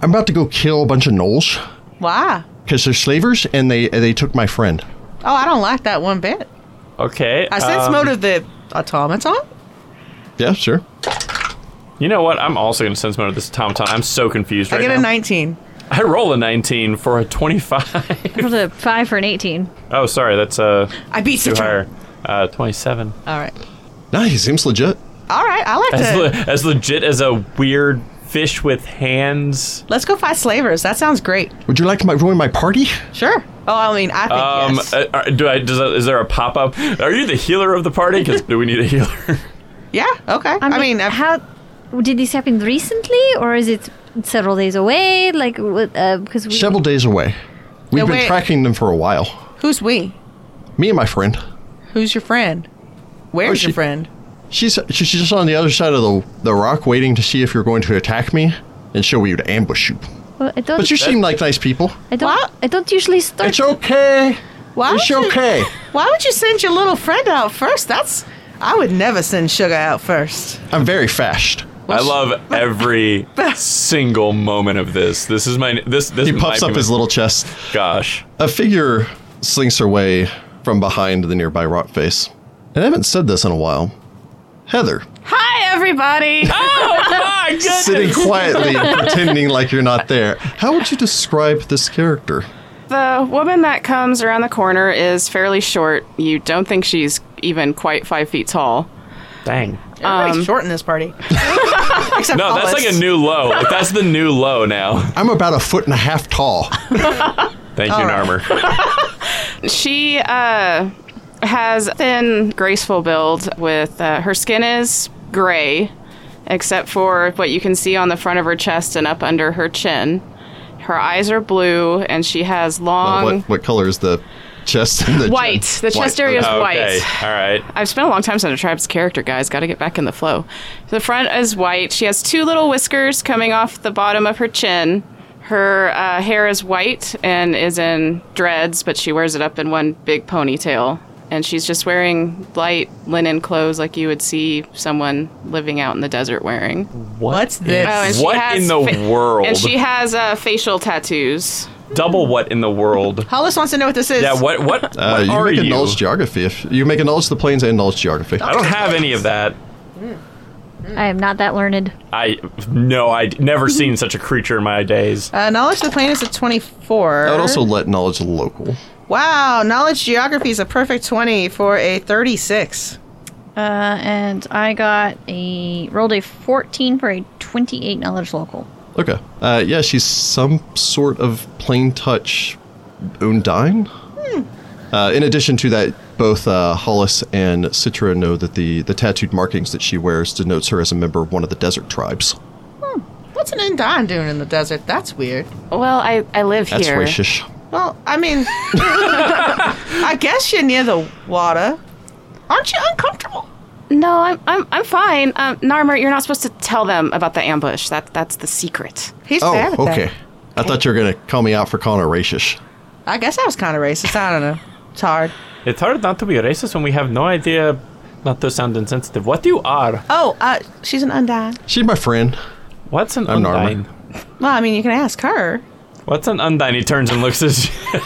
A: I'm about to go kill a bunch of gnolls
D: Why?
A: because they're slavers and they they took my friend.
D: Oh, I don't like that one bit.
C: okay.
D: I sense
C: um,
D: mode of the automaton.
A: Yeah, sure.
C: You know what? I'm also gonna sense mode of this automaton. I'm so confused
D: I
C: right
D: get
C: now.
D: a 19.
C: I roll a 19 for a 25.
E: Rolled a five for an 18.
C: oh, sorry, that's uh
D: I beat
C: too
D: Citra.
C: higher. Uh, 27.
D: All right.
A: Nah, he seems legit.
D: All right. I like
C: As,
D: to.
C: le- as legit as a weird fish with hands.
D: Let's go fight slavers. That sounds great.
A: Would you like to my, join my party?
D: Sure. Oh, I mean, I think
C: Um,
D: yes.
C: uh, are- do I? Does, is there a pop up? Are you the healer of the party? Because do we need a healer?
D: yeah. Okay. I mean, uh, I've-
E: how did this happen recently, or is it several days away? Like, what- uh, because we
A: Several days away. We've
D: No,
A: been
D: wait.
A: tracking them for a while.
D: who's we?
A: Me and my friend.
D: Who's your friend? Where's
C: Oh,
A: she-
D: your friend?
A: She's she's just on the other side of the the rock, waiting to see if you're going to attack me, and show you to ambush you.
E: Well, I don't.
A: But you seem like nice people.
E: I don't.
D: What?
E: I don't usually start.
A: It's okay.
D: Why
A: it's
D: would you-
A: okay.
D: Why would you send your little friend out first? That's. I would never send Sugar out first.
A: I'm very fast.
C: I love every single moment of this. This is my this this.
A: He
C: might
A: puffs
C: be
A: up
C: my-
A: his little chest.
C: Gosh,
A: A figure slinks her way from behind the nearby rock face. And I haven't said this in a while. Heather,
D: Hi, everybody.
C: my goodness.
A: sitting quietly, pretending like you're not there. How would you describe this character?
F: The woman that comes around the corner is fairly short. You don't think she's even quite five feet tall.
C: Dang.
D: Everybody's short in this party. Except
C: No, that's
D: Hollis.
C: like a new low. Like, that's the new low now.
A: I'm about a foot and a half tall.
C: Thank
F: Oh,
C: you, Narmer.
F: She uh, has thin, graceful build. With uh, her skin is gray, except for what you can see on the front of her chest and up under her chin. Her eyes are blue, and she has long
A: what, what color is the chest? Uh, And the
F: Um, white. The chest area is
A: okay.
C: Okay.
F: white.
C: All right.
F: I've spent a long time since I tribe's character, guys. Got to get back in the flow. The front is white. She has two little whiskers coming off the bottom of her chin. Her uh, hair is white and is in dreads, but she wears it up in one big ponytail. And she's just wearing light linen clothes like you would see someone living out in the desert wearing.
D: What's this?
F: Oh, and she
C: What
F: has
C: in the world?
F: And she has uh, facial tattoos.
C: Double what in the world?
D: Hollis wants to know what this is.
C: Yeah. What? What?
A: Uh,
C: what
A: you
C: are
A: make a
C: you?
A: knowledge geography. If you make a knowledge the plains and knowledge geography.
C: I don't have any of that.
E: I am not that learned.
C: I no, I never seen such a creature in my days.
D: Uh, knowledge of the plane is a 24.
A: I would also let knowledge local.
D: Wow, knowledge geography is a perfect 20 for a 36.
E: Uh, and I got a rolled a 14 for a 28 knowledge local.
A: Okay. Uh, yeah, she's some sort of plain touch Undine.
D: Hmm.
A: Uh, in addition to that, both uh, Hollis and Citra know that the, the tattooed markings that she wears denotes her as a member of one of the desert tribes.
D: What's an Indon doing in the desert? That's weird.
F: Well, I, I live
A: That's
F: here.
A: racist.
D: Well, I mean, I guess you're near the water. Aren't you uncomfortable?
F: No, I'm, I'm, I'm fine. Um, Narmer, you're not supposed to tell them about the ambush. That, that's the secret.
D: He's bad
A: Oh,
D: at
A: okay.
D: that.
A: I thought you were going to call me out for calling her racist.
D: I guess I was kind of racist. I don't know. It's hard.
C: It's hard not to be racist when we have no idea, not to sound insensitive. What you are?
D: Oh, uh, she's an undine.
A: She's my friend.
C: What's an
A: I'm
C: undine?
A: Narmer.
D: Well, I mean, you can ask her.
C: What's an undine? He turns and looks at. you.
F: Um,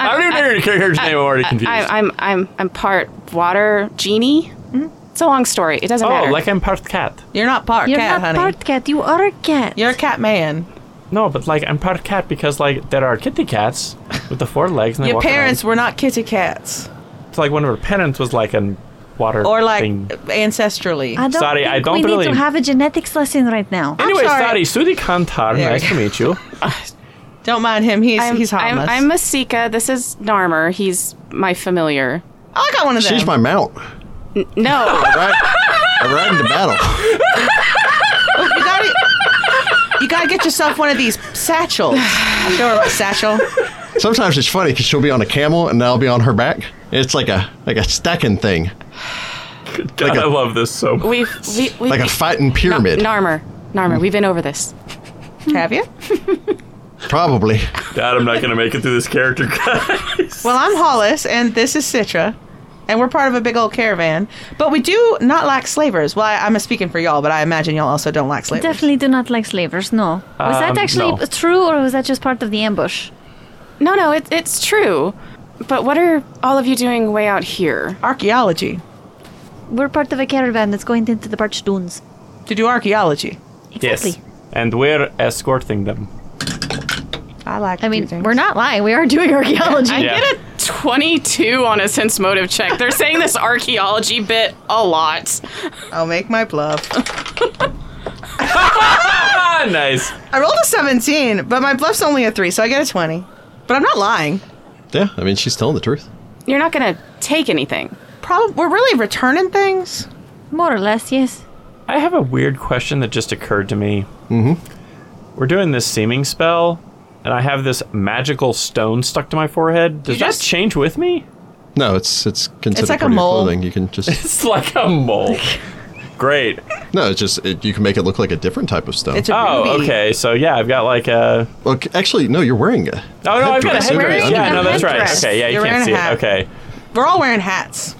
C: I don't even know your character's name. I'm already confused.
F: I, I'm, I'm, I'm part water genie.
D: Mm-hmm.
F: It's a long story. It doesn't
C: oh,
F: matter.
C: like I'm part cat.
D: You're not part
E: You're
D: cat,
E: not
D: honey.
E: part cat. You are a cat.
D: You're a cat man.
C: No, but like I'm part cat because like there are kitty cats with the four legs. And they
D: Your
C: walk around.
D: parents were not kitty cats,
C: It's like one of her parents was like an water
D: or like
C: thing.
D: ancestrally.
E: I don't
C: Sorry,
E: think
C: I don't
E: we
C: really-
E: need to have a genetics lesson right now.
C: Anyway,
D: sorry.
C: sorry, Sudhi Kantar.
D: There we
C: Nice to meet you.
D: don't mind him. He's
F: I'm,
D: he's
F: I'm,
D: harmless.
F: I'm Masika. This is Narmer. He's my familiar.
D: Oh, I got one of them.
A: She's my mount.
F: No,
A: Right? I'm riding the battle.
D: You gotta, you gotta get yourself one of these satchels. I show her my satchel.
A: Sometimes it's funny because she'll be on a camel and I'll be on her back. It's like a like a stacking thing,
C: God, I love this so much.
F: We've we, we,
A: like a fighting pyramid.
F: Narmer, Narmer, we've been over this.
D: Have you?
A: Probably.
C: Dad, I'm not gonna make it through this character, guys.
D: Well, I'm Hollis, and this is Citra, and we're part of a big old caravan. But we do not lack slavers. Well, I, I'm speaking for y'all, but I imagine y'all also don't lack slavers.
E: Definitely do not like slavers, no. Was
C: Um,
E: that actually
C: no.
E: p- true or was that just part of the ambush?
F: No, no, it, it's true. But what are all of you doing way out here?
D: Archaeology.
E: We're part of a caravan that's going into the parched dunes.
D: To do archaeology.
C: yes,
E: Exactly.
C: and we're escorting them.
D: I like.
E: I mean, we're not lying. We are doing archaeology.
F: I
C: Yeah.
F: get a 22 on a sense motive check. They're saying this archaeology bit a lot.
D: I'll make my bluff.
C: Ah, nice.
D: I rolled a 17, but my bluff's only a three, so I get a 20. But I'm not lying.
A: Yeah, I mean she's telling the truth.
F: You're not going to take anything.
D: Probably we're really returning things.
E: More or less, yes.
C: I have a weird question that just occurred to me. Mm-hmm. We're doing this seeming spell, and I have this magical stone stuck to my forehead. Does
D: You
C: that
D: just-
C: change with me?
A: No, it's it's considered
D: like
A: part
D: a
A: of your
D: mole.
A: clothing. You can just
C: It's like a mole. Great.
A: no, it's just it, you can make it look like a different type of stone.
D: It's a
C: Oh,
D: ruby.
C: okay. So yeah, I've got like a.
A: Look, actually, no, you're wearing it.
C: Oh no, I've got a
A: Headdress, you're
C: headdress.
A: wearing
C: Yeah, no,
A: a
C: that's right.
D: headdress.
C: Okay, yeah, you
D: You're
C: can't
D: wearing a
C: see it.
D: hat.
C: Okay.
D: We're all wearing hats.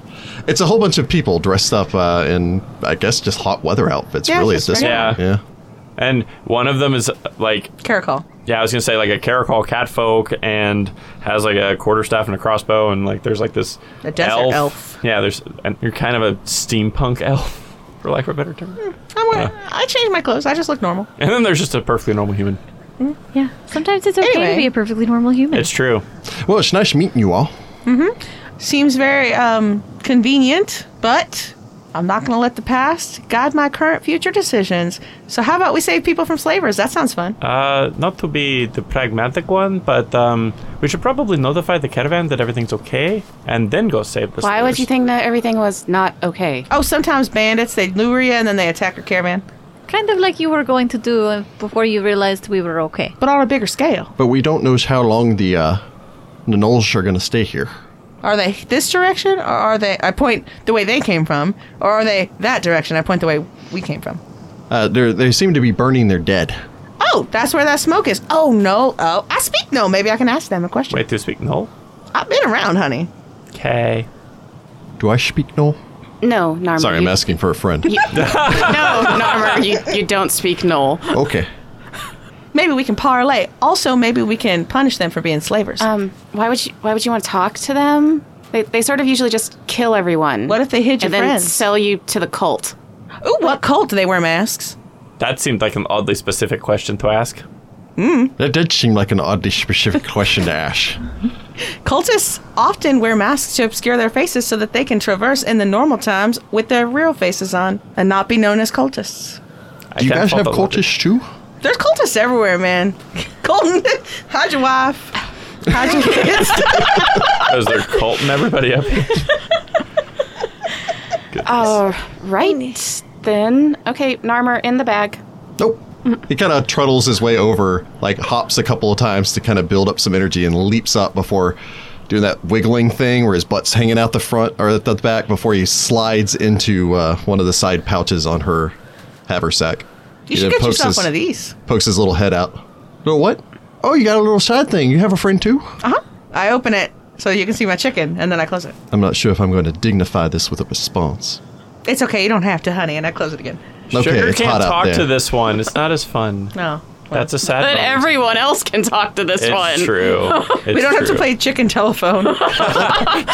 A: It's a whole bunch of people dressed up uh, in, I guess, just hot weather outfits.
D: Yeah,
A: really, at
D: just
A: this
C: regular.
A: point. Yeah.
C: And one of them is uh, like,
D: Caracol.
C: yeah, I was gonna say like a caracal catfolk, and has like a quarterstaff and a crossbow, and like there's like this
D: A desert elf.
C: Yeah, there's and you're kind of a steampunk elf, for lack of a better term.
D: I'm wearing, I changed my clothes. I just look normal.
C: And then there's just a perfectly normal human.
E: Yeah. Sometimes it's okay
D: Anyway.
E: to be a perfectly normal human.
C: It's true.
A: Well, it's nice meeting you all.
D: Seems very um, convenient, but I'm not going to let the past guide my current future decisions. So how about we save people from slavers? That sounds fun.
C: Uh, not to be the pragmatic one, but um, we should probably notify the caravan that everything's okay, and then go save the.
F: Why would you
C: slavers.
F: think that everything was not okay?
D: Oh, sometimes bandits they lure you and then they attack your caravan,
E: kind of like you were going to do uh, before you realized we were okay.
D: but on a bigger scale.
A: But we don't know how long the uh, the Knolls are going to stay here.
D: Are they this direction, or are they? I point the way they came from, or are they that direction? I point the way we came from.
A: Uh, they're- they seem to be burning their dead.
D: Oh, that's where that smoke is. Oh no. Oh, I speak no. Maybe I can ask them a question.
C: Wait to speak. No.
D: I've been around, honey.
C: Okay.
A: Do I speak Knoll?
F: No, Narmer.
A: Sorry,
F: you,
A: I'm asking for a friend.
F: No, Narmer, you, you don't speak Knoll.
A: Okay.
D: Maybe we can parlay. Also, maybe we can punish them for being slavers.
F: Um, why would you why would you want to talk to them? They, they sort of usually just kill everyone.
D: what if they hid your
F: and then
D: friends?
F: sell you to the cult?
D: Ooh, what cult do they wear masks?
C: That seemed like an oddly specific question to ask.
A: That did seem like an oddly specific question to ask.
D: Cultists often wear masks to obscure their faces so that they can traverse in the normal times with their real faces on and not be known as cultists.
C: I
A: Do you
C: can't
A: guys
C: fault
A: have
C: that logic.
A: cultish too?
D: There's cultists everywhere, man. Colton, hide your wife. Hide your kids.
C: Because they're culting everybody up.
F: Oh, right then. Okay, Narmer in the bag.
A: Nope. He kind of truddles his way over, like hops a couple of times to kind of build up some energy and leaps up before doing that wiggling thing where his butt's hanging out the front or at the back before he slides into uh, one of the side pouches on her haversack.
D: You should get yourself one of these.
A: Pokes his little head out. Little what? Oh, you got a little side thing. You have a friend too?
D: Uh huh. I open it so you can see my chicken, and then I close it.
A: I'm not sure if I'm going to dignify this with a response.
D: It's okay. You don't have to, honey. And I close it again.
A: Okay,
C: Sugar
A: it's
C: can't
A: hot out
C: talk
A: there.
C: to this one. It's not as fun.
D: No.
C: That's a sad.
F: But
C: moment.
F: everyone else can talk to this
C: It's
F: one.
C: true. It's
D: we don't have to
C: true.
D: play chicken telephone.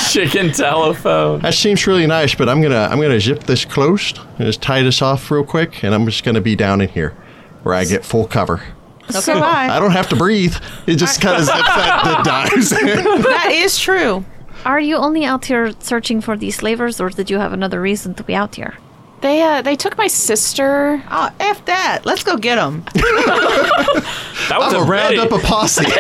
C: chicken telephone.
A: That seems really nice, but I'm gonna I'm gonna zip this closed and just tie this off real quick, and I'm just gonna be down in here where I get full cover.
D: okay, bye.
A: I don't have to breathe. It just kind of zips out the dives.
D: that is true.
E: Are you only out here searching for these slavers or did you have another reason to be out here?
F: They uh, they took my sister.
D: Oh, F that. Let's go get them.
C: That was
A: I'm
C: a
A: gonna round
C: very,
A: up a posse.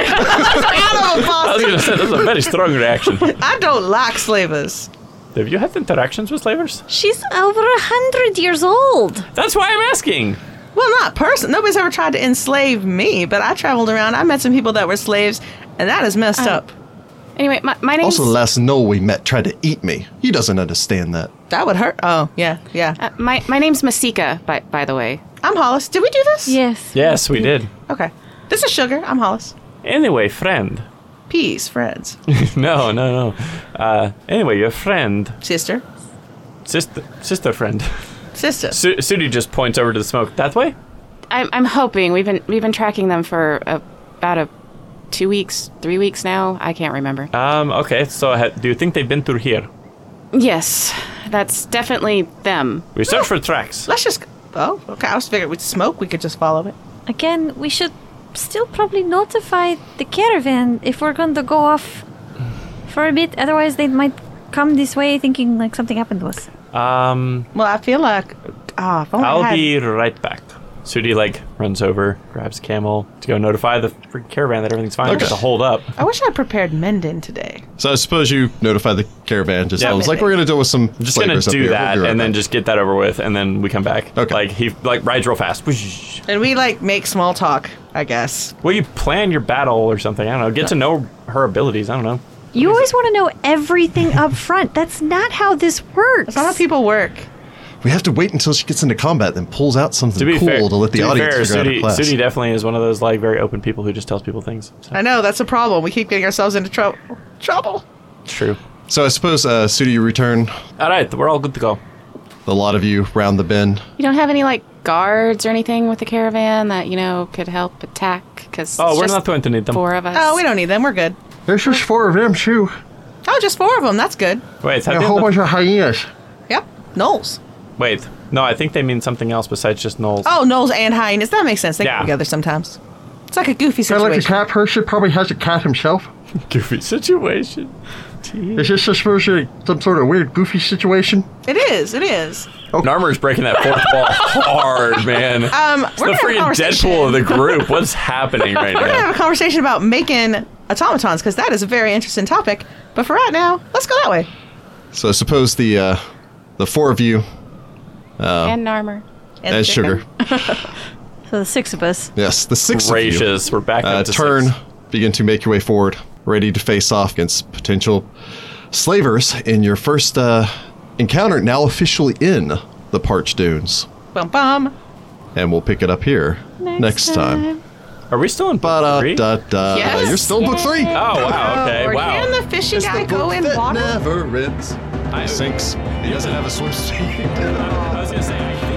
C: I was gonna say that was a very strong reaction.
D: I don't like slavers.
C: Have you had interactions with slavers?
E: She's over a hundred years old.
C: That's why I'm asking.
D: Well, not person. Nobody's ever tried to enslave me, but I traveled around. I met some people that were slaves, and that is messed up.
F: Anyway, my, my name's
A: Also, last Noel we met tried to eat me. He doesn't understand that.
D: That would hurt. Oh, yeah, yeah.
F: uh, my my name's Masika. By by the way,
D: I'm Hollis. Did we do this?
E: Yes.
C: Yes, we did.
D: Okay. This is Sugar. I'm Hollis.
C: Anyway, friend.
D: Peace, friends,
C: No, no, no. Uh, anyway, your friend,
D: sister,
C: sister, sister friend.
D: sister.
C: Su- Sudi just points over to the smoke. That way?
F: I'm I'm hoping we've been we've been tracking them for uh about a two weeks, three weeks now. I can't remember.
C: Um, okay, so ha- do you think they've been through here?
F: yes, that's definitely them.
C: We search for tracks.
D: Let's just. Oh, okay. I was figuring with smoke we could just follow it.
E: Again, we should still probably notify the caravan if we're going to go off for a bit. Otherwise, they might come this way thinking like something happened to us.
C: Um,
D: Well, I feel like. Ah, if only I
C: I'll
D: had-
C: be right back. Sudi, like, runs over, grabs Camel to go notify the freaking caravan that everything's fine.
A: Okay.
C: Just to hold up.
D: I wish I prepared Menden today.
A: So I suppose you notify the caravan. Just
C: Yeah.
A: I was like, we're gonna deal with some.
C: I'm just gonna
A: flagrants up
C: do
A: here. We'll
C: that
A: be right
C: and then
A: back.
C: just get that over with, and then we come back.
A: Okay.
C: Like, he, like, rides real fast. Whoosh.
D: And we like make small talk, I guess.
C: Well, you plan your battle or something. I don't know. Get to know her abilities. I don't know.
E: You always want to know everything up front. That's not how this works.
D: That's not how people work.
A: we have to wait until she gets into combat, then pulls out something
C: To be
A: cool
C: fair,
A: to let the
C: to be
A: audience
C: fair,
A: figure out her
C: Sudi,
A: class.
C: Sudi definitely is one of those like very open people who just tells people things. So,
D: I know that's a problem. We keep getting ourselves into trouble. Trouble.
C: true.
A: so I suppose uh, Sudi, you return.
C: All right, we're all good to go.
A: A lot of you round the bend.
F: You don't have any like guards or anything with the caravan that you know could help attack because
C: Oh, we're not going to need them.
F: four of us.
D: Oh, we don't need them. We're good.
A: There's just four of them too.
D: Oh, just four of them. That's good.
C: Wait, have they-
A: of hyenas.
D: Yep. Knowles.
C: wait. No, I think they mean something else besides just Knowles.
D: Oh, Knowles and hyenas. That makes sense. They
C: Yeah.
D: come together sometimes. It's like a goofy situation.
A: cat person probably has a cat himself.
C: goofy situation.
A: Is this supposed to be some sort of weird goofy situation?
D: it is. It is.
C: Narmer's breaking that fourth wall hard, man.
D: Um,
C: it's
D: we're
C: the
D: gonna have a
C: freaking
D: conversation.
C: Deadpool of the group. What's happening right
D: We're gonna
C: now?
D: have a conversation about making automatons because that is a very interesting topic. But for right now, let's go that way.
A: So I suppose the uh, the four of you
F: and armor.
D: And
A: as sugar.
B: So the six of us.
A: Yes, the six of you.
C: Gracious, we're back
A: uh,
C: up to
A: turn,
C: six.
A: begin to make your way forward, ready to face off against potential slavers in your first uh, encounter, now officially in the Parched Dunes.
D: Bum bum.
A: And we'll pick it up here next, time.
C: Are we still in
A: Ba da
C: three?
A: da da.
D: Yes.
A: You're still in book three.
C: Oh wow, okay,
D: Can
C: wow.
D: the fishing guy
A: the
D: go
A: book
D: in
A: that
D: water?
A: never ends.
C: I-
A: He sinks. He doesn't have a swim speed.
C: I was gonna say, I think not.